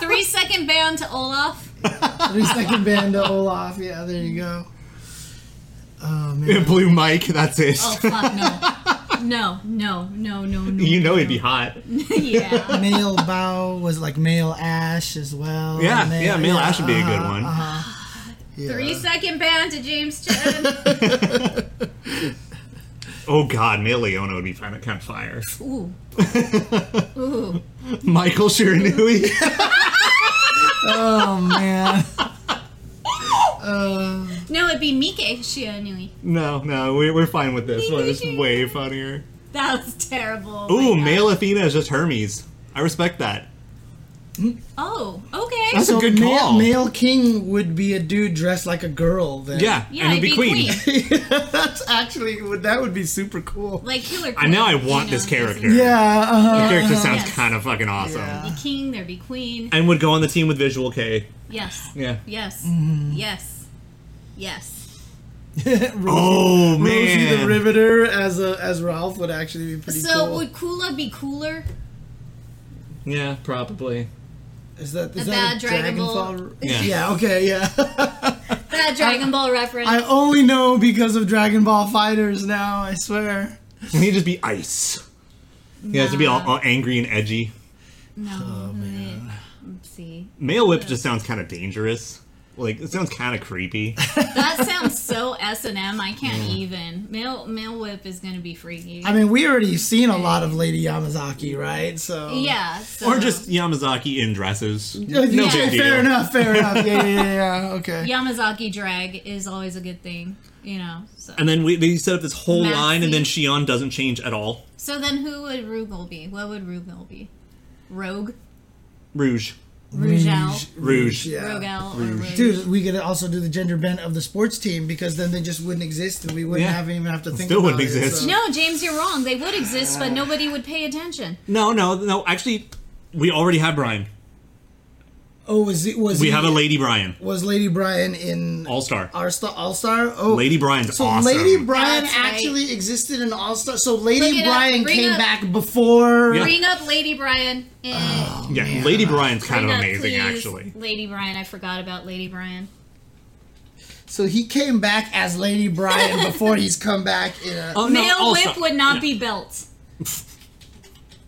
[SPEAKER 1] Three second ban to Olaf.
[SPEAKER 2] Three second ban to Olaf. Yeah, there you go. Oh
[SPEAKER 4] (laughs)
[SPEAKER 2] man.
[SPEAKER 4] (laughs) Blue Mike, that's it.
[SPEAKER 1] Oh fuck no, no, no, no, no, no.
[SPEAKER 4] You know he'd be hot.
[SPEAKER 1] (laughs) yeah.
[SPEAKER 2] male bow was like male ash as well.
[SPEAKER 4] Yeah,
[SPEAKER 2] Male-
[SPEAKER 4] yeah, male ash would be a good one.
[SPEAKER 1] Uh-huh.
[SPEAKER 2] yeah.
[SPEAKER 1] Three second ban to James Chen.
[SPEAKER 4] Oh god, male Leona would be kind of, kind of fire.
[SPEAKER 1] Ooh. Ooh.
[SPEAKER 4] Michael Shiranui.
[SPEAKER 2] Oh man.
[SPEAKER 1] No, it'd be Mike Shionui.
[SPEAKER 4] (laughs) no, no, we, we're fine with this one.
[SPEAKER 1] (laughs)
[SPEAKER 4] It's way funnier.
[SPEAKER 1] That was terrible.
[SPEAKER 4] Ooh,
[SPEAKER 1] Oh my God.
[SPEAKER 4] male Athena is just Hermes. I respect that.
[SPEAKER 1] Oh, okay.
[SPEAKER 4] That's a good
[SPEAKER 2] male,
[SPEAKER 4] call.
[SPEAKER 2] male king would be a dude dressed like a girl. Then.
[SPEAKER 4] yeah,
[SPEAKER 1] yeah,
[SPEAKER 4] and
[SPEAKER 1] it'd be queen.
[SPEAKER 2] (laughs) That's actually would- that would be super cool.
[SPEAKER 1] like Killer Queen.
[SPEAKER 4] I now I
[SPEAKER 1] you
[SPEAKER 4] want
[SPEAKER 1] know,
[SPEAKER 4] this character.
[SPEAKER 2] Yeah. Uh-huh.
[SPEAKER 4] The character sounds
[SPEAKER 1] Yes.
[SPEAKER 4] kind of fucking awesome.
[SPEAKER 1] There'd be king, there'd be queen.
[SPEAKER 4] And would go on the team with Visual K.
[SPEAKER 1] Yes.
[SPEAKER 4] Yeah.
[SPEAKER 1] Yes.
[SPEAKER 2] Mm-hmm.
[SPEAKER 1] Yes. Yes.
[SPEAKER 4] Oh
[SPEAKER 2] Rosie the
[SPEAKER 4] man.
[SPEAKER 2] Riveter as a as Ralph would actually be pretty
[SPEAKER 1] So
[SPEAKER 2] cool.
[SPEAKER 1] would Kula be cooler?
[SPEAKER 4] yeah, probably.
[SPEAKER 2] is that is
[SPEAKER 1] the
[SPEAKER 2] that
[SPEAKER 1] bad
[SPEAKER 2] a
[SPEAKER 1] Dragon Ball-
[SPEAKER 2] Dragonfall-
[SPEAKER 4] Yeah.
[SPEAKER 2] (laughs) yeah. Okay. Yeah. (laughs)
[SPEAKER 1] That Dragon Ball reference.
[SPEAKER 2] I only know because of Dragon Ball Fighters now. I swear.
[SPEAKER 4] And he'd just be ice. He has to be all, all angry and edgy.
[SPEAKER 2] Oh,
[SPEAKER 1] no. eh, Let's see.
[SPEAKER 4] Male Whip just sounds kind of dangerous. Like it sounds kind of
[SPEAKER 2] (laughs)
[SPEAKER 4] creepy.
[SPEAKER 1] That sounds so S and M. I can't even. Male male whip is gonna be freaky.
[SPEAKER 2] I mean, we already seen a lot of Lady Yamazaki, right? So
[SPEAKER 1] yeah. So.
[SPEAKER 4] or just Yamazaki in dresses.
[SPEAKER 2] Yeah,
[SPEAKER 4] No
[SPEAKER 2] fair
[SPEAKER 4] big deal.
[SPEAKER 2] enough, fair
[SPEAKER 4] (laughs)
[SPEAKER 2] enough. Yeah, yeah, yeah, yeah. Okay.
[SPEAKER 1] Yamazaki drag is always a good thing, you know. So,
[SPEAKER 4] And then we, they set up this whole
[SPEAKER 1] Maxi.
[SPEAKER 4] line, and then Shion doesn't change at all.
[SPEAKER 1] so then who would Rugal be? What would Rugal be? Rogue,
[SPEAKER 4] Rouge,
[SPEAKER 1] Rugel,
[SPEAKER 4] Rouge.
[SPEAKER 2] Yeah.
[SPEAKER 1] Rogel, or Rogue.
[SPEAKER 2] Dude, we could also do the gender bent of the sports team because then they just wouldn't exist and we wouldn't
[SPEAKER 4] Yeah.
[SPEAKER 2] have even have to think
[SPEAKER 4] Still
[SPEAKER 2] about
[SPEAKER 4] wouldn't
[SPEAKER 2] it,
[SPEAKER 4] exist.
[SPEAKER 2] so-
[SPEAKER 1] No, James, you're wrong. They would exist, but nobody would pay attention.
[SPEAKER 4] No, no, no. Actually, we already have Brian.
[SPEAKER 2] Oh, was it was
[SPEAKER 4] We
[SPEAKER 2] he-
[SPEAKER 4] have a Lady Brian,
[SPEAKER 2] was Lady Brian in
[SPEAKER 4] All Star.
[SPEAKER 2] All Star All Star? Oh,
[SPEAKER 4] Lady Brian's
[SPEAKER 2] So
[SPEAKER 4] awesome.
[SPEAKER 2] Lady Brian
[SPEAKER 1] That's right.
[SPEAKER 2] actually existed in All Star. So
[SPEAKER 1] Look
[SPEAKER 2] Lady
[SPEAKER 1] it up.
[SPEAKER 2] Brian
[SPEAKER 1] Bring
[SPEAKER 2] came
[SPEAKER 1] up-
[SPEAKER 2] back before.
[SPEAKER 4] Yeah.
[SPEAKER 1] Bring up Lady Brian. Eh,
[SPEAKER 2] Oh,
[SPEAKER 4] yeah, Lady Brian's kind
[SPEAKER 1] bring
[SPEAKER 4] of
[SPEAKER 1] up,
[SPEAKER 4] Oh, amazing,
[SPEAKER 1] please,
[SPEAKER 4] actually.
[SPEAKER 1] Lady Brian. I forgot about Lady Brian.
[SPEAKER 2] So he came back as Lady
[SPEAKER 1] (laughs)
[SPEAKER 2] Brian before he's come back in a.
[SPEAKER 4] Oh,
[SPEAKER 1] Male
[SPEAKER 4] All
[SPEAKER 1] whip
[SPEAKER 4] Star.
[SPEAKER 1] would not
[SPEAKER 4] Yeah.
[SPEAKER 1] be built.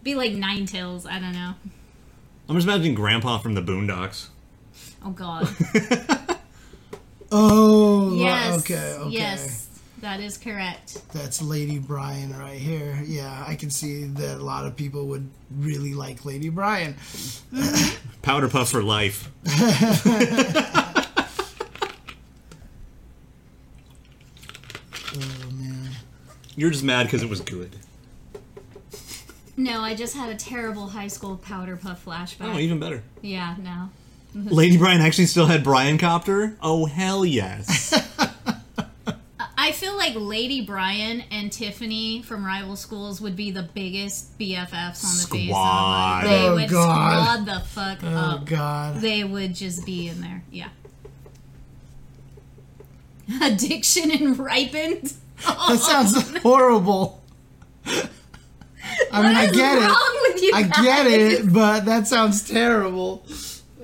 [SPEAKER 1] be like Nine Tails. I don't know.
[SPEAKER 4] I'm just imagining Grandpa from the Boondocks.
[SPEAKER 1] Oh God.
[SPEAKER 4] (laughs)
[SPEAKER 2] Oh,
[SPEAKER 1] Yes.
[SPEAKER 2] okay, okay.
[SPEAKER 1] Yes, that is correct.
[SPEAKER 2] That's Lady Brian right here. Yeah, I can see that a lot of people would really like Lady Brian.
[SPEAKER 4] Powder puff for life. (laughs)
[SPEAKER 2] Oh man.
[SPEAKER 4] You're just mad because it was good.
[SPEAKER 1] No, I just had a terrible high school powder puff flashback.
[SPEAKER 4] Oh, even better.
[SPEAKER 1] yeah, no.
[SPEAKER 4] Lady Brian actually still had Brian Copter? Oh,
[SPEAKER 1] (laughs)
[SPEAKER 4] hell yes.
[SPEAKER 1] I feel like Lady Brian and Tiffany from rival schools would be the biggest BFFs on the face.
[SPEAKER 4] Squad.
[SPEAKER 1] Of the they
[SPEAKER 2] Oh,
[SPEAKER 1] would
[SPEAKER 2] God.
[SPEAKER 1] squad the fuck
[SPEAKER 2] Oh
[SPEAKER 1] up. (laughs)
[SPEAKER 2] god.
[SPEAKER 1] They would just be in there. Yeah. (laughs) Addiction and ripened.
[SPEAKER 2] That sounds horrible. I mean, I get
[SPEAKER 1] What's
[SPEAKER 2] it.
[SPEAKER 1] wrong with you?
[SPEAKER 2] I
[SPEAKER 1] guys?
[SPEAKER 2] get it, but that sounds terrible.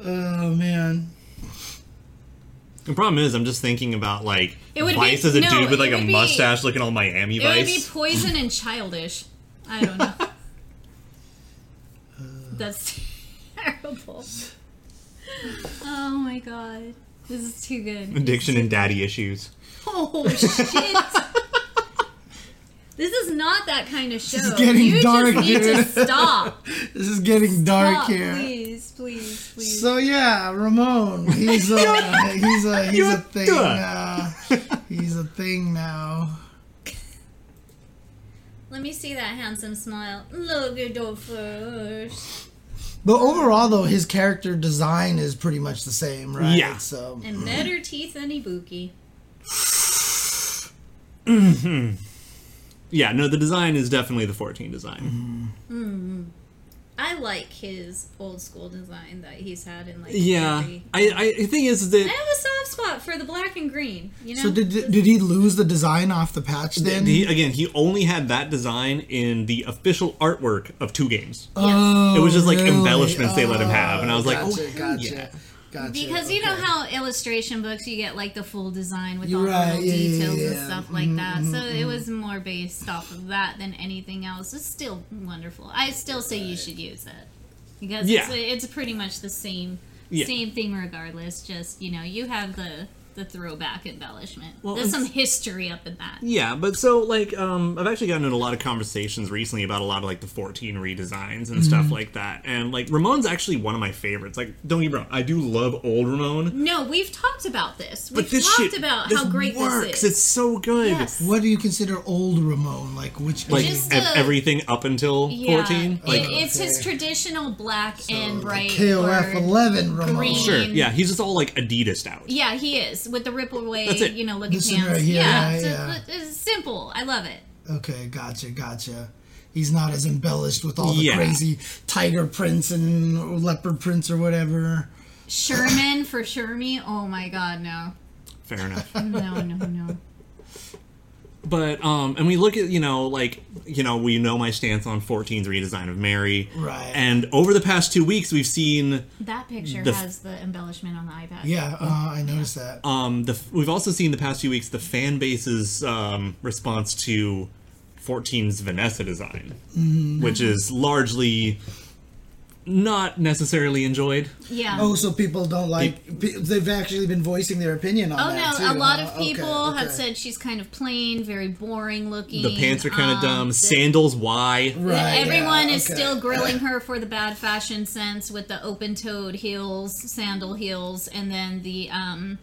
[SPEAKER 2] Oh man.
[SPEAKER 4] (laughs) the problem is, I'm just thinking about like
[SPEAKER 1] It would
[SPEAKER 4] Vice
[SPEAKER 1] be-
[SPEAKER 4] as a
[SPEAKER 1] no,
[SPEAKER 4] dude with like
[SPEAKER 1] it
[SPEAKER 4] a
[SPEAKER 1] would be-
[SPEAKER 4] mustache looking all Miami
[SPEAKER 1] It would be
[SPEAKER 4] Vice.
[SPEAKER 1] poison and childish. I don't
[SPEAKER 2] (laughs)
[SPEAKER 1] know. (laughs) That's
[SPEAKER 2] (laughs)
[SPEAKER 1] terrible. Oh my god. This is too good.
[SPEAKER 4] Addiction and daddy issues.
[SPEAKER 1] Oh shit. This is not that kind of show.
[SPEAKER 2] getting
[SPEAKER 1] you
[SPEAKER 2] dark,
[SPEAKER 1] just need
[SPEAKER 2] dude.
[SPEAKER 1] to stop.
[SPEAKER 2] This is getting (laughs) dark
[SPEAKER 1] Stop,
[SPEAKER 2] here.
[SPEAKER 1] please, please, please.
[SPEAKER 2] So yeah, Ramon.
[SPEAKER 1] (laughs)
[SPEAKER 2] He's a he's a he's a
[SPEAKER 4] You're
[SPEAKER 2] thing
[SPEAKER 4] done.
[SPEAKER 2] now. He's a thing now.
[SPEAKER 1] Let me see that handsome smile. Look at the first.
[SPEAKER 2] But overall, though, his character design is pretty much the same, right?
[SPEAKER 4] Yeah.
[SPEAKER 2] So
[SPEAKER 1] And better teeth than Ibuki.
[SPEAKER 4] Yeah, no, the design is definitely the 14 design.
[SPEAKER 1] I like his old school design that he's had in like
[SPEAKER 4] Yeah.
[SPEAKER 1] every-
[SPEAKER 4] I, I the thing is
[SPEAKER 1] I
[SPEAKER 4] that
[SPEAKER 1] have a soft spot for the black and green. You know,
[SPEAKER 2] so did did he lose the design off the patch then?
[SPEAKER 4] he, again, he only had that design in the official artwork of two games.
[SPEAKER 2] Oh,
[SPEAKER 4] it was just like
[SPEAKER 2] really?
[SPEAKER 4] embellishments they let him have, and I was like,
[SPEAKER 2] Gotcha,
[SPEAKER 4] oh, hell
[SPEAKER 2] gotcha,
[SPEAKER 4] yeah.
[SPEAKER 2] gotcha.
[SPEAKER 1] because you know
[SPEAKER 2] okay.
[SPEAKER 1] how illustration books you get like the full design with
[SPEAKER 2] You're
[SPEAKER 1] all
[SPEAKER 2] right,
[SPEAKER 1] the little
[SPEAKER 2] yeah, yeah,
[SPEAKER 1] details and
[SPEAKER 2] yeah.
[SPEAKER 1] stuff like that. So it was more based off of that than anything else. It's still wonderful. I still say you should use it because
[SPEAKER 4] Yeah.
[SPEAKER 1] it's, it's pretty much the same
[SPEAKER 4] Yeah.
[SPEAKER 1] same thing regardless. Just you know you have the the throwback embellishment. There's
[SPEAKER 4] it's-
[SPEAKER 1] some history up in that.
[SPEAKER 4] Yeah, but so like um, I've actually gotten into a lot of conversations recently about a lot of like the 14 redesigns and
[SPEAKER 2] Mm-hmm.
[SPEAKER 4] stuff like that, and like Ramon's actually one of my favorites. Like, don't get me wrong, I do love old Ramon,
[SPEAKER 1] No, we've talked about this. We've
[SPEAKER 4] but this
[SPEAKER 1] talked
[SPEAKER 4] shit
[SPEAKER 1] about
[SPEAKER 4] this
[SPEAKER 1] how great
[SPEAKER 4] works.
[SPEAKER 1] this is.
[SPEAKER 4] It's so good.
[SPEAKER 1] Yes.
[SPEAKER 2] What do you consider old Ramon? Like which
[SPEAKER 4] Like
[SPEAKER 1] Just
[SPEAKER 4] ev-
[SPEAKER 1] the-
[SPEAKER 4] everything up until
[SPEAKER 1] Yeah,
[SPEAKER 4] 14.
[SPEAKER 1] it-
[SPEAKER 4] Like,
[SPEAKER 1] it's his traditional black and bright or-
[SPEAKER 2] KOF eleven Ramon?
[SPEAKER 1] green.
[SPEAKER 4] sure, yeah, he's just all like Adidas out.
[SPEAKER 1] Yeah, he is with the ripple away,
[SPEAKER 4] That's it.
[SPEAKER 1] you know, looking
[SPEAKER 2] This one
[SPEAKER 1] pants.
[SPEAKER 2] right here,
[SPEAKER 1] yeah,
[SPEAKER 2] yeah,
[SPEAKER 1] it's,
[SPEAKER 2] yeah.
[SPEAKER 1] it's- it's simple. I love it.
[SPEAKER 2] Okay, gotcha, gotcha. He's not as embellished with all the
[SPEAKER 4] Yeah.
[SPEAKER 2] crazy tiger prints and leopard prints or whatever.
[SPEAKER 1] Sherman (laughs) for Shermie. Oh my God, no,
[SPEAKER 4] Fair enough.
[SPEAKER 1] (laughs) no, no, no.
[SPEAKER 4] But um, and we look at you know like you know we know my stance on 14's redesign of Mary,
[SPEAKER 2] Right.
[SPEAKER 4] And over the past two weeks, we've seen
[SPEAKER 1] That picture
[SPEAKER 4] The f-
[SPEAKER 1] has the embellishment on the iPad.
[SPEAKER 2] Yeah, uh, I noticed that.
[SPEAKER 4] um the we've also seen the past few weeks the fan base's um response to
[SPEAKER 2] Mm-hmm.
[SPEAKER 4] 14's Vanessa design, which is largely not necessarily enjoyed.
[SPEAKER 1] Yeah.
[SPEAKER 2] Oh, so people don't like. Pe- they've actually been voicing their opinion on
[SPEAKER 1] Oh
[SPEAKER 2] that.
[SPEAKER 1] no! A
[SPEAKER 2] too,
[SPEAKER 1] lot
[SPEAKER 2] huh?
[SPEAKER 1] of
[SPEAKER 2] Okay,
[SPEAKER 1] people have
[SPEAKER 2] okay.
[SPEAKER 1] said she's kind of plain, very boring looking.
[SPEAKER 4] The pants are kind of
[SPEAKER 1] Um,
[SPEAKER 4] dumb.
[SPEAKER 1] the-
[SPEAKER 4] Sandals, why?
[SPEAKER 2] Right,
[SPEAKER 1] Everyone
[SPEAKER 2] yeah,
[SPEAKER 1] is
[SPEAKER 2] okay.
[SPEAKER 1] still grilling her for the bad fashion sense with the open-toed heels, sandal heels, and then the um,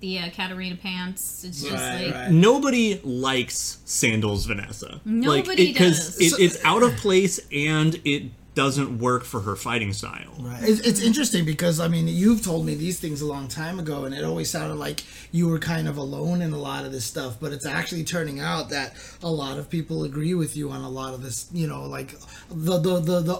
[SPEAKER 1] the uh, Katarina pants. It's just
[SPEAKER 2] Right,
[SPEAKER 1] like
[SPEAKER 2] right.
[SPEAKER 4] Nobody likes sandals, Vanessa.
[SPEAKER 1] Nobody
[SPEAKER 4] like, it, 'cause
[SPEAKER 1] does.
[SPEAKER 4] It, it's out of place and it doesn't work for her fighting style.
[SPEAKER 2] Right. It's, it's interesting because I mean you've told me these things a long time ago, and it always sounded like you were kind of alone in a lot of this stuff. But it's actually turning out that a lot of people agree with you on a lot of this. You know, like the the the, the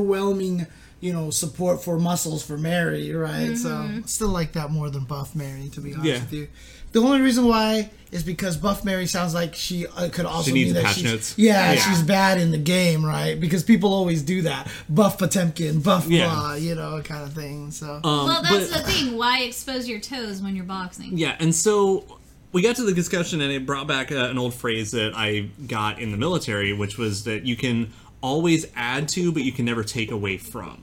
[SPEAKER 2] overwhelming you know support for muscles for Mary, right? So still like that more than Buff Mary, to be honest
[SPEAKER 4] Yeah.
[SPEAKER 2] with you. The only reason why is because Buff Mary sounds like she uh, could also
[SPEAKER 4] needs
[SPEAKER 2] mean that
[SPEAKER 4] patch
[SPEAKER 2] she's,
[SPEAKER 4] notes.
[SPEAKER 2] Yeah, she's bad in the game, right? Because people always do that. Buff Potemkin, buff
[SPEAKER 4] Yeah.
[SPEAKER 2] blah, you know, kind of thing. So
[SPEAKER 4] Um,
[SPEAKER 1] Well, that's
[SPEAKER 4] but-
[SPEAKER 1] the thing. Why expose your toes when you're boxing?
[SPEAKER 4] Yeah, and so we got to the discussion, and it brought back uh, an old phrase that I got in the military, which was that you can always add to, but you can never take away from.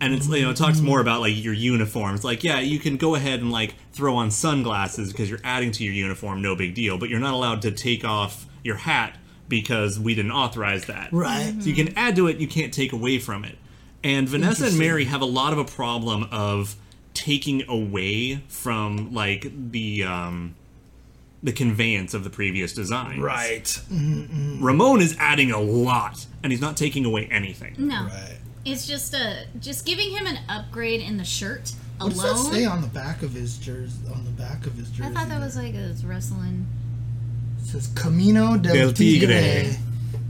[SPEAKER 4] And it's you know it talks more about like your uniform. It's like yeah, you can go ahead and like throw on sunglasses because you're adding to your uniform, no big deal. But you're not allowed to take off your hat because we didn't authorize that.
[SPEAKER 2] Right.
[SPEAKER 4] So you can add to it, you can't take away from it. And Vanessa and Mary have a lot of a problem of taking away from like the um the conveyance of the previous design. Ramon is adding a lot and he's not taking away anything.
[SPEAKER 1] No, it's just a just giving him an upgrade in the shirt
[SPEAKER 2] What does that
[SPEAKER 1] alone.
[SPEAKER 2] say on the back of his jersey? On the back of his
[SPEAKER 1] I
[SPEAKER 2] jersey,
[SPEAKER 1] thought that was like a wrestling.
[SPEAKER 2] it says Camino del,
[SPEAKER 4] Del
[SPEAKER 2] Tigre.
[SPEAKER 4] Tigre.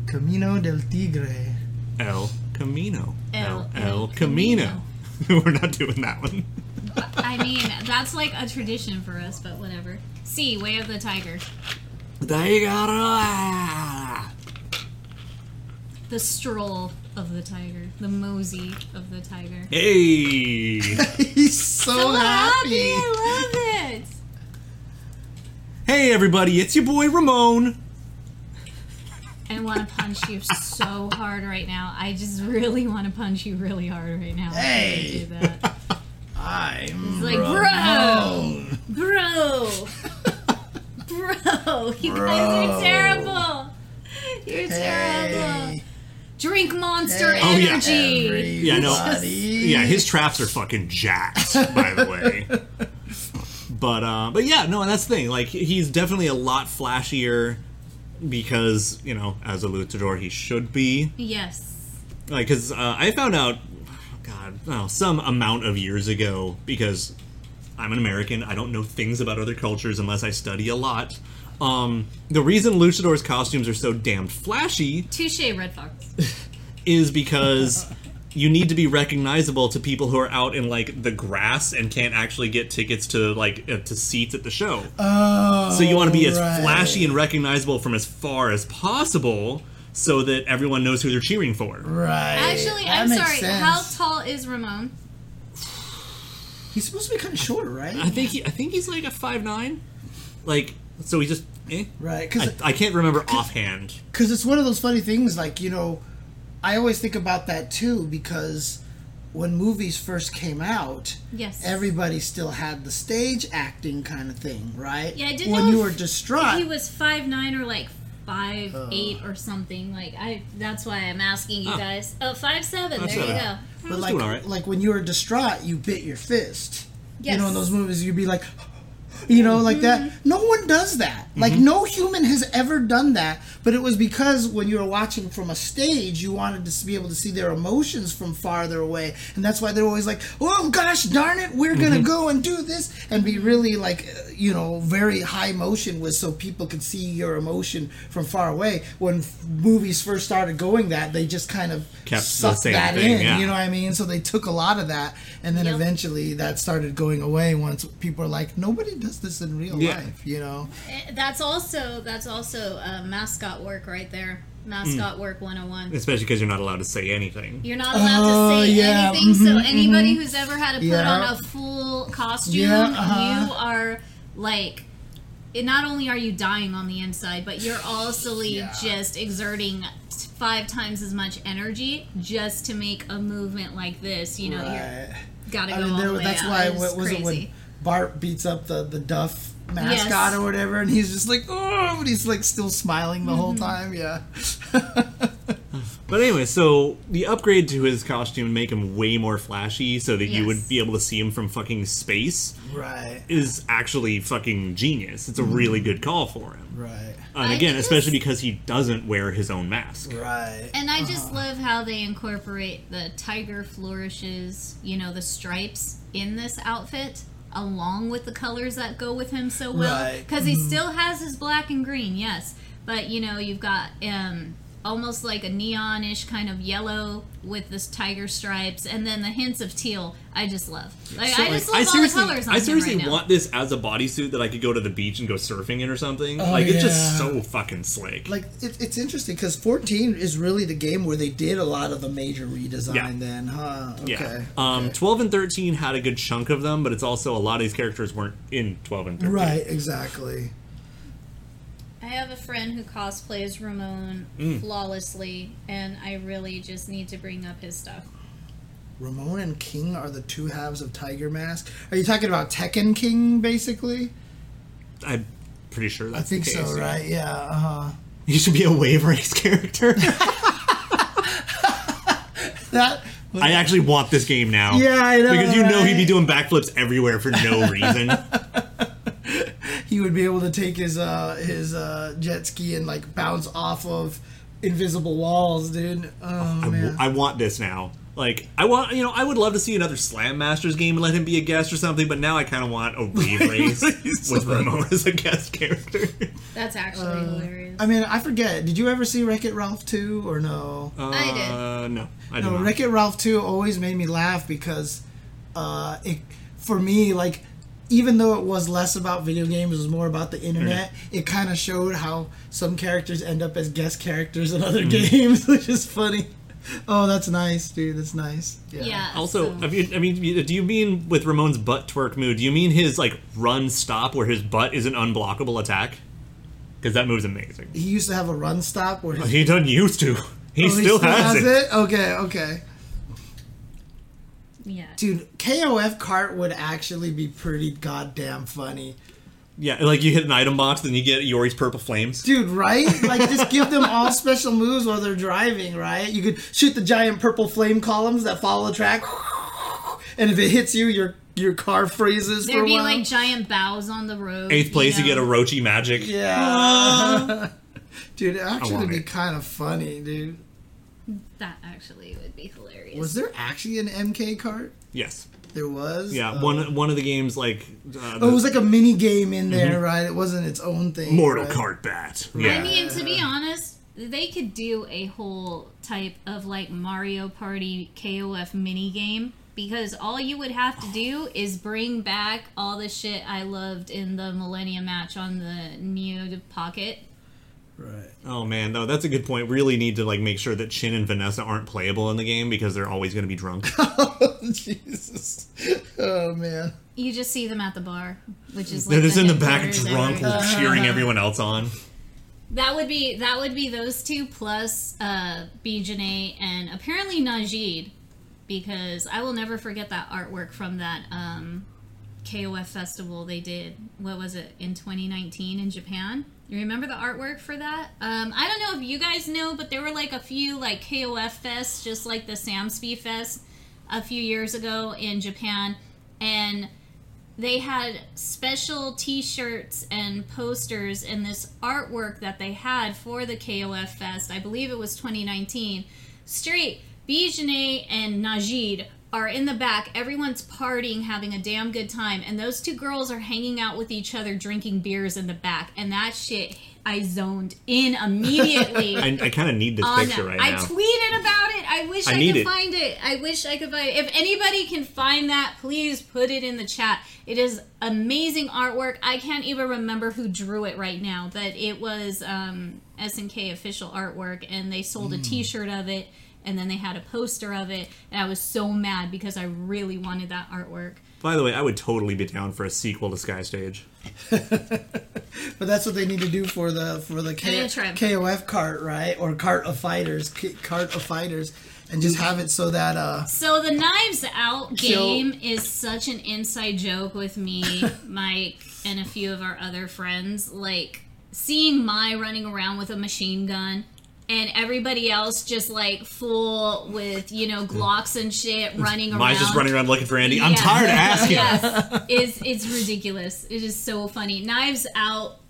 [SPEAKER 2] Camino del Tigre.
[SPEAKER 4] El Camino.
[SPEAKER 1] El- El
[SPEAKER 4] El Camino. (laughs) We're not doing that one.
[SPEAKER 1] I
[SPEAKER 2] (laughs)
[SPEAKER 1] mean, that's like a tradition for us, but whatever. See, Way of the Tiger. The stroll of the tiger. The mosey of the tiger.
[SPEAKER 2] (laughs)
[SPEAKER 4] Hey.
[SPEAKER 2] He's so,
[SPEAKER 1] So
[SPEAKER 2] happy.
[SPEAKER 1] I love it!
[SPEAKER 4] hey everybody, it's your boy Ramon.
[SPEAKER 1] I want to punch you so hard right now. I just really want to punch you really hard right now.
[SPEAKER 2] Hey.
[SPEAKER 1] I do that. It's
[SPEAKER 2] I'm
[SPEAKER 1] like, bro! Bro! Bro! (laughs) You guys are terrible! You're terrible!
[SPEAKER 2] Hey,
[SPEAKER 1] Drink monster
[SPEAKER 2] Hey.
[SPEAKER 4] Oh, yeah.
[SPEAKER 1] energy!
[SPEAKER 4] Yeah, no.
[SPEAKER 2] everybody.
[SPEAKER 4] Yeah, his traps are fucking jacked, by the way. But uh, but yeah, no, and that's the thing. Like he's definitely a lot flashier because you know, as a luchador, he should be.
[SPEAKER 1] Yes.
[SPEAKER 4] Like, because uh, I found out, God, no, some amount of years ago because I'm an American. I don't know things about other cultures unless I study a lot. Um, the reason luchadors' costumes are so damned flashy
[SPEAKER 1] Touche, Red Fox.
[SPEAKER 4] is because you need to be recognizable to people who are out in like the grass and can't actually get tickets to like uh, to seats at the show.
[SPEAKER 2] Oh,
[SPEAKER 4] so you want to be as
[SPEAKER 2] right.
[SPEAKER 4] flashy and recognizable from as far as possible so that everyone knows who they're cheering for.
[SPEAKER 2] Right.
[SPEAKER 1] Actually,
[SPEAKER 2] That
[SPEAKER 1] I'm
[SPEAKER 2] makes
[SPEAKER 1] sorry.
[SPEAKER 2] sense.
[SPEAKER 1] How tall is Ramon?
[SPEAKER 2] He's supposed to be kind of shorter,
[SPEAKER 4] I
[SPEAKER 2] right?
[SPEAKER 4] think he, I think he's like a five nine, like so he just eh.
[SPEAKER 2] Right.
[SPEAKER 4] I,
[SPEAKER 2] Because
[SPEAKER 4] I can't remember offhand.
[SPEAKER 2] because it's one of those funny things like you know i always think about that too because when movies first came out
[SPEAKER 1] Yes.
[SPEAKER 2] everybody still had the stage acting kind of thing right
[SPEAKER 1] Yeah, I didn't
[SPEAKER 2] when
[SPEAKER 1] know
[SPEAKER 2] you
[SPEAKER 1] if-
[SPEAKER 2] were distraught
[SPEAKER 1] He was five nine or like five eight or something. Like I. That's why I'm asking you guys. Oh, five seven. there
[SPEAKER 4] seven.
[SPEAKER 1] you go.
[SPEAKER 4] I
[SPEAKER 2] but
[SPEAKER 4] was
[SPEAKER 2] like,
[SPEAKER 4] doing all right.
[SPEAKER 2] like when you were distraught you bit your fist
[SPEAKER 1] Yes.
[SPEAKER 2] you know in those movies you'd be like (gasps) you know like that no one does that like
[SPEAKER 4] Mm-hmm.
[SPEAKER 2] no human has ever done that but it was because when you were watching from a stage you wanted to s- be able to see their emotions from farther away and that's why they're always like oh gosh darn it we're
[SPEAKER 4] Mm-hmm.
[SPEAKER 2] gonna go and do this and be really like uh, you know very high motion was so people could see your emotion from far away when f- movies first started going that they just kind of
[SPEAKER 4] Kept the
[SPEAKER 2] sucked
[SPEAKER 4] same
[SPEAKER 2] that
[SPEAKER 4] thing,
[SPEAKER 2] in
[SPEAKER 4] yeah.
[SPEAKER 2] you know what I mean? So they took a lot of that, and then
[SPEAKER 1] Yep.
[SPEAKER 2] eventually that started going away once people are like, nobody does this in real
[SPEAKER 4] Yeah.
[SPEAKER 2] life, you know?
[SPEAKER 1] Eh, That's also that's also uh, mascot work right there. Mascot work 101.
[SPEAKER 4] Especially because you're not allowed to say anything.
[SPEAKER 1] You're not allowed
[SPEAKER 2] Oh,
[SPEAKER 1] to say
[SPEAKER 2] yeah, Mm-hmm,
[SPEAKER 1] anything. so anybody who's ever had to put
[SPEAKER 2] Yeah.
[SPEAKER 1] on a full costume,
[SPEAKER 2] Yeah, uh-huh.
[SPEAKER 1] you are like. It, not only are you dying on the inside, but you're also
[SPEAKER 2] Yeah.
[SPEAKER 1] just exerting five times as much energy just to make a movement like this. You know, you're
[SPEAKER 2] Right.
[SPEAKER 1] gotta
[SPEAKER 2] I
[SPEAKER 1] go
[SPEAKER 2] mean,
[SPEAKER 1] all
[SPEAKER 2] there,
[SPEAKER 1] the way
[SPEAKER 2] that's
[SPEAKER 1] out.
[SPEAKER 2] why
[SPEAKER 1] It was
[SPEAKER 2] what was it when
[SPEAKER 1] crazy.
[SPEAKER 2] Bart beats up the the Duff mascot
[SPEAKER 1] Yes.
[SPEAKER 2] or whatever, and he's just like, oh, but he's like still smiling the whole
[SPEAKER 1] Mm-hmm.
[SPEAKER 2] time. Yeah. (laughs)
[SPEAKER 4] But anyway, so the upgrade to his costume and make him way more flashy so that you
[SPEAKER 1] Yes.
[SPEAKER 4] would be able to see him from fucking space
[SPEAKER 2] right.
[SPEAKER 4] is actually fucking genius. It's a really good call for him.
[SPEAKER 2] Mm-hmm. Right.
[SPEAKER 4] And
[SPEAKER 1] I
[SPEAKER 4] again,
[SPEAKER 1] just-
[SPEAKER 4] especially because he doesn't wear his own mask.
[SPEAKER 2] Right.
[SPEAKER 1] And I
[SPEAKER 4] Uh-huh.
[SPEAKER 1] just love how they incorporate the tiger flourishes, you know, the stripes in this outfit along with the colors that go with him so well
[SPEAKER 2] Right.
[SPEAKER 1] because he
[SPEAKER 4] Mm-hmm.
[SPEAKER 1] still has his black and green, yes, but you know, you've got um almost like a neonish kind of yellow with this tiger stripes and then the hints of teal. I just love. Like I just love all the colors on
[SPEAKER 4] I
[SPEAKER 1] him
[SPEAKER 4] seriously
[SPEAKER 1] right now.
[SPEAKER 4] want this as a bodysuit that I could go to the beach and go surfing in or something. like
[SPEAKER 2] Oh,
[SPEAKER 4] it's
[SPEAKER 2] yeah.
[SPEAKER 4] just so fucking slick.
[SPEAKER 2] Like it, it's interesting because 14 is really the game where they did a lot of the major redesign.
[SPEAKER 4] Yeah.
[SPEAKER 2] Then, huh? Okay.
[SPEAKER 4] yeah. Um, 12 and 13 had a good chunk of them, but it's also a lot of these characters weren't in 12 and 13.
[SPEAKER 2] Right. Exactly.
[SPEAKER 1] I have a friend who cosplays Ramon
[SPEAKER 4] Mm.
[SPEAKER 1] flawlessly and I really just need to bring up his stuff.
[SPEAKER 2] Ramon and King are the two halves of Tiger Mask. Are you talking about Tekken King, basically?
[SPEAKER 4] I'm pretty sure
[SPEAKER 2] I
[SPEAKER 4] that's
[SPEAKER 2] think
[SPEAKER 4] the
[SPEAKER 2] so,
[SPEAKER 4] case.
[SPEAKER 2] right? Yeah. Uh-huh.
[SPEAKER 4] (laughs) You should be a wave
[SPEAKER 2] (laughs)
[SPEAKER 4] race character.
[SPEAKER 2] That.
[SPEAKER 4] I actually want this game now.
[SPEAKER 2] Yeah, I know,
[SPEAKER 4] Because you know he'd be
[SPEAKER 2] right?
[SPEAKER 4] doing backflips everywhere for no
[SPEAKER 2] (laughs)
[SPEAKER 4] reason.
[SPEAKER 2] he would be able to take his uh his uh jet ski and like bounce off of invisible walls, dude. Oh
[SPEAKER 4] I w-
[SPEAKER 2] man.
[SPEAKER 4] I want this now. Like I want, you know, I would love to see another Slam Masters game and let him be a guest or something. But now I kind of want a (laughs) wave race with Ramon as a guest character.
[SPEAKER 1] That's actually
[SPEAKER 2] Uh,
[SPEAKER 1] hilarious.
[SPEAKER 2] I mean, I forget. Did you ever see Wreck It Ralph 2 or no?
[SPEAKER 1] (laughs) I did.
[SPEAKER 4] Uh, no, I
[SPEAKER 2] no,
[SPEAKER 4] don't.
[SPEAKER 2] Wreck It Ralph 2 always made me laugh because uh, it, for me, like, even though it was less about video games, it was more about the internet,
[SPEAKER 4] Mm-hmm.
[SPEAKER 2] it kind of showed how some characters end up as guest characters in other
[SPEAKER 4] Mm-hmm.
[SPEAKER 2] games, (laughs) which is funny. Oh, that's nice, dude. That's nice.
[SPEAKER 1] yeah.
[SPEAKER 4] also,
[SPEAKER 1] so-
[SPEAKER 4] have you, I mean, you- do you mean with Ramon's butt twerk move? Do you mean his like run stop where his butt is an unblockable attack? Because that move's amazing.
[SPEAKER 2] He used to have a run stop where his
[SPEAKER 4] He done used to. Oh,
[SPEAKER 2] (laughs)
[SPEAKER 4] He
[SPEAKER 2] Oh,
[SPEAKER 4] still, has, it.
[SPEAKER 2] Okay, okay.
[SPEAKER 1] yeah.
[SPEAKER 2] Dude, KOF cart would actually be pretty goddamn funny.
[SPEAKER 4] Yeah, like you hit an item box, then you get Yori's purple flames.
[SPEAKER 2] Dude, right? Like just give them all special moves while they're driving, right? You could shoot the giant purple flame columns that follow the track. And if it hits you, your your car freezes for
[SPEAKER 1] There'd
[SPEAKER 2] a
[SPEAKER 1] be
[SPEAKER 2] while.
[SPEAKER 1] like giant bows on the road.
[SPEAKER 4] Eighth place, you,
[SPEAKER 1] know?
[SPEAKER 4] get a Rochi magic.
[SPEAKER 2] yeah. (laughs) dude, it actually
[SPEAKER 4] want
[SPEAKER 2] be
[SPEAKER 4] it.
[SPEAKER 2] kind of funny, dude.
[SPEAKER 1] That actually would be hilarious.
[SPEAKER 2] Was there actually an MK cart?
[SPEAKER 4] Yes.
[SPEAKER 2] There was.
[SPEAKER 4] Yeah.
[SPEAKER 2] Uh,
[SPEAKER 4] one one of the games like uh, the
[SPEAKER 2] Oh, it was like a mini game in there, right? It wasn't its own thing.
[SPEAKER 4] Mm-hmm. Mortal
[SPEAKER 2] right?
[SPEAKER 4] Kart Bat. Yeah.
[SPEAKER 1] I mean, to be honest, they could do a whole type of like Mario Party KOF mini game because all you would have to do is bring back all the shit I loved in the Millennium Match on the Neo Pocket.
[SPEAKER 2] Right.
[SPEAKER 4] oh man, though that's a good point. Really need to like make sure that Chin and Vanessa aren't playable in the game because they're always going to
[SPEAKER 1] (laughs)
[SPEAKER 4] be drunk.
[SPEAKER 2] (laughs) Jesus. Oh man.
[SPEAKER 1] You just see them at the bar, which is like
[SPEAKER 4] they're just in the back
[SPEAKER 1] headquarters
[SPEAKER 4] drunk,
[SPEAKER 1] area.
[SPEAKER 4] cheering everyone else on.
[SPEAKER 1] That would be that would be those two plus uh Bijanet and apparently Najid because I will never forget that artwork from that um KOF festival they did. What was it in 2019 in Japan? You remember the artwork for that? Um, I don't know if you guys know, but there were like a few like KOF fests, just like the Samspy Fest a few years ago in Japan, and they had special t-shirts and posters and this artwork that they had for the KOF Fest. I believe it was 2019. Straight Bijanet and Najid are in the back. Everyone's partying, having a damn good time, and those two girls are hanging out with each other drinking beers in the back. And that shit I zoned in immediately.
[SPEAKER 4] I, I kind of
[SPEAKER 1] (laughs)
[SPEAKER 4] need this
[SPEAKER 1] on
[SPEAKER 4] picture
[SPEAKER 1] that.
[SPEAKER 4] right
[SPEAKER 1] Oh, I
[SPEAKER 4] now.
[SPEAKER 1] tweeted about it. I wish
[SPEAKER 4] I
[SPEAKER 1] I,
[SPEAKER 4] need
[SPEAKER 1] could
[SPEAKER 4] it.
[SPEAKER 1] find it. I wish I could find it. If anybody can find that, please put it in the chat. It is amazing artwork. I can't even remember who drew it right now, but it was um, SNK official artwork, and they sold a
[SPEAKER 4] Hmm.
[SPEAKER 1] T-shirt of it, and then they had a poster of it, and I was so mad because I really wanted that artwork.
[SPEAKER 4] By the way, I would totally be down for a sequel to Sky Stage.
[SPEAKER 2] But that's what they need to do for the for the K-
[SPEAKER 1] gonna try.
[SPEAKER 2] KOF cart, right? Or cart of fighters, K- cart of fighters, and just have it so that uh,
[SPEAKER 1] So the Knives Out
[SPEAKER 2] Kill-
[SPEAKER 1] game is such an inside joke with me, (laughs) Mike, and a few of our other friends. Like seeing my running around with a machine gun and everybody else just like full with, you know, glocks and shit running around.
[SPEAKER 4] Mine's just running around looking for Andy. I'm
[SPEAKER 1] Yeah. (laughs)
[SPEAKER 4] tired of asking.
[SPEAKER 1] Yes, it's it's ridiculous. It is so funny. Knives Out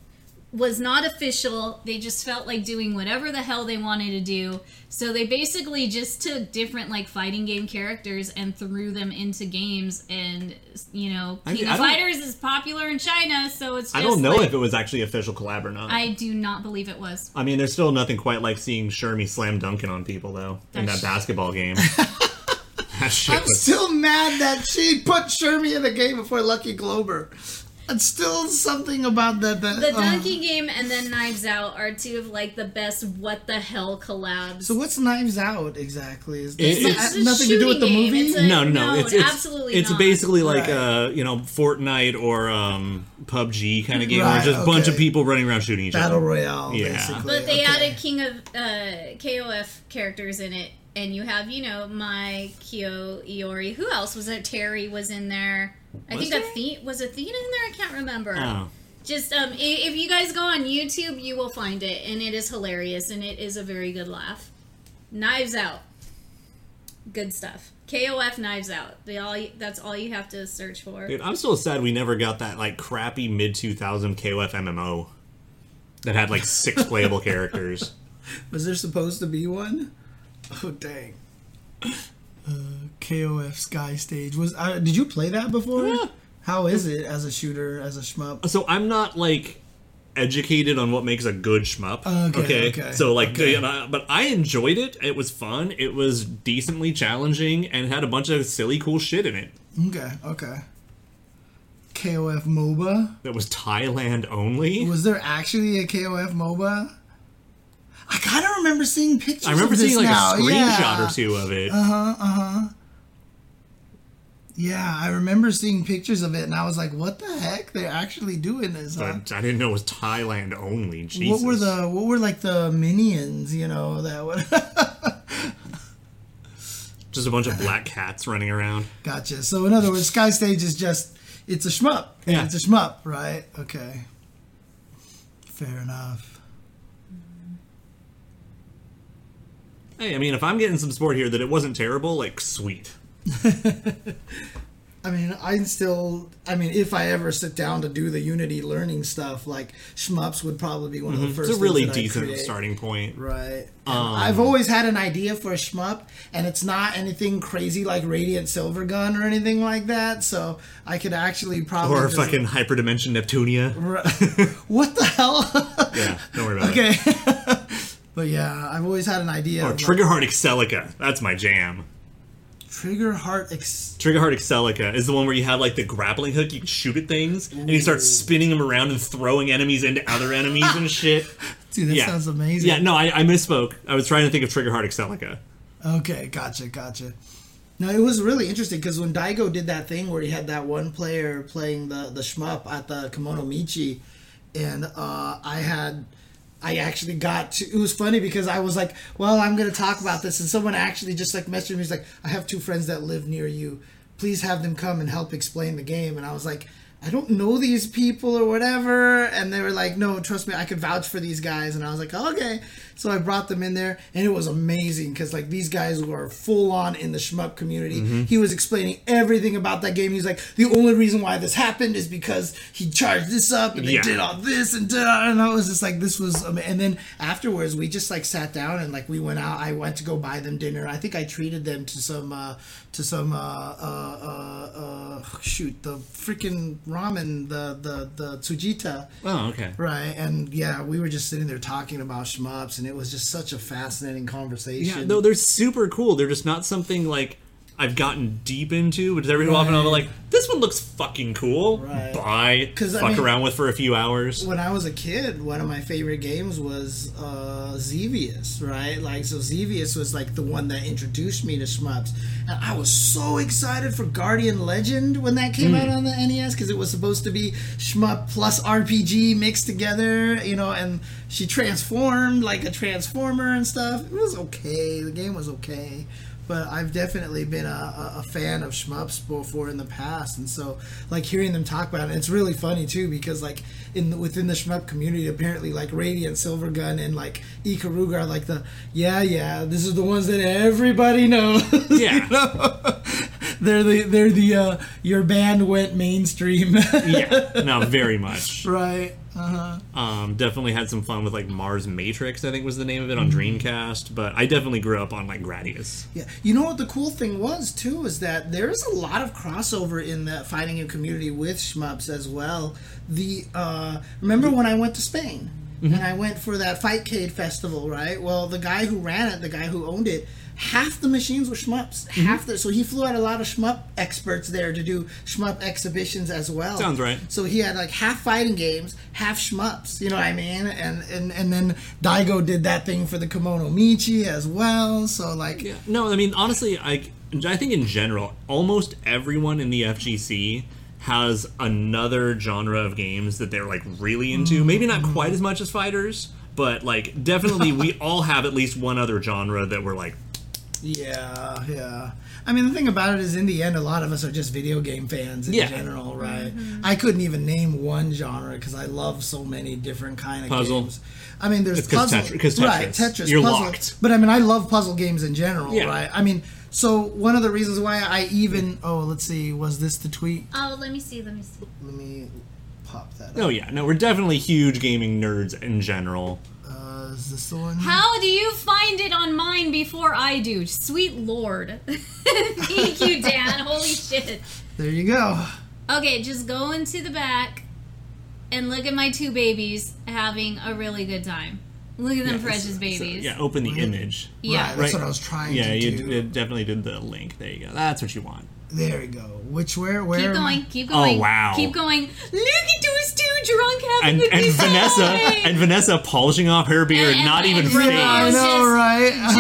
[SPEAKER 1] was not official. They just felt like doing whatever the hell they wanted to do. So they basically just took different like fighting game characters and threw them into games. And you know,
[SPEAKER 4] I-
[SPEAKER 1] King
[SPEAKER 4] I
[SPEAKER 1] of
[SPEAKER 4] don't-
[SPEAKER 1] Fighters is popular in China, so it's. Just
[SPEAKER 4] I don't know
[SPEAKER 1] like-
[SPEAKER 4] if it was actually official collab or not. I,
[SPEAKER 1] I do not believe it was.
[SPEAKER 4] mean, there's still nothing quite like seeing Shermie slam dunking on people though in
[SPEAKER 1] That's-
[SPEAKER 4] that basketball game. (laughs) that shit
[SPEAKER 2] I'm
[SPEAKER 4] was.
[SPEAKER 2] still mad that she put Shermie in the game before Lucky Glober. It's still something about that. that
[SPEAKER 1] The
[SPEAKER 2] uh,
[SPEAKER 1] Donkey Game and then Knives Out are two of like the best what the hell collabs.
[SPEAKER 2] so what's Knives Out exactly? Is
[SPEAKER 4] It-
[SPEAKER 2] this
[SPEAKER 4] it's-
[SPEAKER 2] has
[SPEAKER 1] It's a
[SPEAKER 2] nothing to do with the
[SPEAKER 1] shooting game.
[SPEAKER 2] movie?
[SPEAKER 1] It's a-
[SPEAKER 4] no, no,
[SPEAKER 1] No,
[SPEAKER 4] it's, it's
[SPEAKER 1] absolutely
[SPEAKER 4] It's
[SPEAKER 1] not.
[SPEAKER 4] basically like
[SPEAKER 2] Right.
[SPEAKER 4] uh, you know Fortnite or um, PUBG kind of game. where
[SPEAKER 2] Right,
[SPEAKER 4] it's just a bunch
[SPEAKER 2] okay.
[SPEAKER 4] of people running around shooting each
[SPEAKER 2] Battle
[SPEAKER 4] other.
[SPEAKER 2] Royale,
[SPEAKER 4] Yeah.
[SPEAKER 2] basically.
[SPEAKER 1] But they
[SPEAKER 2] okay.
[SPEAKER 1] added King of uh, KOF characters in it, and you have you know my Kyo Iori. Who else was there? Terry was in there. I
[SPEAKER 4] Was
[SPEAKER 1] think Athena was Athena in there. I can't remember.
[SPEAKER 4] Oh.
[SPEAKER 1] Just um, i- if you guys go on YouTube, you will find it, and it is hilarious, and it is a very good laugh. Knives Out, good stuff. KOF Knives Out. They all that's all you have to search for.
[SPEAKER 4] Dude, I'm still sad we never got that like crappy mid 2000 KOF MMO that had
[SPEAKER 2] (laughs)
[SPEAKER 4] like six playable characters.
[SPEAKER 2] Was there supposed to be one? Oh dang. Uh, KOF Sky Stage was. Uh, did you play that before?
[SPEAKER 4] Yeah.
[SPEAKER 2] How is it as a shooter, as a shmup?
[SPEAKER 4] So I'm not like educated on what makes a good shmup.
[SPEAKER 2] Okay, okay,
[SPEAKER 4] So like, you know, but I enjoyed it. It was fun. It was decently challenging and had a bunch of silly cool shit in it.
[SPEAKER 2] Okay, okay. KOF MOBA.
[SPEAKER 4] That was Thailand only.
[SPEAKER 2] Was there actually a KOF MOBA? I kind of remember seeing pictures.
[SPEAKER 4] I remember
[SPEAKER 2] of this
[SPEAKER 4] seeing like
[SPEAKER 2] now.
[SPEAKER 4] a screenshot
[SPEAKER 2] yeah. Uh-huh.
[SPEAKER 4] or two of it.
[SPEAKER 2] Yeah, I remember seeing pictures of it, and I was like, "What the heck? They're actually doing this?" Huh?
[SPEAKER 4] But I didn't know it was Thailand only. Jesus.
[SPEAKER 2] What were the what were like the minions? You know that (laughs) would.
[SPEAKER 4] just a bunch of black cats running around?
[SPEAKER 2] Gotcha. So in other words, Sky Stage is just it's a shmup. And
[SPEAKER 4] Yeah.
[SPEAKER 2] It's a shmup, right? Okay. Fair enough.
[SPEAKER 4] Hey, I mean, if I'm getting some sport here that it wasn't terrible, like sweet.
[SPEAKER 2] I mean, I still I mean, if I ever sit down to do the Unity learning stuff, like shmups would probably be one of the first
[SPEAKER 4] Mm-hmm. It's a really
[SPEAKER 2] things that I
[SPEAKER 4] decent
[SPEAKER 2] create.
[SPEAKER 4] starting Um, point.
[SPEAKER 2] Right. I've always had an idea for a shmup, and it's not anything crazy like Radiant Silver Gun or anything like that. So I could actually probably
[SPEAKER 4] Or
[SPEAKER 2] just-
[SPEAKER 4] fucking hyperdimension Neptunia.
[SPEAKER 2] what the hell? (laughs)
[SPEAKER 4] Yeah, don't worry about it.
[SPEAKER 2] okay. (laughs) but yeah, I've always had an idea.
[SPEAKER 4] Or
[SPEAKER 2] of, like,
[SPEAKER 4] Triggerheart Excelica. That's my jam.
[SPEAKER 2] Trigger Heart Ex-
[SPEAKER 4] Triggerheart Excelica is the one where you have like the grappling hook, you shoot at things, and you start spinning them around and throwing enemies into other
[SPEAKER 2] (laughs)
[SPEAKER 4] enemies and shit.
[SPEAKER 2] Dude, that
[SPEAKER 4] yeah.
[SPEAKER 2] sounds amazing.
[SPEAKER 4] Yeah, no, I, I misspoke. I was trying to think of Triggerheart Excelica.
[SPEAKER 2] Okay, gotcha, gotcha. No, it was really interesting because when Daigo did that thing where he had that one player playing the the shmup at the Kimono Michi, and uh, I had. I actually got to. It was funny because I was like, "Well, I'm gonna talk about this," and someone actually just like messaged me. He's like, "I have two friends that live near you. Please have them come and help explain the game." And I was like, "I don't know these people or whatever." And they were like, "No, trust me, I could vouch for these guys." And I was like, "Okay." So I brought them in there, and it was amazing because like these guys were full on in the shmup community. He was explaining everything about that game. He's like, "The only reason why this happened is because he charged this up and they
[SPEAKER 4] Yeah.
[SPEAKER 2] did all." this and da, and I was just like, this was, ama- and then afterwards we just like sat down and like we went out. I went to go buy them dinner. I think I treated them to some, uh, to some, uh, uh, uh, uh shoot, the freaking ramen, the the the tsujita,
[SPEAKER 4] Oh, okay.
[SPEAKER 2] right? And yeah, we were just sitting there talking about shmups, and it was just such a fascinating
[SPEAKER 4] Yeah,
[SPEAKER 2] conversation.
[SPEAKER 4] no, they're super cool. They're just not something like I've gotten deep into, but every often I'll be
[SPEAKER 2] Right.
[SPEAKER 4] like, this one looks fucking cool.
[SPEAKER 2] Right.
[SPEAKER 4] Buy,
[SPEAKER 2] 'Cause, I
[SPEAKER 4] fuck
[SPEAKER 2] mean-
[SPEAKER 4] around with for a few
[SPEAKER 2] (laughs)
[SPEAKER 4] hours.
[SPEAKER 2] when I was a kid, one of my favorite games was uh, Xevious, right? Like, so Xevious was like the one that introduced me to shmups. And I was so excited for Guardian Legend when that came out on the NES because it was supposed to be shmup plus RPG mixed together, you know, and she transformed like a transformer and stuff. It was okay. The game was okay. But I've definitely been a, a, a fan of shmups before in the past, and so like hearing them talk about it, it's really funny too because like in the, within the shmup community, apparently like Radiant, Silver Gun, and like Ikaruga are like the yeah yeah. This is the ones that everybody knows. (laughs)
[SPEAKER 4] Yeah.
[SPEAKER 2] they're the they're the uh, your band went mainstream, (laughs)
[SPEAKER 4] yeah. No, very much.
[SPEAKER 2] right?
[SPEAKER 4] Um, definitely had some fun with like Mars Matrix, I think was the name of it
[SPEAKER 2] Mm-hmm.
[SPEAKER 4] on Dreamcast. But I definitely grew up on like Gradius.
[SPEAKER 2] Yeah. You know what the cool thing was too is that there's a lot of crossover in the fighting game community with shmups as well. The uh, remember when I went to Spain
[SPEAKER 4] Mm-hmm.
[SPEAKER 2] and I went for that Fightcade festival, right? Well, the guy who ran it, the guy who owned it, half the machines were shmups.
[SPEAKER 4] Mm-hmm.
[SPEAKER 2] Half the so he flew out a lot of shmup experts there to do shmup exhibitions as well.
[SPEAKER 4] Sounds right.
[SPEAKER 2] So he had like half fighting games, half shmups. You know what I mean? And and and then Daigo did that thing for the Kimono Michi as well. So like.
[SPEAKER 4] Yeah. No, I mean honestly, I I think in general, almost everyone in the FGC has another genre of games that they're like really
[SPEAKER 2] Mm.
[SPEAKER 4] into. Maybe not quite as much as fighters, but like definitely we
[SPEAKER 2] (laughs)
[SPEAKER 4] all have at least one other genre that we're like,
[SPEAKER 2] Yeah, yeah. I mean, the thing about it is, in the end, a lot of us are just video game fans in
[SPEAKER 4] Yeah.
[SPEAKER 2] general,
[SPEAKER 1] Mm-hmm.
[SPEAKER 2] right? I couldn't even name one genre because I love so many different kind of
[SPEAKER 4] Puzzle.
[SPEAKER 2] games. I mean, there's
[SPEAKER 4] It's 'cause
[SPEAKER 2] puzzle,
[SPEAKER 4] Tetris- 'cause
[SPEAKER 2] right?
[SPEAKER 4] Tetris.
[SPEAKER 2] Tetris,
[SPEAKER 4] You're
[SPEAKER 2] puzzle.
[SPEAKER 4] locked.
[SPEAKER 2] But I mean, I love puzzle games in general,
[SPEAKER 4] Yeah.
[SPEAKER 2] right? I mean, so one of the reasons why I even oh, let's see, was this the tweet?
[SPEAKER 5] Oh, let me see. Let me see.
[SPEAKER 2] Let me pop that.
[SPEAKER 4] oh
[SPEAKER 2] up.
[SPEAKER 4] yeah, no, we're definitely huge gaming nerds in general.
[SPEAKER 2] Uh, is this the one?
[SPEAKER 1] How do you find it on mine before I do? Sweet lord. (laughs) Thank you, Dan. Holy shit.
[SPEAKER 2] There you go.
[SPEAKER 1] Okay, just go into the back and look at my two babies having a really good time. Look at them precious
[SPEAKER 4] So,
[SPEAKER 1] babies.
[SPEAKER 4] yeah, open the image.
[SPEAKER 1] Yeah.
[SPEAKER 2] right, that's
[SPEAKER 4] Right.
[SPEAKER 2] what I was trying
[SPEAKER 4] Yeah,
[SPEAKER 2] to
[SPEAKER 4] you,
[SPEAKER 2] do.
[SPEAKER 4] d- it definitely did the link. There you go. That's what you want.
[SPEAKER 2] There we go. Which where where?
[SPEAKER 1] Keep
[SPEAKER 2] am I-
[SPEAKER 1] going, keep going.
[SPEAKER 4] wow.
[SPEAKER 1] Keep going. Look at those two drunk
[SPEAKER 4] And,
[SPEAKER 1] having a
[SPEAKER 4] and
[SPEAKER 1] good
[SPEAKER 4] Vanessa
[SPEAKER 1] time.
[SPEAKER 4] and Vanessa polishing off her beard,
[SPEAKER 1] And-
[SPEAKER 4] not
[SPEAKER 1] and-
[SPEAKER 4] even
[SPEAKER 1] and
[SPEAKER 4] fake.
[SPEAKER 1] Renee.
[SPEAKER 2] I
[SPEAKER 1] It's
[SPEAKER 2] know,
[SPEAKER 1] just-
[SPEAKER 2] right?
[SPEAKER 1] just
[SPEAKER 2] (laughs)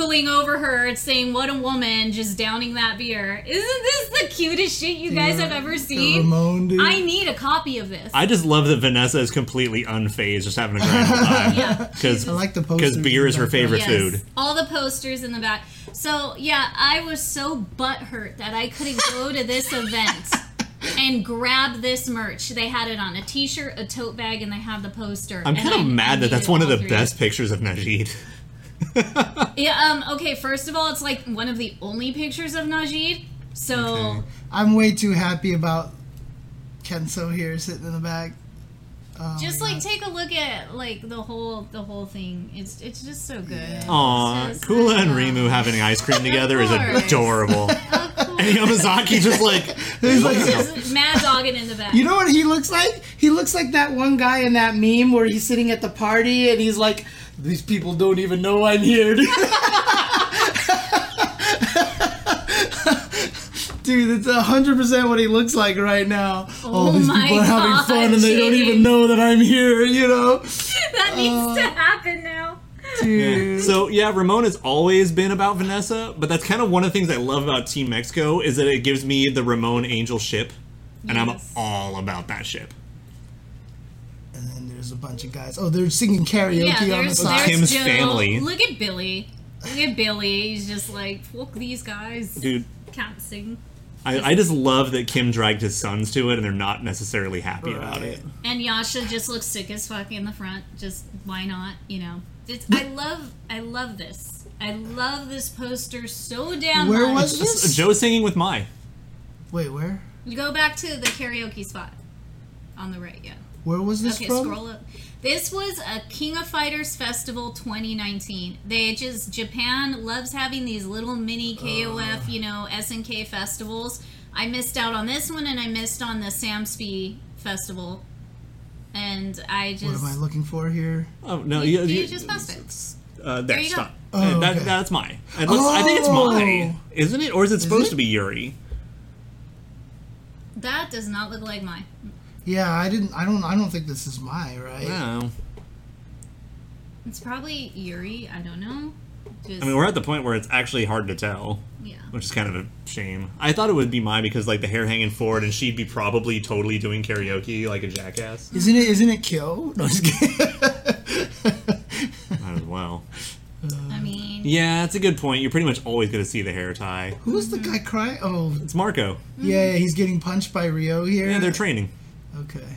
[SPEAKER 1] oogling over her and saying, What a woman, just downing that beer. Isn't this the cutest shit you guys have ever seen?
[SPEAKER 2] Ramon, dude.
[SPEAKER 1] I need a copy of this.
[SPEAKER 4] I just love that Vanessa is completely unfazed, just having a grand
[SPEAKER 1] (laughs)
[SPEAKER 4] old time. Because
[SPEAKER 2] I like the poster.
[SPEAKER 4] because beer is her favorite
[SPEAKER 1] Yes.
[SPEAKER 4] food.
[SPEAKER 1] All the posters in the back. So yeah, I was so butthurt that I couldn't go to
[SPEAKER 4] (laughs)
[SPEAKER 1] this event and grab this merch. They had it on a T-shirt, a tote bag, and they have the poster. And
[SPEAKER 4] I'm kind
[SPEAKER 1] I-
[SPEAKER 4] of
[SPEAKER 1] I
[SPEAKER 4] mad that
[SPEAKER 1] needed
[SPEAKER 4] that's one of
[SPEAKER 1] all
[SPEAKER 4] the
[SPEAKER 1] three.
[SPEAKER 4] best pictures of Najid.
[SPEAKER 1] Yeah. Um. Okay. First of all, it's like one of the only pictures of Najid. So
[SPEAKER 2] I'm way too happy about Kenso here sitting in the back.
[SPEAKER 1] just like take a look at like the whole the whole thing. It's it's just so good.
[SPEAKER 4] Aw,
[SPEAKER 1] It's just-
[SPEAKER 4] Kula and Rimu having ice cream together is
[SPEAKER 1] course.
[SPEAKER 4] adorable. (laughs) and Yamazaki
[SPEAKER 1] (laughs)
[SPEAKER 4] just like, he's like (laughs)
[SPEAKER 1] Just mad dogging in the back.
[SPEAKER 2] You know what he looks like? He looks like that one guy in that meme where he's sitting at the party and he's like, "These people don't even know I'm here." (laughs) Dude, it's hundred percent what he looks like right now.
[SPEAKER 1] Oh
[SPEAKER 2] All these
[SPEAKER 1] my
[SPEAKER 2] people are having
[SPEAKER 1] God,
[SPEAKER 2] fun and they don't
[SPEAKER 1] Jamie.
[SPEAKER 2] even know that I'm here. You
[SPEAKER 1] (laughs)
[SPEAKER 2] know,
[SPEAKER 1] that needs to happen now.
[SPEAKER 2] dude.
[SPEAKER 4] So yeah, Ramona's always been about Vanessa, but that's kind of one of the things I love about Team Mexico is that it gives me the Ramon Angel ship, and I'm
[SPEAKER 1] Yes.
[SPEAKER 4] all about that ship.
[SPEAKER 2] And then there's a bunch of guys. Oh, they're singing karaoke
[SPEAKER 1] Yeah,
[SPEAKER 2] on the
[SPEAKER 1] there's,
[SPEAKER 2] side.
[SPEAKER 1] there's
[SPEAKER 4] Kim's
[SPEAKER 1] Joe.
[SPEAKER 4] family.
[SPEAKER 1] Look at Billy. Look at Billy. He's just like, fuck these guys.
[SPEAKER 4] Dude,
[SPEAKER 1] Can't sing.
[SPEAKER 4] I, I just love that Kim dragged his sons to it, and they're not necessarily happy about it.
[SPEAKER 1] And Yasha just looks sick as fuck in the front. Just why not? You know. It's, I love. I love this. I love this poster so damn
[SPEAKER 2] Where
[SPEAKER 1] much.
[SPEAKER 2] was
[SPEAKER 4] Just
[SPEAKER 2] this?
[SPEAKER 4] Joe singing with Mai.
[SPEAKER 2] Wait, where?
[SPEAKER 1] You Go back to the karaoke spot on the right. Yeah.
[SPEAKER 2] Where was this
[SPEAKER 1] Okay,
[SPEAKER 2] from?
[SPEAKER 1] scroll up. This was a King of Fighters Festival 2019. They just Japan loves having these little mini KOF,
[SPEAKER 2] Oh.
[SPEAKER 1] you know, SNK festivals. I missed out on this one, and I missed on the Samspy festival. And I
[SPEAKER 2] What
[SPEAKER 1] just
[SPEAKER 2] am I looking for here?
[SPEAKER 4] Oh no,
[SPEAKER 1] You-
[SPEAKER 4] yeah,
[SPEAKER 1] you
[SPEAKER 4] you-
[SPEAKER 1] just passed it.
[SPEAKER 4] Uh, there,
[SPEAKER 1] you go.
[SPEAKER 4] stop. Uh, that,
[SPEAKER 2] Oh, okay. Oh.
[SPEAKER 4] That's my. I I think it's my, isn't it? Or is it supposed
[SPEAKER 2] it?
[SPEAKER 4] to be Yuri?
[SPEAKER 1] That does not look like mine.
[SPEAKER 2] Yeah, I didn't. I don't. I don't think this is my right.
[SPEAKER 4] No.
[SPEAKER 1] It's probably Yuri. I don't know. Just,
[SPEAKER 4] I mean, we're at the point where it's actually hard to tell,
[SPEAKER 1] yeah.
[SPEAKER 4] which is kind of a shame. I thought it would be my because like the hair hanging forward, and she'd be probably totally doing karaoke like
[SPEAKER 2] (laughs)
[SPEAKER 4] a jackass.
[SPEAKER 2] Isn't it? Isn't it Kyo? (laughs) No, I'm just kidding.
[SPEAKER 4] Might as well.
[SPEAKER 2] Uh,
[SPEAKER 1] I mean,
[SPEAKER 4] Yeah, that's a good point. You're pretty much always going to see the hair tie.
[SPEAKER 2] Who's the
[SPEAKER 1] Mm-hmm.
[SPEAKER 2] guy crying? Oh,
[SPEAKER 4] It's Marco.
[SPEAKER 2] yeah, yeah, he's getting punched by Rio here.
[SPEAKER 4] Yeah, they're training.
[SPEAKER 2] okay. (laughs)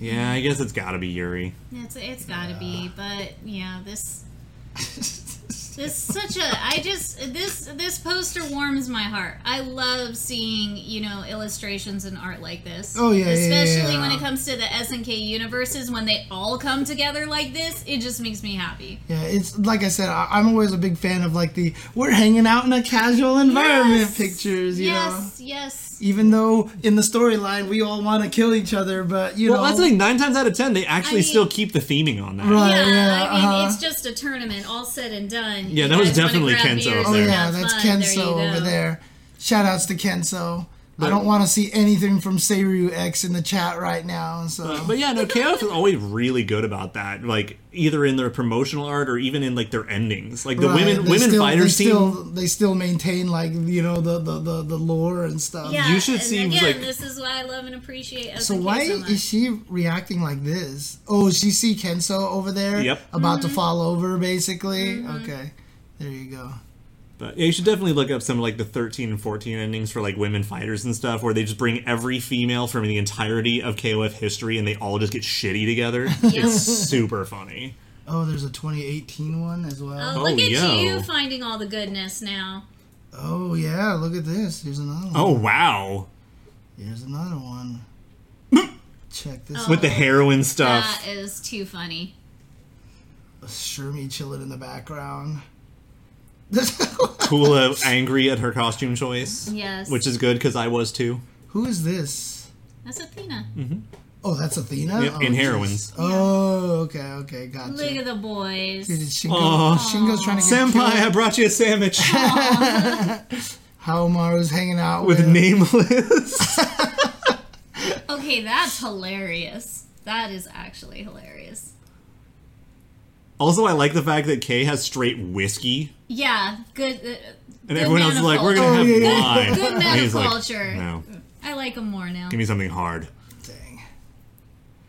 [SPEAKER 4] Yeah, I guess it's got to be Yuri.
[SPEAKER 1] it's it's gotta be. But yeah, this this such a I just this this poster warms my heart. I love seeing you know illustrations and art like this.
[SPEAKER 2] Oh, yeah, yeah, yeah,
[SPEAKER 1] especially when
[SPEAKER 2] yeah.
[SPEAKER 1] it comes to the SNK universes when they all come together like this. It just makes me happy.
[SPEAKER 2] Yeah, it's like I said. I, I'm always a big fan of like the we're hanging out in a casual environment
[SPEAKER 1] Yes!
[SPEAKER 2] pictures. You know,
[SPEAKER 1] yes, yes.
[SPEAKER 2] even though in the storyline we all want to kill each other, but you
[SPEAKER 4] Well,
[SPEAKER 2] know,
[SPEAKER 4] that's like nine times out of ten, they actually
[SPEAKER 1] mean-
[SPEAKER 4] still keep the theming on that.
[SPEAKER 2] Right.
[SPEAKER 1] Yeah,
[SPEAKER 2] yeah,
[SPEAKER 1] I mean
[SPEAKER 2] uh-huh.
[SPEAKER 1] it's just a tournament, all said and done.
[SPEAKER 4] Yeah,
[SPEAKER 1] You
[SPEAKER 4] that was
[SPEAKER 1] guys wanna
[SPEAKER 4] definitely
[SPEAKER 1] grab
[SPEAKER 4] Kenzo
[SPEAKER 1] beers
[SPEAKER 4] up
[SPEAKER 2] oh
[SPEAKER 1] and
[SPEAKER 4] there.
[SPEAKER 2] yeah,
[SPEAKER 1] have
[SPEAKER 2] that's
[SPEAKER 1] fun. There you
[SPEAKER 2] Kenso over
[SPEAKER 1] go.
[SPEAKER 2] there. Shout outs to Kenso. I don't want to see anything from Seiryu X in the chat right now. So
[SPEAKER 4] But yeah, no, KOF is always really good about that. Like either in their promotional art or even in like their endings. Like the
[SPEAKER 2] Right,
[SPEAKER 4] women
[SPEAKER 2] they
[SPEAKER 4] women
[SPEAKER 2] still,
[SPEAKER 4] fighters
[SPEAKER 2] they
[SPEAKER 4] team.
[SPEAKER 2] still, they still maintain like you know the the the, the lore and stuff.
[SPEAKER 1] Yeah,
[SPEAKER 4] You should
[SPEAKER 1] and
[SPEAKER 4] see,
[SPEAKER 1] again,
[SPEAKER 4] like-
[SPEAKER 1] this is why I love and appreciate. SNK
[SPEAKER 2] So why
[SPEAKER 1] so much.
[SPEAKER 2] is she reacting like this? Oh, she see Kenso over there.
[SPEAKER 4] Yep.
[SPEAKER 2] About
[SPEAKER 1] Mm-hmm.
[SPEAKER 2] to fall over, basically. Okay, there you go.
[SPEAKER 4] But yeah, you should definitely look up some of like the 13 and 14 endings for like women fighters and stuff, where they just bring every female from the entirety of KOF history and they all just get
[SPEAKER 2] (laughs)
[SPEAKER 4] shitty together. It's super funny.
[SPEAKER 2] Oh, there's a 2018 one as well.
[SPEAKER 1] Oh, look
[SPEAKER 4] Oh,
[SPEAKER 1] at
[SPEAKER 4] yo.
[SPEAKER 1] you finding all the goodness now.
[SPEAKER 2] Oh, yeah, look at this. Here's another one.
[SPEAKER 4] Oh wow.
[SPEAKER 2] Here's another one.
[SPEAKER 1] Oh.
[SPEAKER 2] Check this. out.
[SPEAKER 4] With the heroin stuff.
[SPEAKER 1] That is too funny.
[SPEAKER 2] Shermie chilling in the background. (laughs)
[SPEAKER 4] Tula angry at her costume choice.
[SPEAKER 1] Yes.
[SPEAKER 4] Which is good because I was too.
[SPEAKER 2] Who is this?
[SPEAKER 1] That's Athena.
[SPEAKER 4] Mm-hmm.
[SPEAKER 2] Oh, that's Athena.
[SPEAKER 4] Yep,
[SPEAKER 2] oh,
[SPEAKER 4] in
[SPEAKER 2] geez.
[SPEAKER 4] Heroines.
[SPEAKER 2] Oh, okay, okay, gotcha.
[SPEAKER 1] Look at the boys.
[SPEAKER 2] Dude, it's Shingo,
[SPEAKER 4] Aw.
[SPEAKER 2] Shingo's trying to get
[SPEAKER 4] Senpai, I brought you
[SPEAKER 2] (laughs)
[SPEAKER 4] a sandwich
[SPEAKER 2] How Maru's hanging out with,
[SPEAKER 4] with nameless.
[SPEAKER 1] Okay, that's hilarious. That is actually hilarious.
[SPEAKER 4] Also, I like the fact that Kay has straight whiskey,
[SPEAKER 1] Yeah, good. Uh,
[SPEAKER 4] and everyone else is like, "We're gonna
[SPEAKER 2] Oh,
[SPEAKER 4] have
[SPEAKER 2] yeah, yeah.
[SPEAKER 4] wine."
[SPEAKER 1] Good
[SPEAKER 4] (laughs) And
[SPEAKER 1] man of
[SPEAKER 4] he's like,
[SPEAKER 1] culture.
[SPEAKER 4] no,
[SPEAKER 1] I like them more now.
[SPEAKER 4] give me something hard.
[SPEAKER 2] Dang.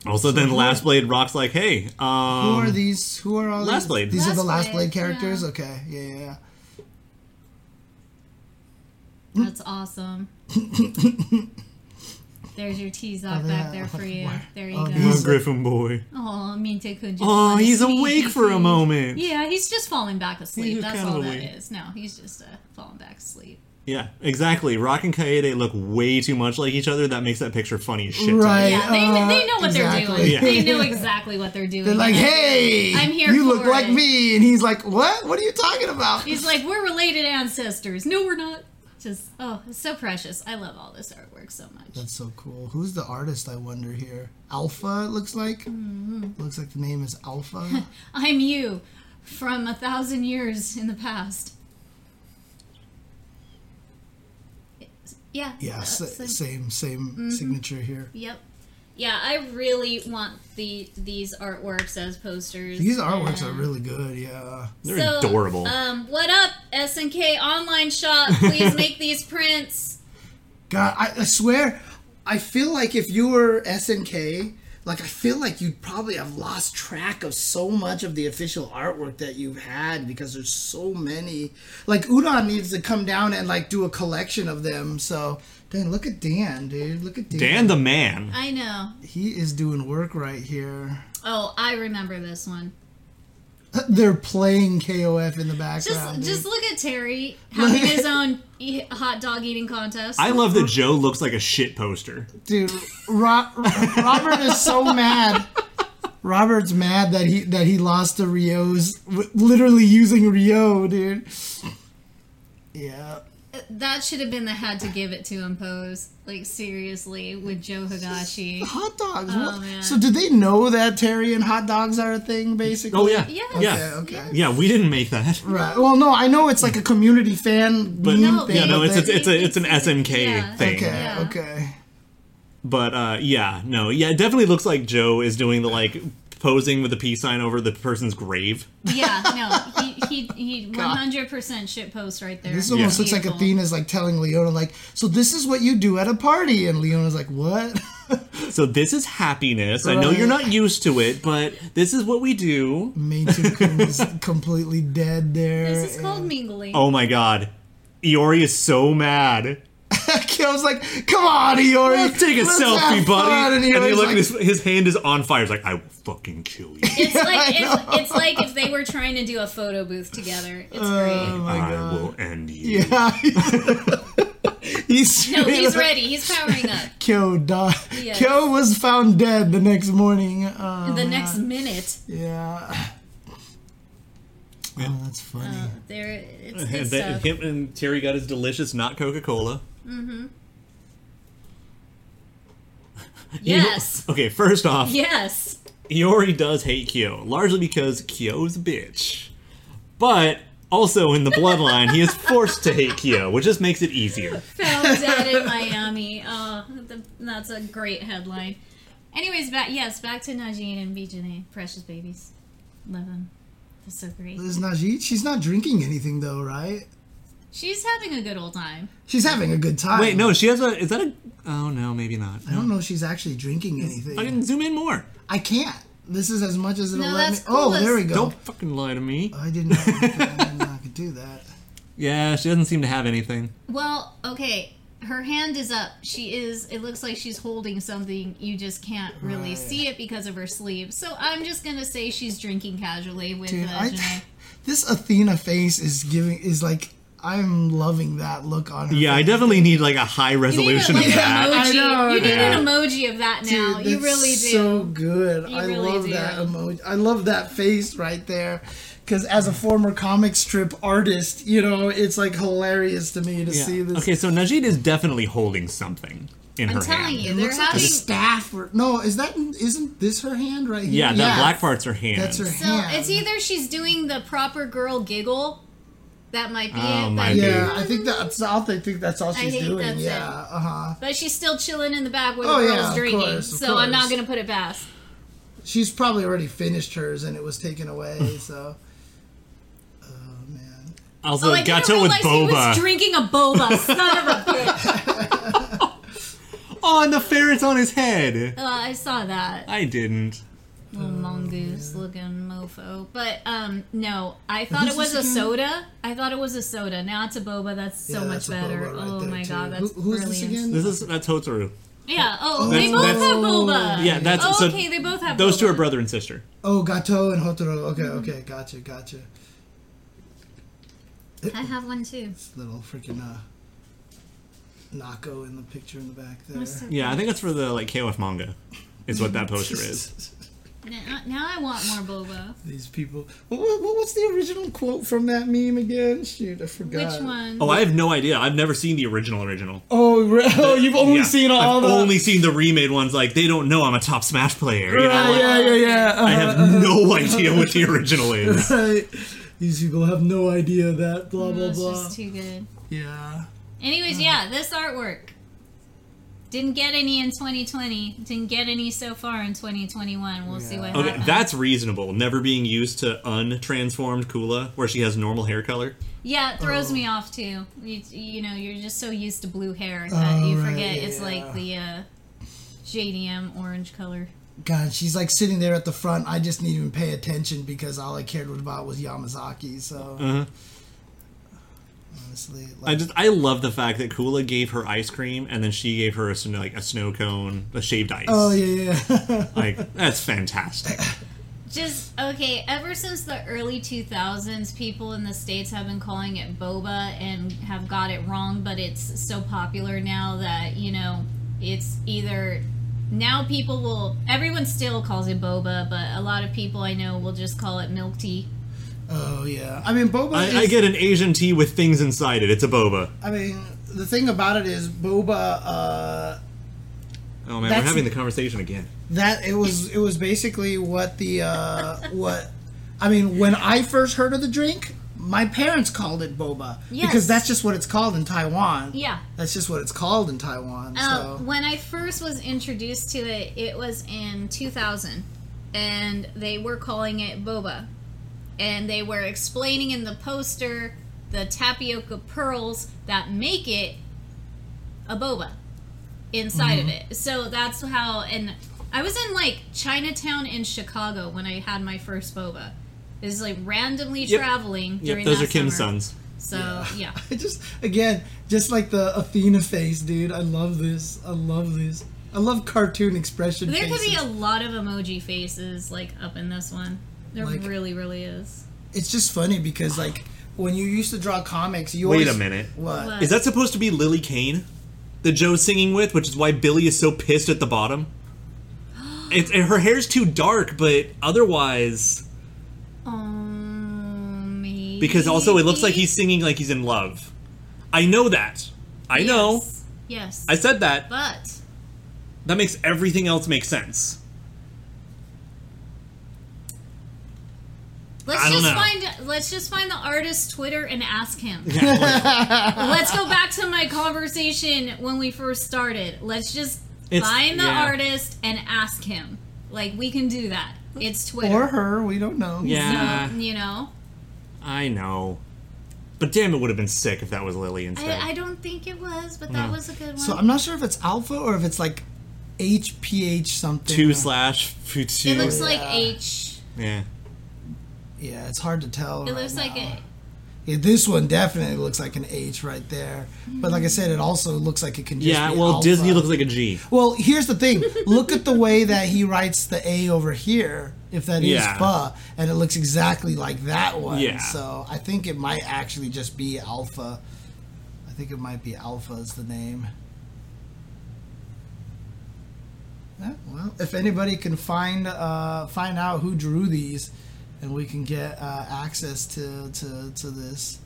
[SPEAKER 4] Also, then Last Blade Rock's like, "Hey,
[SPEAKER 2] Who
[SPEAKER 4] um,
[SPEAKER 2] are these? Who are all
[SPEAKER 4] Last
[SPEAKER 2] these?
[SPEAKER 4] Blade.
[SPEAKER 2] These are the
[SPEAKER 1] Last
[SPEAKER 2] Last
[SPEAKER 1] Blade,
[SPEAKER 2] Blade characters? Okay, yeah, yeah, yeah.
[SPEAKER 1] That's awesome. There's your T-Zoc
[SPEAKER 2] Oh,
[SPEAKER 1] back
[SPEAKER 2] yeah.
[SPEAKER 1] there for you.
[SPEAKER 2] Where-
[SPEAKER 1] There you
[SPEAKER 2] oh,
[SPEAKER 1] go.
[SPEAKER 2] these-
[SPEAKER 4] oh, Griffin boy.
[SPEAKER 1] Oh, Minte Kun just
[SPEAKER 4] Oh,
[SPEAKER 1] wanna
[SPEAKER 4] he's
[SPEAKER 1] sneak
[SPEAKER 4] awake for a
[SPEAKER 1] in.
[SPEAKER 4] moment."
[SPEAKER 1] Yeah, he's just falling back asleep.
[SPEAKER 4] was
[SPEAKER 1] That's
[SPEAKER 4] kinda
[SPEAKER 1] all that
[SPEAKER 4] awake.
[SPEAKER 1] is. No, he's just uh, falling back asleep.
[SPEAKER 4] Yeah, exactly. Rock and Kaede look way too much like each other. That makes that picture funny as shit. to me.
[SPEAKER 2] Right.
[SPEAKER 1] Yeah, they,
[SPEAKER 2] uh,
[SPEAKER 1] they know what they're
[SPEAKER 2] exactly.
[SPEAKER 1] doing.
[SPEAKER 4] Yeah.
[SPEAKER 1] They know exactly what they're doing.
[SPEAKER 2] They're like, hey,
[SPEAKER 1] I'm here
[SPEAKER 2] you look
[SPEAKER 1] for
[SPEAKER 2] like
[SPEAKER 1] it."
[SPEAKER 2] me. And he's like, what? What are you talking about? (laughs)
[SPEAKER 1] He's like, we're related ancestors. No, we're not. Just, oh, it's so precious. I love all this artwork so much.
[SPEAKER 2] That's so cool. Who's the artist, I wonder here? Alpha, it looks like. Looks like the name is (laughs) Alpha.
[SPEAKER 1] I'm you from a thousand years in the past. Yeah.
[SPEAKER 2] Yeah, sa-
[SPEAKER 1] that's it.
[SPEAKER 2] same, Mm-hmm. same signature here.
[SPEAKER 1] Yep. Yeah, I really want the these artworks as posters.
[SPEAKER 2] These artworks are
[SPEAKER 1] and-
[SPEAKER 2] really good, yeah.
[SPEAKER 4] They're adorable.
[SPEAKER 1] Um, what up, SNK online shop?
[SPEAKER 2] (laughs)
[SPEAKER 1] Please make these prints.
[SPEAKER 2] God, I, I swear, I feel like if you were SNK, like I feel like you'd probably have lost track of so much of the official artwork that you've had because there's so many. Like Udon needs to come down and like do a collection of them. So, dang, look at Dan, dude. Look at Dan.
[SPEAKER 4] Dan the man.
[SPEAKER 1] I know.
[SPEAKER 2] he is doing work right here. (laughs)
[SPEAKER 1] Oh, I remember this one.
[SPEAKER 2] They're playing KOF in the
[SPEAKER 1] Just
[SPEAKER 2] background.
[SPEAKER 1] just look at Terry having his own e- hot dog eating contest.
[SPEAKER 4] I love that Joe looks like a shit poster.
[SPEAKER 2] dude, Ro- Robert is
[SPEAKER 1] (laughs)
[SPEAKER 2] so mad. Robert's mad that he that he lost to Rio's, w- literally using Rio, dude. Yeah,
[SPEAKER 1] That should have been the had to give it to him pose. Like seriously, with Joe
[SPEAKER 2] (laughs)
[SPEAKER 1] Higashi.
[SPEAKER 2] Hot dogs.
[SPEAKER 1] Oh,
[SPEAKER 2] what?
[SPEAKER 1] man.
[SPEAKER 2] So did they know that Terry and hot dogs are a thing, basically?
[SPEAKER 4] Oh yeah,
[SPEAKER 1] Yeah.
[SPEAKER 4] yeah,
[SPEAKER 2] Okay, okay.
[SPEAKER 4] yeah. We didn't make that,
[SPEAKER 2] Right. Well, no, I know it's like a community fan
[SPEAKER 4] but
[SPEAKER 2] meme
[SPEAKER 1] No,
[SPEAKER 2] thing.
[SPEAKER 4] yeah, no,
[SPEAKER 2] but
[SPEAKER 4] it's,
[SPEAKER 2] they-
[SPEAKER 4] it's it's a it's an SMK
[SPEAKER 1] Yeah.
[SPEAKER 4] thing.
[SPEAKER 2] okay,
[SPEAKER 1] yeah.
[SPEAKER 2] okay.
[SPEAKER 4] But uh, yeah, no, yeah, it definitely looks like Joe is doing the like posing with the peace sign over the person's grave.
[SPEAKER 1] Yeah, no, he he he, one hundred percent shit post right there.
[SPEAKER 2] This almost
[SPEAKER 4] Yeah.
[SPEAKER 2] looks like
[SPEAKER 1] Beautiful.
[SPEAKER 2] Athena's like telling Leona like, so this is what you do at a party, and Leona's like, what? (laughs)
[SPEAKER 4] So this is happiness. I know
[SPEAKER 2] Right.
[SPEAKER 4] you're not used to it, but this is what we do.
[SPEAKER 2] Maintain
[SPEAKER 4] (laughs)
[SPEAKER 2] is completely dead there.
[SPEAKER 1] This is called mingling.
[SPEAKER 4] Oh my god, Iori is so mad.
[SPEAKER 2] (laughs) I was like, come on, Iori,
[SPEAKER 4] Let's take a
[SPEAKER 2] let's
[SPEAKER 4] selfie,
[SPEAKER 2] have fun,"
[SPEAKER 4] buddy. And,
[SPEAKER 2] Iori's
[SPEAKER 4] he look,
[SPEAKER 2] like,
[SPEAKER 4] his, his hand is on fire. He's like, I will fucking kill you.
[SPEAKER 1] It's
[SPEAKER 2] (laughs)
[SPEAKER 1] like if, it's like if they were trying to do a photo booth together. It's
[SPEAKER 2] Oh.
[SPEAKER 1] great.
[SPEAKER 4] I will end you.
[SPEAKER 2] Yeah. (laughs)
[SPEAKER 4] (laughs)
[SPEAKER 2] he's
[SPEAKER 1] No, he's ready. He's powering
[SPEAKER 2] (laughs)
[SPEAKER 1] up.
[SPEAKER 2] Kyo, di-
[SPEAKER 1] Yes.
[SPEAKER 2] Kyo was found dead the next morning. Uh,
[SPEAKER 1] The next minute,
[SPEAKER 2] yeah. Oh, that's funny.
[SPEAKER 1] there it's
[SPEAKER 2] (laughs)
[SPEAKER 1] good
[SPEAKER 4] And then
[SPEAKER 1] stuff.
[SPEAKER 4] him and Terry got his delicious not Coca Cola.
[SPEAKER 2] (laughs)
[SPEAKER 1] Yes,
[SPEAKER 4] (laughs) Okay, first off,
[SPEAKER 1] yes.
[SPEAKER 4] Iori does hate Kyo, largely because Kyo's a bitch. But also in the bloodline, he is forced to hate Kyo, which just makes it easier.
[SPEAKER 1] Found dead (laughs) in Miami. Oh, the, that's a great headline. Anyways, back yes, back to Najin and Bijane, precious babies, love them. That's so great.
[SPEAKER 2] Is Najid? She's not drinking anything though, right?
[SPEAKER 1] She's having a good old time.
[SPEAKER 2] She's having a good time.
[SPEAKER 4] Wait, no, she has a. Is that a. Oh, no, maybe not.
[SPEAKER 2] I don't know if she's actually drinking anything.
[SPEAKER 4] I can zoom in more.
[SPEAKER 2] I can't. This is as much as it'll
[SPEAKER 1] No,
[SPEAKER 2] let me.
[SPEAKER 1] that's
[SPEAKER 2] Oh,
[SPEAKER 1] cool.
[SPEAKER 2] there we go.
[SPEAKER 4] Don't fucking lie to me.
[SPEAKER 2] I didn't know I did not
[SPEAKER 1] (laughs)
[SPEAKER 2] do that.
[SPEAKER 4] Yeah, she doesn't seem to have anything.
[SPEAKER 1] Well, okay. Her hand is up. She is. It looks like she's holding something. You just can't really
[SPEAKER 2] Right.
[SPEAKER 1] see it because of her sleeve. So I'm just gonna say she's drinking casually with
[SPEAKER 2] Dude,
[SPEAKER 1] uh,
[SPEAKER 2] I-
[SPEAKER 1] Janae.
[SPEAKER 2] (laughs) This Athena face is giving is like I'm loving that look on her.
[SPEAKER 4] Yeah, I
[SPEAKER 2] face.
[SPEAKER 4] definitely need like a high
[SPEAKER 1] You need,
[SPEAKER 4] resolution
[SPEAKER 1] like,
[SPEAKER 4] of
[SPEAKER 1] an
[SPEAKER 4] that.
[SPEAKER 1] emoji.
[SPEAKER 2] I know,
[SPEAKER 1] you need
[SPEAKER 4] yeah.
[SPEAKER 1] an emoji of that now.
[SPEAKER 2] Dude,
[SPEAKER 1] you
[SPEAKER 2] that's
[SPEAKER 1] really do.
[SPEAKER 2] So good. I
[SPEAKER 1] really
[SPEAKER 2] love
[SPEAKER 1] do.
[SPEAKER 2] that emoji. I love that face right there. Because as a former comic strip artist, you know it's like hilarious to me to
[SPEAKER 4] Yeah.
[SPEAKER 2] see this.
[SPEAKER 4] Okay, so Najid is definitely holding something in
[SPEAKER 1] I'm
[SPEAKER 4] her
[SPEAKER 1] telling
[SPEAKER 4] hand.
[SPEAKER 1] you,
[SPEAKER 2] It
[SPEAKER 1] they're
[SPEAKER 2] looks like
[SPEAKER 1] having.
[SPEAKER 2] a staff. Or, no, is that isn't this her hand right here?
[SPEAKER 4] Yeah, that
[SPEAKER 1] Yeah.
[SPEAKER 4] black part's her hand.
[SPEAKER 2] That's her
[SPEAKER 1] so
[SPEAKER 2] hand.
[SPEAKER 1] it's either she's doing the proper girl giggle. That might be
[SPEAKER 4] Oh,
[SPEAKER 1] it.
[SPEAKER 4] my
[SPEAKER 1] but,
[SPEAKER 4] dude.
[SPEAKER 2] Yeah, I think that's all. I think that's all she's
[SPEAKER 1] think
[SPEAKER 2] doing.
[SPEAKER 1] that's it.
[SPEAKER 2] yeah, uh huh.
[SPEAKER 1] but she's still chilling in the back where
[SPEAKER 2] Oh,
[SPEAKER 1] the
[SPEAKER 2] yeah,
[SPEAKER 1] girl's
[SPEAKER 2] of
[SPEAKER 1] drinking.
[SPEAKER 2] course, of
[SPEAKER 1] so I'm not
[SPEAKER 2] course.
[SPEAKER 1] gonna put it past.
[SPEAKER 2] She's probably already finished hers, and it was taken
[SPEAKER 4] (laughs)
[SPEAKER 2] away. so, oh man,
[SPEAKER 4] Also,
[SPEAKER 1] oh, I didn't
[SPEAKER 4] Gato with
[SPEAKER 1] realize he
[SPEAKER 4] boba.
[SPEAKER 1] was drinking a boba.
[SPEAKER 2] (laughs)
[SPEAKER 1] Son of a bitch.
[SPEAKER 4] oh, and the ferret's on his head.
[SPEAKER 1] Uh, I saw that
[SPEAKER 4] I didn't.
[SPEAKER 1] little mongoose looking mofo. But um, no, I thought
[SPEAKER 2] Who's
[SPEAKER 1] it was a
[SPEAKER 2] this again?
[SPEAKER 1] soda. I thought it was a soda. Now it's a boba. That's so
[SPEAKER 2] Yeah,
[SPEAKER 1] much
[SPEAKER 2] that's a
[SPEAKER 1] better.
[SPEAKER 2] boba right
[SPEAKER 1] oh
[SPEAKER 2] there,
[SPEAKER 1] my
[SPEAKER 2] too.
[SPEAKER 1] god, that's
[SPEAKER 2] Who- who is
[SPEAKER 1] brilliant.
[SPEAKER 2] this again?
[SPEAKER 4] This is that's Hotaru.
[SPEAKER 1] Yeah. Oh,
[SPEAKER 2] Oh,
[SPEAKER 1] they
[SPEAKER 4] That's-
[SPEAKER 1] both
[SPEAKER 4] that's-
[SPEAKER 1] have boba.
[SPEAKER 4] Yeah, that's
[SPEAKER 1] Oh,
[SPEAKER 4] so
[SPEAKER 1] okay, they both have
[SPEAKER 4] Those two
[SPEAKER 1] boba.
[SPEAKER 4] are brother and sister.
[SPEAKER 2] Oh, Gato and Hotoro. Okay,
[SPEAKER 1] Mm-hmm.
[SPEAKER 2] okay, gotcha, gotcha.
[SPEAKER 1] I have one too.
[SPEAKER 2] This little freaking uh, Nako in the picture in the back there.
[SPEAKER 4] Yeah, I think that's for the like KOF manga. Is what that poster is.
[SPEAKER 1] Now, now I want more boba.
[SPEAKER 2] (laughs) These people. What, what, what- what's the original quote from that meme again? Shoot, I forgot.
[SPEAKER 1] Which one?
[SPEAKER 4] Oh, I have no idea. I've never seen the original original.
[SPEAKER 2] Oh, re- (laughs) oh you've only
[SPEAKER 4] Yeah.
[SPEAKER 2] seen all
[SPEAKER 4] I've
[SPEAKER 2] the.
[SPEAKER 4] only seen the remade ones. Like they don't know I'm a top Smash player. You know,
[SPEAKER 2] (laughs) yeah, yeah,
[SPEAKER 4] like,
[SPEAKER 2] yeah, yeah.
[SPEAKER 4] I have no idea what the
[SPEAKER 2] (laughs)
[SPEAKER 4] original is.
[SPEAKER 2] Right. These people have no idea that blah blah
[SPEAKER 1] That's
[SPEAKER 2] blah.
[SPEAKER 1] just too good.
[SPEAKER 2] Yeah.
[SPEAKER 1] Anyways, yeah, this artwork. Didn't get any in 2020. Didn't get any so far in 2021. We'll see what
[SPEAKER 4] Okay,
[SPEAKER 1] happens.
[SPEAKER 4] that's reasonable. Never being used to untransformed Kula, where she has normal hair color.
[SPEAKER 1] yeah, it
[SPEAKER 2] Oh.
[SPEAKER 1] throws me off too. You, you know, you're just so used to blue hair that you
[SPEAKER 2] Oh, right,
[SPEAKER 1] forget it's
[SPEAKER 2] yeah.
[SPEAKER 1] like the uh, JDM orange color.
[SPEAKER 2] God, she's like sitting there at the front. I just didn't even pay attention because all I cared about was Yamazaki. So honestly,
[SPEAKER 4] Mm-hmm. I
[SPEAKER 2] like,
[SPEAKER 4] just I love the fact that Kula gave her ice cream and then she gave her a snow, like a snow cone, a shaved ice.
[SPEAKER 2] oh yeah, yeah. (laughs)
[SPEAKER 4] Like that's fantastic.
[SPEAKER 1] Just okay. Ever since the early 2000s, people in the states have been calling it boba and have got it wrong. But it's so popular now that you know it's either now people will everyone still calls it boba, but a lot of people I know will just call it milk tea
[SPEAKER 2] Oh yeah. I mean, boba. is,
[SPEAKER 4] I, I get an Asian tea with things inside it. It's a boba.
[SPEAKER 2] I mean, the thing about it is boba. Uh,
[SPEAKER 4] Oh man,
[SPEAKER 2] That's-
[SPEAKER 4] we're having the conversation again.
[SPEAKER 2] that it was it was basically what the uh, (laughs) what. I mean, when I first heard of the drink, my parents called it boba
[SPEAKER 1] Yes.
[SPEAKER 2] because that's just what it's called in Taiwan.
[SPEAKER 1] Yeah.
[SPEAKER 2] That's just what it's called in Taiwan.
[SPEAKER 1] Uh,
[SPEAKER 2] so
[SPEAKER 1] When I first was introduced to it, it was in 2000, and they were calling it boba. And they were explaining in the poster the tapioca pearls that make it a boba inside
[SPEAKER 4] Mm-hmm.
[SPEAKER 1] of it. So that's how. And I was in like Chinatown in Chicago when I had my first boba. It was like randomly
[SPEAKER 4] Yep.
[SPEAKER 1] traveling.
[SPEAKER 4] Yep,
[SPEAKER 1] During
[SPEAKER 4] those
[SPEAKER 1] that
[SPEAKER 4] are Kim's
[SPEAKER 1] summer.
[SPEAKER 4] sons.
[SPEAKER 1] So yeah.
[SPEAKER 4] (laughs)
[SPEAKER 2] I just again, just like the Athena face, dude. I love this. I love this. I love cartoon expression.
[SPEAKER 1] There could be
[SPEAKER 2] faces.
[SPEAKER 1] a lot of emoji faces like up in this one. There
[SPEAKER 2] Like-
[SPEAKER 1] really, really is.
[SPEAKER 2] It's just funny because like when you used to draw comics, you
[SPEAKER 4] Wait
[SPEAKER 2] always,
[SPEAKER 4] a minute.
[SPEAKER 2] What?
[SPEAKER 1] What?
[SPEAKER 4] uh, Is that supposed to be Lily Kane that Joe's singing with, which is why Billy is so pissed at
[SPEAKER 1] (gasps)
[SPEAKER 4] the bottom? It's, and her hair's too dark, but otherwise,
[SPEAKER 1] Um, oh, maybe.
[SPEAKER 4] because also it looks like he's singing like he's in love. I know that. I know.
[SPEAKER 1] Yes. Yes.
[SPEAKER 4] I said that.
[SPEAKER 1] but
[SPEAKER 4] That makes everything else make sense.
[SPEAKER 1] let's
[SPEAKER 4] I don't
[SPEAKER 1] just
[SPEAKER 4] know.
[SPEAKER 1] find let's just find the artist's Twitter and ask
[SPEAKER 4] (laughs)
[SPEAKER 1] him. let's go back to my conversation when we first started. Let's just
[SPEAKER 4] It's-
[SPEAKER 1] find the
[SPEAKER 4] yeah.
[SPEAKER 1] artist and ask him. Like we can do that. It's Twitter.
[SPEAKER 2] Or her? We don't know.
[SPEAKER 4] Yeah,
[SPEAKER 1] You know,
[SPEAKER 4] I know. But damn, it would have been sick if that was Lily instead.
[SPEAKER 1] I, I don't think it was, but that was a good one.
[SPEAKER 2] So I'm not sure if it's alpha or if it's like HPH something.
[SPEAKER 4] two slash two.
[SPEAKER 1] it looks like H.
[SPEAKER 4] yeah.
[SPEAKER 2] Yeah, it's hard to tell.
[SPEAKER 1] It looks like a
[SPEAKER 2] Yeah, this one definitely looks like an H right there. But like I said, it also looks like it can just
[SPEAKER 4] Yeah,
[SPEAKER 2] be
[SPEAKER 4] well,
[SPEAKER 2] alpha.
[SPEAKER 4] Disney looks like a G.
[SPEAKER 2] Well, here's the thing. Look at the way that he writes the A over here, if that is
[SPEAKER 4] Yeah.
[SPEAKER 2] pho, and it looks exactly like that one.
[SPEAKER 4] Yeah.
[SPEAKER 2] So I think it might actually just be Alpha. I think it might be Alpha is the name. Yeah, well, if anybody can find uh, find out who drew these, and we can get uh, access to, to to this,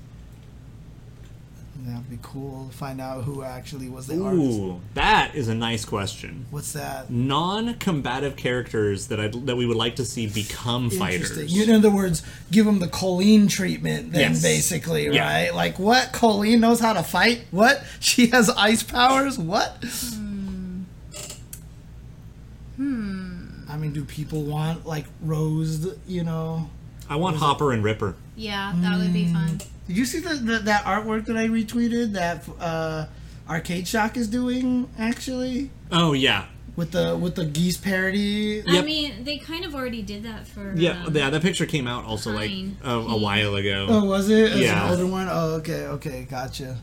[SPEAKER 2] that'd be cool. Find out who actually was the artist.
[SPEAKER 4] Ooh, that is a nice question.
[SPEAKER 2] What's that?
[SPEAKER 4] Non-combative characters that I that we would like to see become
[SPEAKER 2] Interesting.
[SPEAKER 4] fighters.
[SPEAKER 2] You- In other words, give them the choline treatment, then
[SPEAKER 4] Yes.
[SPEAKER 2] basically,
[SPEAKER 4] Yeah.
[SPEAKER 2] right? Like, what? Choline knows how to fight? What? (laughs) She has ice powers? What? Hmm. I mean, do people want, like, rose, you know?
[SPEAKER 4] I want Hopper and Ripper.
[SPEAKER 1] yeah. That would
[SPEAKER 2] Mm.
[SPEAKER 1] be fun.
[SPEAKER 2] Did you see the, the, that artwork that I retweeted that uh, Arcade Shock is doing, actually?
[SPEAKER 4] Oh yeah,
[SPEAKER 2] With the with the geese parody?
[SPEAKER 1] I
[SPEAKER 4] Yep.
[SPEAKER 1] mean, they kind of already did that for
[SPEAKER 4] yeah,
[SPEAKER 1] um,
[SPEAKER 4] yeah. That picture came out also like
[SPEAKER 1] Fine.
[SPEAKER 4] a, a while ago.
[SPEAKER 2] Oh, was it? As
[SPEAKER 4] Yeah.
[SPEAKER 2] an older one? Oh, okay, okay, gotcha.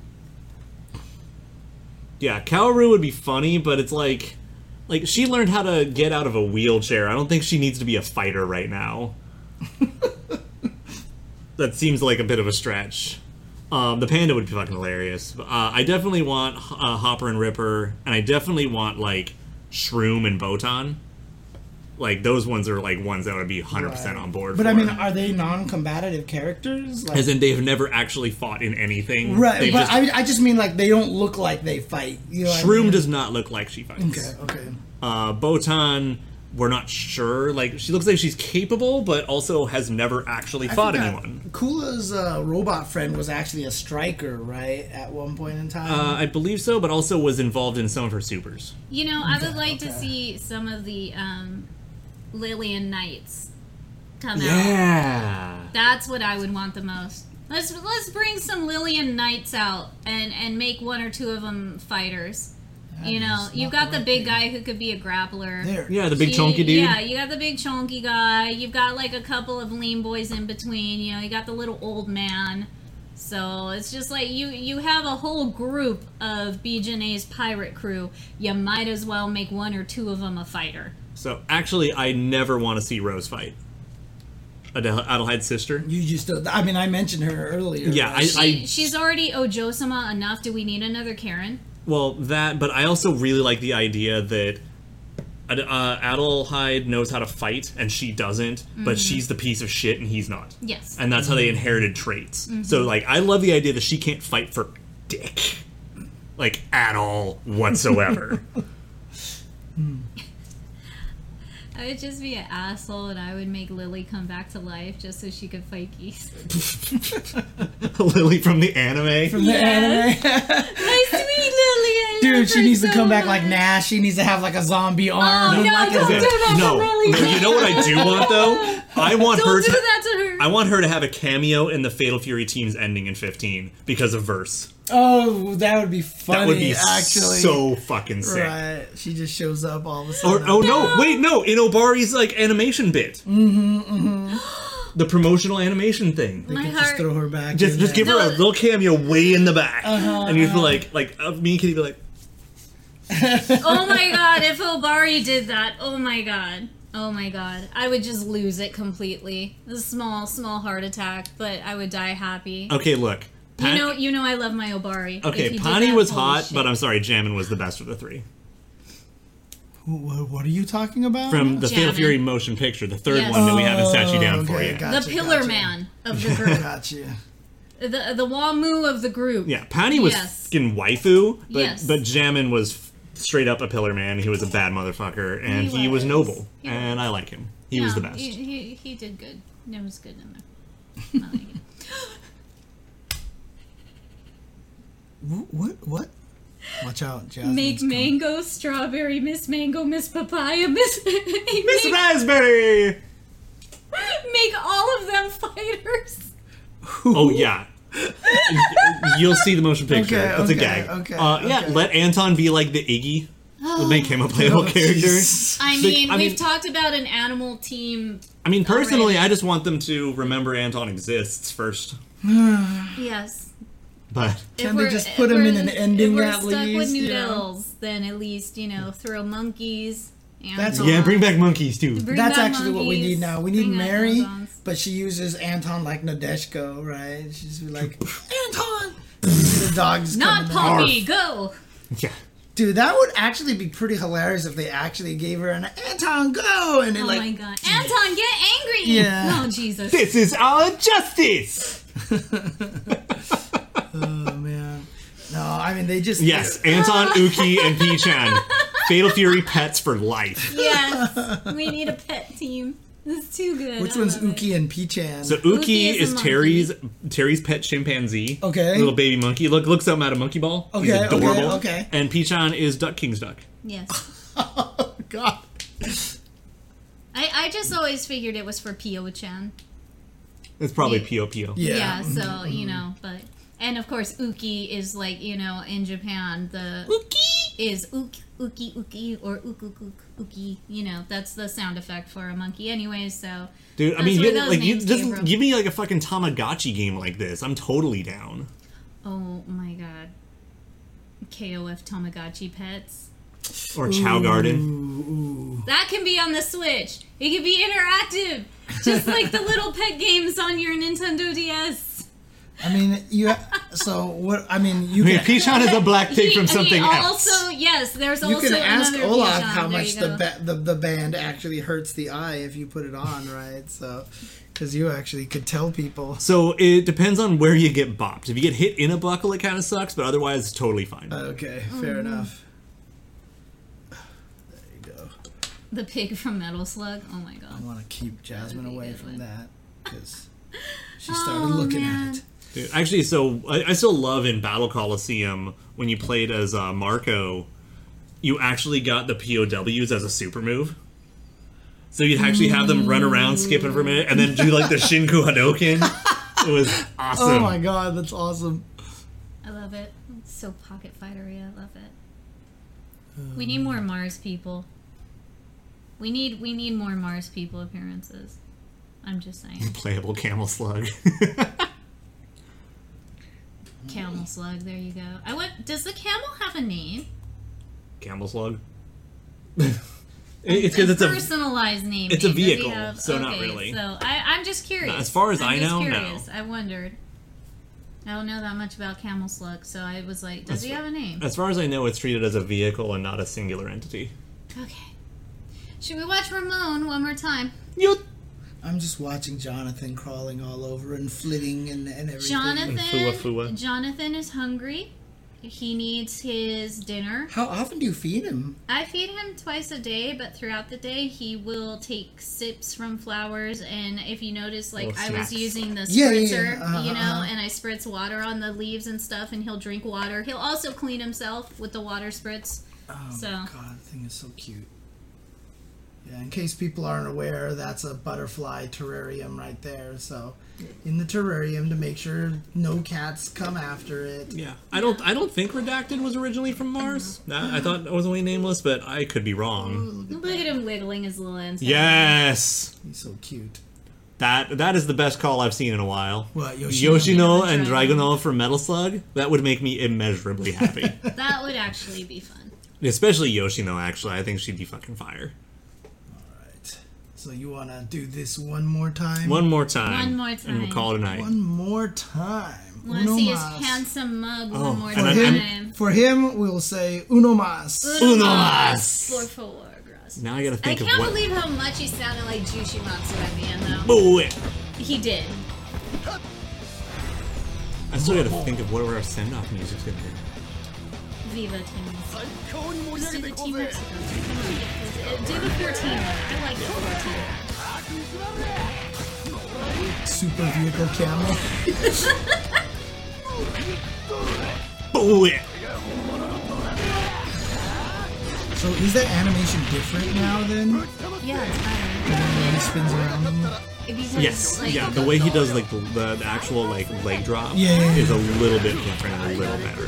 [SPEAKER 4] Yeah, Kaoru would be funny, but it's like, like she learned how to get out of a wheelchair. I don't think she needs to be a fighter right
[SPEAKER 2] (laughs)
[SPEAKER 4] now. that seems like a bit of a stretch. Um, the panda would be fucking hilarious. Uh, I definitely want uh, Hopper and Ripper, and I definitely want like Shroom and Botan. Like those ones are like ones that would be hundred percent on board.
[SPEAKER 2] But
[SPEAKER 4] for.
[SPEAKER 2] I mean, are they non-combative characters? Like,
[SPEAKER 4] as in they have never actually fought in anything.
[SPEAKER 2] right?
[SPEAKER 4] They
[SPEAKER 2] but
[SPEAKER 4] just-
[SPEAKER 2] I, I just mean like they don't look like they fight. You know what I
[SPEAKER 4] Shroom
[SPEAKER 2] mean?
[SPEAKER 4] does not look like she fights.
[SPEAKER 2] Okay, okay.
[SPEAKER 4] Uh, Botan, we're not sure. Like, she looks like she's capable, but also has never actually
[SPEAKER 2] I
[SPEAKER 4] fought
[SPEAKER 2] forgot.
[SPEAKER 4] anyone.
[SPEAKER 2] Kula's uh, robot friend was actually a striker, right? At one point in time.
[SPEAKER 4] Uh, I believe so, but also was involved in some of her supers.
[SPEAKER 1] You know, I would like to see some of the um, Lillian Knights come out.
[SPEAKER 4] Yeah.
[SPEAKER 1] That's what I would want the most. Let's let's bring some Lillian Knights out and and make one or two of them fighters. you know,
[SPEAKER 2] is
[SPEAKER 1] you've
[SPEAKER 2] not
[SPEAKER 1] got
[SPEAKER 2] the
[SPEAKER 1] the
[SPEAKER 2] right
[SPEAKER 1] big
[SPEAKER 2] thing.
[SPEAKER 1] guy who could be a grappler.
[SPEAKER 2] there.
[SPEAKER 4] Yeah, the big
[SPEAKER 1] You-
[SPEAKER 4] chunky dude.
[SPEAKER 1] Yeah, you got the big chunky guy. You've got like a couple of lean boys in between. You know, you got the little old man. So it's just like you you have a whole group of BJ's pirate crew. You might as well make one or two of them a fighter.
[SPEAKER 4] So, actually, I never want to see Rose fight. Adel- Adelaide's sister?
[SPEAKER 2] You just. don't- I mean, I mentioned her earlier.
[SPEAKER 4] Yeah, I,
[SPEAKER 2] right?
[SPEAKER 4] I.
[SPEAKER 1] She's already Ojosama enough. Do we need another Karen?
[SPEAKER 4] Well, that, but I also really like the idea that Ad- uh, Adelheid knows how to fight, and she doesn't, but she's the piece of shit, and he's not.
[SPEAKER 1] Mm-hmm. Yes. Mm-hmm.
[SPEAKER 4] And that's how they inherited traits. So, like, I love the idea that she can't fight for dick, like, at all
[SPEAKER 1] (laughs)
[SPEAKER 4] whatsoever.
[SPEAKER 1] I would just be an asshole and I would make Lily come back to life just so she could fight
[SPEAKER 4] (laughs)
[SPEAKER 1] geese.
[SPEAKER 4] Lily from the anime.
[SPEAKER 2] From the
[SPEAKER 1] Yes.
[SPEAKER 2] (laughs) anime.
[SPEAKER 1] My sweet Lily, I love
[SPEAKER 2] Dude, she
[SPEAKER 1] her
[SPEAKER 2] needs to
[SPEAKER 1] so
[SPEAKER 2] come back like
[SPEAKER 1] much. Oh,
[SPEAKER 2] Nash. She needs to have like a zombie arm.
[SPEAKER 1] no,
[SPEAKER 2] like a-
[SPEAKER 1] don't do that
[SPEAKER 4] no,
[SPEAKER 1] to Lily.
[SPEAKER 4] no, you know what I do
[SPEAKER 1] (laughs)
[SPEAKER 4] want though? I want her
[SPEAKER 1] Don't do
[SPEAKER 4] to.
[SPEAKER 1] that to her.
[SPEAKER 4] I want her to have a cameo in the Fatal Fury team's ending in 15 because of verse.
[SPEAKER 2] Oh, that would be funny.
[SPEAKER 4] That would be
[SPEAKER 2] actually.
[SPEAKER 4] so fucking sick.
[SPEAKER 2] right. She just shows up all of a
[SPEAKER 4] Or
[SPEAKER 2] sudden.
[SPEAKER 4] oh no, wait, no, in Obari's like animation bit. Mm-hmm, mm-hmm. (gasps) the promotional animation thing.
[SPEAKER 2] They
[SPEAKER 1] My
[SPEAKER 2] could
[SPEAKER 1] heart-
[SPEAKER 2] just throw her back.
[SPEAKER 4] Just,
[SPEAKER 2] in
[SPEAKER 4] just give
[SPEAKER 2] there.
[SPEAKER 4] her a little cameo way in the back,
[SPEAKER 1] Uh-huh,
[SPEAKER 4] and you'd be like, like uh, me and Kitty be like,
[SPEAKER 1] oh my god, if Obari did that, oh my god. Oh my god. I would just lose it completely. A small, small heart attack, but I would die happy.
[SPEAKER 4] okay, look,
[SPEAKER 1] You
[SPEAKER 4] Pan-
[SPEAKER 1] know you know I love my Obari. If
[SPEAKER 4] okay,
[SPEAKER 1] he did
[SPEAKER 4] Pani
[SPEAKER 1] that,
[SPEAKER 4] was
[SPEAKER 1] holy
[SPEAKER 4] hot,
[SPEAKER 1] shit.
[SPEAKER 4] but I'm sorry, Jammin was the best of the three
[SPEAKER 2] Wh- wh- What are you talking about?
[SPEAKER 4] from the Fatal
[SPEAKER 1] Oh, Jammin. Oh,
[SPEAKER 4] Fury motion picture, the third
[SPEAKER 1] Yes.
[SPEAKER 4] one that we haven't sat you down for
[SPEAKER 2] okay,
[SPEAKER 4] yet.
[SPEAKER 2] got
[SPEAKER 1] the
[SPEAKER 2] gotcha,
[SPEAKER 1] pillar
[SPEAKER 2] gotcha.
[SPEAKER 1] man of the
[SPEAKER 4] (laughs)
[SPEAKER 1] group.
[SPEAKER 2] (laughs) Gotcha.
[SPEAKER 1] the the Wamu of the group.
[SPEAKER 4] Yeah, Pani was
[SPEAKER 1] Yes.
[SPEAKER 4] fucking waifu, but
[SPEAKER 1] Yes.
[SPEAKER 4] but Jammin was f- straight up a pillar man. He was a bad motherfucker, and he,
[SPEAKER 1] He
[SPEAKER 4] was.
[SPEAKER 1] was.
[SPEAKER 4] noble,
[SPEAKER 1] He
[SPEAKER 4] and I like him. He was
[SPEAKER 1] No,
[SPEAKER 4] the best.
[SPEAKER 1] He, he, he did good. It was good in there. I like it.
[SPEAKER 2] Wh- What? What? Watch out, Jasmine.
[SPEAKER 1] Make mango, strawberry, Miss Mango, Miss Papaya, Miss (laughs)
[SPEAKER 4] Miss
[SPEAKER 1] make,
[SPEAKER 4] Raspberry.
[SPEAKER 1] make all of them fighters.
[SPEAKER 4] Oh yeah. You'll see the motion picture.
[SPEAKER 2] Okay,
[SPEAKER 4] That's
[SPEAKER 2] okay,
[SPEAKER 4] a gag.
[SPEAKER 2] okay,
[SPEAKER 4] Uh, yeah,
[SPEAKER 2] okay. Oh,
[SPEAKER 4] let Anton be like the Iggy. We'll make him a playable character.
[SPEAKER 1] I
[SPEAKER 4] Like,
[SPEAKER 1] mean,
[SPEAKER 4] I
[SPEAKER 1] we've
[SPEAKER 4] mean-
[SPEAKER 1] talked about an animal team.
[SPEAKER 4] I mean, personally,
[SPEAKER 1] Alright.
[SPEAKER 4] I just want them to remember Anton exists first.
[SPEAKER 1] Yes.
[SPEAKER 4] But
[SPEAKER 2] Can
[SPEAKER 1] If
[SPEAKER 2] we
[SPEAKER 1] we're-
[SPEAKER 2] just
[SPEAKER 1] if
[SPEAKER 2] put 'em
[SPEAKER 1] we're-
[SPEAKER 2] in an ending
[SPEAKER 1] if we're
[SPEAKER 2] at
[SPEAKER 1] stuck with
[SPEAKER 2] least, you know?
[SPEAKER 1] noodles, then at least you know throw monkeys. And
[SPEAKER 2] That's
[SPEAKER 1] all.
[SPEAKER 4] yeah, bring back monkeys too.
[SPEAKER 1] Bring
[SPEAKER 2] That's
[SPEAKER 1] back
[SPEAKER 2] actually what we
[SPEAKER 1] monkeys,
[SPEAKER 2] need now. We need
[SPEAKER 1] bring back
[SPEAKER 2] Mary,
[SPEAKER 1] Amazons.
[SPEAKER 2] but she uses Anton like Nadeshko, right? She's be like, Anton! the dog's
[SPEAKER 1] Not
[SPEAKER 2] coming out.
[SPEAKER 1] Poppy. Go.
[SPEAKER 4] Yeah.
[SPEAKER 2] Dude, that would actually be pretty hilarious if they actually gave her an Anton, go! And it
[SPEAKER 1] Oh
[SPEAKER 2] like,
[SPEAKER 1] my god, Anton, get angry!
[SPEAKER 2] Yeah.
[SPEAKER 1] Oh
[SPEAKER 4] (laughs)
[SPEAKER 1] Jesus.
[SPEAKER 4] This is our justice.
[SPEAKER 2] oh man. No, I mean, they just.
[SPEAKER 4] Yes, Anton, Uki, and P-Chan. Fatal Fury pets for life.
[SPEAKER 2] (laughs)
[SPEAKER 1] Yes, we need a pet team. This is too good.
[SPEAKER 2] Which
[SPEAKER 1] I
[SPEAKER 2] one's
[SPEAKER 1] love it.
[SPEAKER 2] Uki and Pichan?
[SPEAKER 4] So Uki,
[SPEAKER 1] Uki
[SPEAKER 4] is,
[SPEAKER 1] is a monkey.
[SPEAKER 4] Terry's Terry's pet chimpanzee.
[SPEAKER 2] Okay.
[SPEAKER 4] Little baby monkey. Look looks up at a monkey ball. He's
[SPEAKER 2] Okay, okay,
[SPEAKER 4] adorable.
[SPEAKER 2] okay.
[SPEAKER 4] And Pichon is Duck King's duck.
[SPEAKER 1] Yes,
[SPEAKER 2] oh, God.
[SPEAKER 1] I, I just always figured it was for Pio Chan.
[SPEAKER 4] It's probably
[SPEAKER 1] Yeah.
[SPEAKER 4] Pio Pio.
[SPEAKER 1] Yeah.
[SPEAKER 2] Yeah.
[SPEAKER 1] so
[SPEAKER 4] Mm-hmm.
[SPEAKER 1] you know, but and of course Uki is like you know in Japan the Uki is Uki Uki Uki or Uk Uk Uk Uki. You know that's the sound effect for a monkey anyway. So
[SPEAKER 4] Dude, I
[SPEAKER 1] That's
[SPEAKER 4] mean,
[SPEAKER 1] where
[SPEAKER 4] you,
[SPEAKER 1] those
[SPEAKER 4] like, you
[SPEAKER 1] names
[SPEAKER 4] just
[SPEAKER 1] came from.
[SPEAKER 4] give me like a fucking Tamagotchi game like this. I'm totally down.
[SPEAKER 1] oh my god, KOF Tamagotchi pets.
[SPEAKER 4] Or Chow Garden.
[SPEAKER 1] That can be on the Switch. It can be interactive,
[SPEAKER 4] (laughs)
[SPEAKER 1] just like the little pet games on your Nintendo DS.
[SPEAKER 2] I mean, you. So, what? I mean, you
[SPEAKER 4] I mean,
[SPEAKER 2] can.
[SPEAKER 4] Pichon is a black
[SPEAKER 1] (laughs)
[SPEAKER 4] pig
[SPEAKER 1] He-
[SPEAKER 4] from
[SPEAKER 1] he
[SPEAKER 4] something else.
[SPEAKER 1] Also, yes, there's
[SPEAKER 2] You
[SPEAKER 1] also
[SPEAKER 2] can ask
[SPEAKER 1] another
[SPEAKER 2] Olaf
[SPEAKER 1] Pichon.
[SPEAKER 2] how
[SPEAKER 1] There
[SPEAKER 2] much
[SPEAKER 1] you
[SPEAKER 2] the,
[SPEAKER 1] go.
[SPEAKER 2] ba- the the band actually hurts the eye if you put it on, right? So, because you actually could tell people.
[SPEAKER 4] so it depends on where you get bopped. If you get hit in a buckle, it kind of sucks, but otherwise, it's totally fine.
[SPEAKER 2] Okay, fair
[SPEAKER 1] Mm-hmm.
[SPEAKER 2] enough. There you go.
[SPEAKER 1] the pig from Metal Slug. Oh my
[SPEAKER 2] I
[SPEAKER 1] god.
[SPEAKER 2] want to keep Jasmine
[SPEAKER 1] be a
[SPEAKER 2] away
[SPEAKER 1] good
[SPEAKER 2] from
[SPEAKER 1] one.
[SPEAKER 2] that because she started
[SPEAKER 1] Oh,
[SPEAKER 2] looking
[SPEAKER 1] man.
[SPEAKER 2] at it.
[SPEAKER 4] Dude, actually, so I, I still love in Battle Coliseum when you played as uh, Marco, you actually got the POWs as a super move. So you'd actually have them run around, skipping for a minute, and then do like the Shinku Hadoken. It was (laughs) awesome.
[SPEAKER 2] Oh my god, that's awesome.
[SPEAKER 1] I love it. It's so pocket fightery. I love it. we
[SPEAKER 4] Um,
[SPEAKER 1] need more Mars people. We need we need more Mars people appearances. I'm just saying.
[SPEAKER 4] Playable camel (laughs) slug.
[SPEAKER 1] Camel Slug. There you go. I want. Does the camel have a name?
[SPEAKER 4] camel slug. (laughs) It- it's because it's a.
[SPEAKER 1] personalized name.
[SPEAKER 4] it's a
[SPEAKER 1] Does he
[SPEAKER 4] vehicle, so not really.
[SPEAKER 1] So I, I'm just curious.
[SPEAKER 4] As far as
[SPEAKER 1] I'm
[SPEAKER 4] I
[SPEAKER 1] just
[SPEAKER 4] know, no.
[SPEAKER 1] curious. I wondered. I don't know that much about camel slug, so I was like, does
[SPEAKER 4] That's
[SPEAKER 1] he
[SPEAKER 4] fa-
[SPEAKER 1] have a name?
[SPEAKER 4] As far as I know, it's treated as a vehicle and not a singular entity.
[SPEAKER 1] Okay. Should we watch Ramon one more time?
[SPEAKER 4] You
[SPEAKER 2] I'm just watching Jonathan crawling all over and flitting and, and everything.
[SPEAKER 1] Jonathan.
[SPEAKER 4] Fua Fua.
[SPEAKER 1] Jonathan is hungry. He needs his dinner.
[SPEAKER 2] How often do you feed him?
[SPEAKER 1] I feed him twice a day, but throughout the day he will take sips from flowers. And if you notice, like
[SPEAKER 4] Little
[SPEAKER 1] I was
[SPEAKER 4] Oh, snacks.
[SPEAKER 1] using the
[SPEAKER 2] Yeah, yeah, yeah.
[SPEAKER 1] spritzer,
[SPEAKER 2] Uh-huh,
[SPEAKER 1] you know,
[SPEAKER 2] uh-huh.
[SPEAKER 1] and I spritz water on the leaves and stuff, and he'll drink water. He'll also clean himself with the water spritz.
[SPEAKER 2] Oh
[SPEAKER 1] So.
[SPEAKER 2] god, the thing is so cute. Yeah, in case people aren't aware, that's a butterfly terrarium right there. So, in the terrarium to make sure no cats come after it.
[SPEAKER 4] Yeah, I don't. I don't think Redacted was originally from Mars.
[SPEAKER 1] Uh-huh.
[SPEAKER 4] That- I thought it was only nameless, but I could be wrong.
[SPEAKER 1] Look at him wiggling his little ends.
[SPEAKER 4] Yes,
[SPEAKER 2] He's so cute.
[SPEAKER 4] that that is the best call I've seen in a while.
[SPEAKER 2] What, Yoshino?
[SPEAKER 4] Yoshino and Dragunov from Metal Slug. That would make me
[SPEAKER 1] (laughs)
[SPEAKER 4] immeasurably happy.
[SPEAKER 1] That would actually be fun.
[SPEAKER 4] Especially Yoshino. Actually, I think she'd be fucking fire.
[SPEAKER 2] Right. So you wanna do this one more time?
[SPEAKER 4] One more
[SPEAKER 1] One
[SPEAKER 4] time.
[SPEAKER 1] more
[SPEAKER 4] And we'll
[SPEAKER 1] time.
[SPEAKER 4] call it a night.
[SPEAKER 2] One more time.
[SPEAKER 1] Want to see his
[SPEAKER 2] mas.
[SPEAKER 1] handsome mug
[SPEAKER 4] Oh,
[SPEAKER 1] one more
[SPEAKER 4] and
[SPEAKER 2] For
[SPEAKER 4] I'm-
[SPEAKER 1] time?
[SPEAKER 2] him, for him, we'll say uno mas.
[SPEAKER 4] Uno mas.
[SPEAKER 1] Por favor, gracias.
[SPEAKER 4] Now I gotta
[SPEAKER 1] I
[SPEAKER 4] think
[SPEAKER 1] can't
[SPEAKER 4] of what.
[SPEAKER 1] believe how much he sounded like Juicy Matsu at the end, though.
[SPEAKER 4] Oh, wait.
[SPEAKER 1] He did.
[SPEAKER 4] I still gotta think of what our send off music's gonna be.
[SPEAKER 1] Viva Team Mexico. Just do the Team Mexico. Come on, get this- uh, Do the 14. I like the 14.
[SPEAKER 2] Super vehicle camel.
[SPEAKER 4] Oh, yeah.
[SPEAKER 2] So is that animation different now then?
[SPEAKER 1] Yeah, it's better.
[SPEAKER 2] When he spins around him?
[SPEAKER 1] Because,
[SPEAKER 4] Yes,
[SPEAKER 1] like,
[SPEAKER 4] yeah. The way he does like the, the the actual like leg drop
[SPEAKER 2] Yeah, yeah, yeah.
[SPEAKER 4] is a little bit different, and a little better.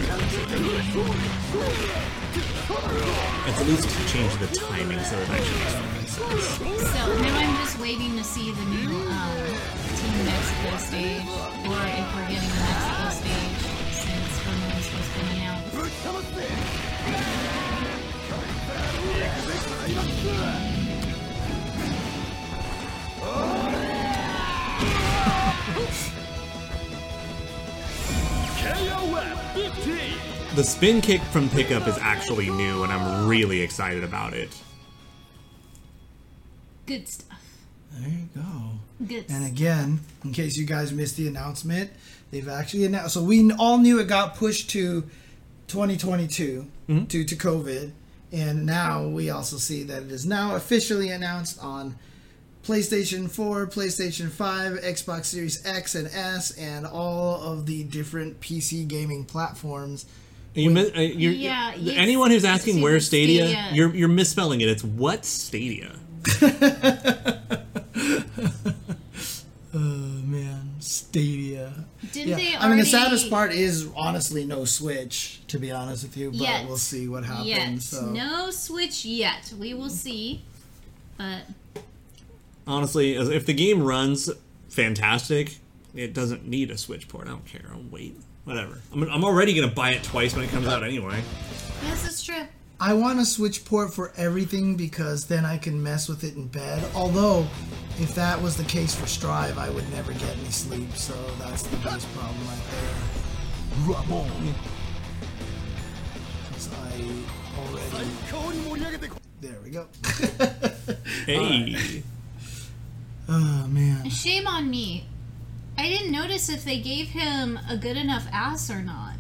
[SPEAKER 4] It's at least change the timing so it actually makes more sense.
[SPEAKER 1] So now I'm just waiting to see the new um, Team Mexico stage, or if we're getting the Mexico stage since Ramon's supposed to be now.
[SPEAKER 4] The spin kick from pickup is actually new, and I'm really excited about it.
[SPEAKER 1] Good stuff.
[SPEAKER 2] There you go.
[SPEAKER 1] Good
[SPEAKER 2] And
[SPEAKER 1] stuff.
[SPEAKER 2] again, in case you guys missed the announcement, they've actually announced. So we all knew it got pushed to 2022 due to COVID, and now we also see that it is now officially announced on PlayStation 4, PlayStation 5, Xbox Series X and S, and all of the different PC gaming platforms.
[SPEAKER 4] You mi- uh, you're,
[SPEAKER 1] Yeah,
[SPEAKER 4] you're-
[SPEAKER 1] it's-
[SPEAKER 4] anyone who's asking
[SPEAKER 1] it's
[SPEAKER 4] where Stadia,
[SPEAKER 1] Stadia.
[SPEAKER 4] you're you're misspelling it. It's what Stadia?
[SPEAKER 2] Oh man, Stadia.
[SPEAKER 1] Didn't
[SPEAKER 2] Yeah.
[SPEAKER 1] they already?
[SPEAKER 2] I mean, the saddest part is honestly no Switch, to be honest with you. But
[SPEAKER 1] Yet.
[SPEAKER 2] we'll see what happens.
[SPEAKER 1] Yet.
[SPEAKER 2] So.
[SPEAKER 1] No switch yet. We will see. But
[SPEAKER 4] Honestly, as- if the game runs fantastic, it doesn't need a Switch port. I don't care. I'll wait. Whatever. I'm, I'm already gonna buy it twice when it comes out anyway.
[SPEAKER 1] this is true.
[SPEAKER 2] I want a Switch port for everything because then I can mess with it in bed. Although, if that was the case for Strive, I would never get any sleep. So that's the biggest problem right there. Ramon. 'Cause I already. There we go. (laughs)
[SPEAKER 4] Hey,
[SPEAKER 2] oh man.
[SPEAKER 1] Shame on me. I didn't notice if they gave him a good enough ass or not.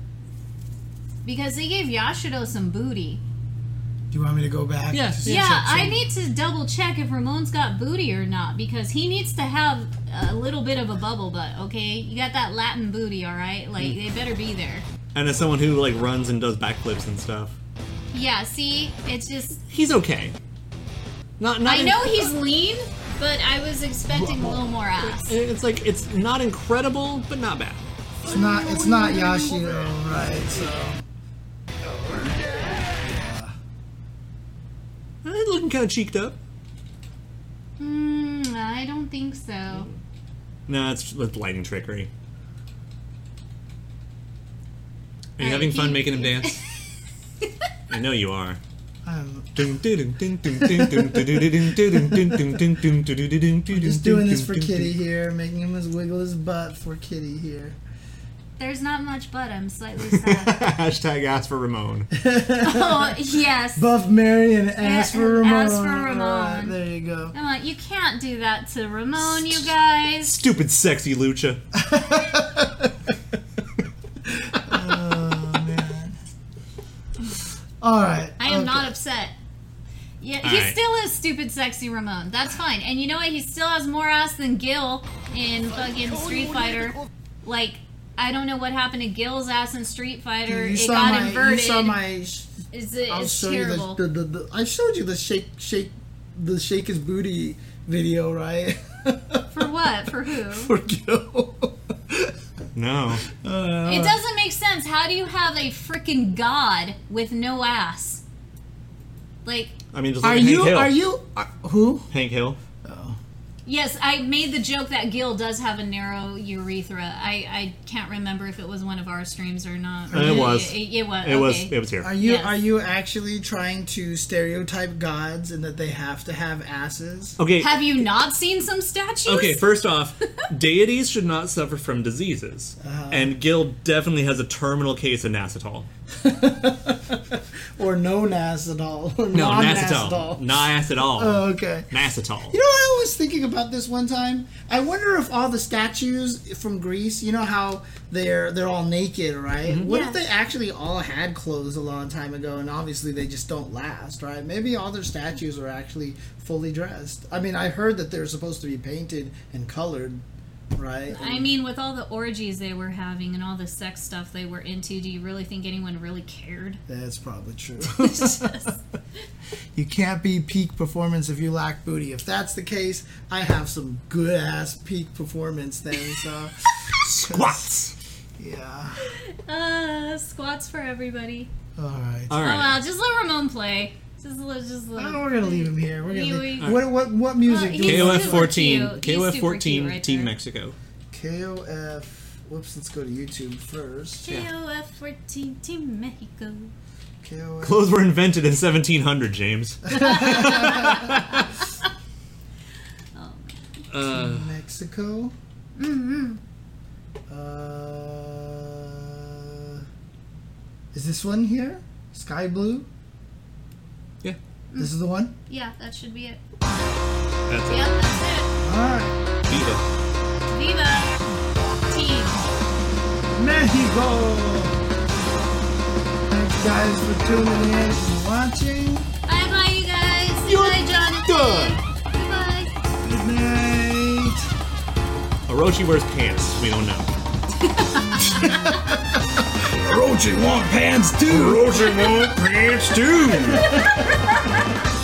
[SPEAKER 1] Because they gave Yashido some booty.
[SPEAKER 2] Do you want me to go back?
[SPEAKER 4] Yes.
[SPEAKER 1] Yeah, I need to double check if Ramon's got booty or not because he needs to have a little bit of a bubble butt, okay? You got that Latin booty, all right? Like, they better be there.
[SPEAKER 4] and as someone who like runs and does backflips and stuff,
[SPEAKER 1] Yeah, see? It's just.
[SPEAKER 4] he's okay. Not not.
[SPEAKER 1] I
[SPEAKER 4] in-
[SPEAKER 1] know he's lean, but I was expecting a little more ass.
[SPEAKER 4] It's like it's not incredible, but not bad.
[SPEAKER 2] It's not. It's not Yashiro, right? So.
[SPEAKER 4] Eh, looking kind of cheeked up.
[SPEAKER 1] Mm, I don't think so.
[SPEAKER 4] No, it's with lighting trickery. Are you
[SPEAKER 1] Alright,
[SPEAKER 4] having fun
[SPEAKER 1] he- (laughs)
[SPEAKER 4] making him dance? I know you are.
[SPEAKER 2] I'm
[SPEAKER 4] Just
[SPEAKER 2] just doing this for Kitty here, making him wiggle his butt for Kitty here.
[SPEAKER 1] There's not much, but I'm (laughs) slightly sad.
[SPEAKER 4] Hashtag ask for Ramon.
[SPEAKER 1] oh yes.
[SPEAKER 2] Buff Marion, ask for Ramon.
[SPEAKER 1] Ask for
[SPEAKER 2] All right,
[SPEAKER 1] Ramon.
[SPEAKER 2] there you go.
[SPEAKER 1] Come on, you can't do that to Ramon, you guys.
[SPEAKER 4] Stupid sexy lucha.
[SPEAKER 2] Oh, All right.
[SPEAKER 1] I am
[SPEAKER 2] okay.
[SPEAKER 1] not upset. Yeah, he
[SPEAKER 4] right.
[SPEAKER 1] still is stupid, sexy Ramon. That's fine. And you know what? He still has more ass than Gil in fucking Street Fighter. Like, I don't know what happened to Gil's ass in Street Fighter.
[SPEAKER 2] You
[SPEAKER 1] it
[SPEAKER 2] saw
[SPEAKER 1] got
[SPEAKER 2] my.
[SPEAKER 1] inverted.
[SPEAKER 2] You saw my. sh-
[SPEAKER 1] it's it's
[SPEAKER 2] I'll show
[SPEAKER 1] terrible.
[SPEAKER 2] you the, the, the, the. I showed you the shake, shake, the shake his booty video, right? (laughs)
[SPEAKER 1] For what? For who?
[SPEAKER 2] for Gil.
[SPEAKER 4] No.
[SPEAKER 1] it doesn't make sense. How do you have a freaking god with no ass? Like,
[SPEAKER 4] I mean, just look
[SPEAKER 2] Are
[SPEAKER 4] at Hank
[SPEAKER 2] you?
[SPEAKER 4] Hill.
[SPEAKER 2] Are you? Are, who?
[SPEAKER 4] Hank Hill.
[SPEAKER 1] Yes, I made the joke that Gil does have a narrow urethra. I, I can't remember if it was one of our streams or not.
[SPEAKER 4] It was.
[SPEAKER 1] It, it was.
[SPEAKER 4] It was.
[SPEAKER 1] okay.
[SPEAKER 4] It was here.
[SPEAKER 2] Are you
[SPEAKER 1] Yes.
[SPEAKER 2] are you actually trying to stereotype gods and that they have to have asses?
[SPEAKER 4] Okay.
[SPEAKER 1] Have you not seen some statues?
[SPEAKER 4] Okay,
[SPEAKER 1] (laughs)
[SPEAKER 4] first off, deities should not suffer from diseases.
[SPEAKER 2] Uh-huh.
[SPEAKER 4] And Gil definitely has a terminal case of Nacitol.
[SPEAKER 2] Or no nas at all. (laughs) Or
[SPEAKER 4] No,
[SPEAKER 2] non
[SPEAKER 4] Nacitol. Nacitol.
[SPEAKER 2] Oh, okay.
[SPEAKER 4] Nacitol.
[SPEAKER 2] You know, I was thinking about this one time. I wonder if all the statues from Greece, you know how they're they're all naked, right? What if they actually all had clothes a long time ago, and obviously they just don't last, right? Maybe all their statues are actually fully dressed. I mean, I heard that they're supposed to be painted and colored, right?
[SPEAKER 1] I mean, with all the orgies they were having and all the sex stuff they were into, do you really think anyone really cared?
[SPEAKER 2] That's probably true. (laughs) you can't be peak performance if you lack booty. If that's the case, I have some good ass peak performance then. So,
[SPEAKER 4] Squats.
[SPEAKER 2] yeah.
[SPEAKER 1] Uh, squats for everybody.
[SPEAKER 2] All right.
[SPEAKER 4] All
[SPEAKER 1] Oh,
[SPEAKER 4] right.
[SPEAKER 1] well, just let Ramon play. Just let, just let.
[SPEAKER 2] Oh, we're gonna leave him here. We're
[SPEAKER 1] You-
[SPEAKER 2] gonna. Leave.
[SPEAKER 1] you-
[SPEAKER 2] What what what music?
[SPEAKER 1] Uh,
[SPEAKER 2] do
[SPEAKER 1] he's-
[SPEAKER 2] we want?
[SPEAKER 4] KOF 14.
[SPEAKER 1] He's super cute. He's
[SPEAKER 4] KOF
[SPEAKER 1] super
[SPEAKER 4] 14,
[SPEAKER 1] cute right
[SPEAKER 4] Team
[SPEAKER 1] there.
[SPEAKER 4] Mexico.
[SPEAKER 2] KOF. Whoops. Let's go to YouTube first.
[SPEAKER 1] KOF 14 Team Mexico.
[SPEAKER 2] KOF.
[SPEAKER 4] Clothes were invented in 1700, James.
[SPEAKER 1] Oh,
[SPEAKER 4] Uh,
[SPEAKER 2] Mexico.
[SPEAKER 1] mm
[SPEAKER 2] Uh. Is this one here? Sky blue.
[SPEAKER 4] yeah.
[SPEAKER 2] This is the one.
[SPEAKER 1] Yeah, that should be it.
[SPEAKER 4] That's it.
[SPEAKER 1] Yep, that's it.
[SPEAKER 2] All right.
[SPEAKER 4] Viva.
[SPEAKER 1] Viva Team.
[SPEAKER 2] Mexico. Thanks guys for tuning in and watching.
[SPEAKER 1] Bye bye, you guys. Goodbye, Jonathan. Goodbye.
[SPEAKER 2] Good night.
[SPEAKER 4] Orochi wears pants. We don't know.
[SPEAKER 3] Roach want pants too. Roach want pants too.
[SPEAKER 1] Oh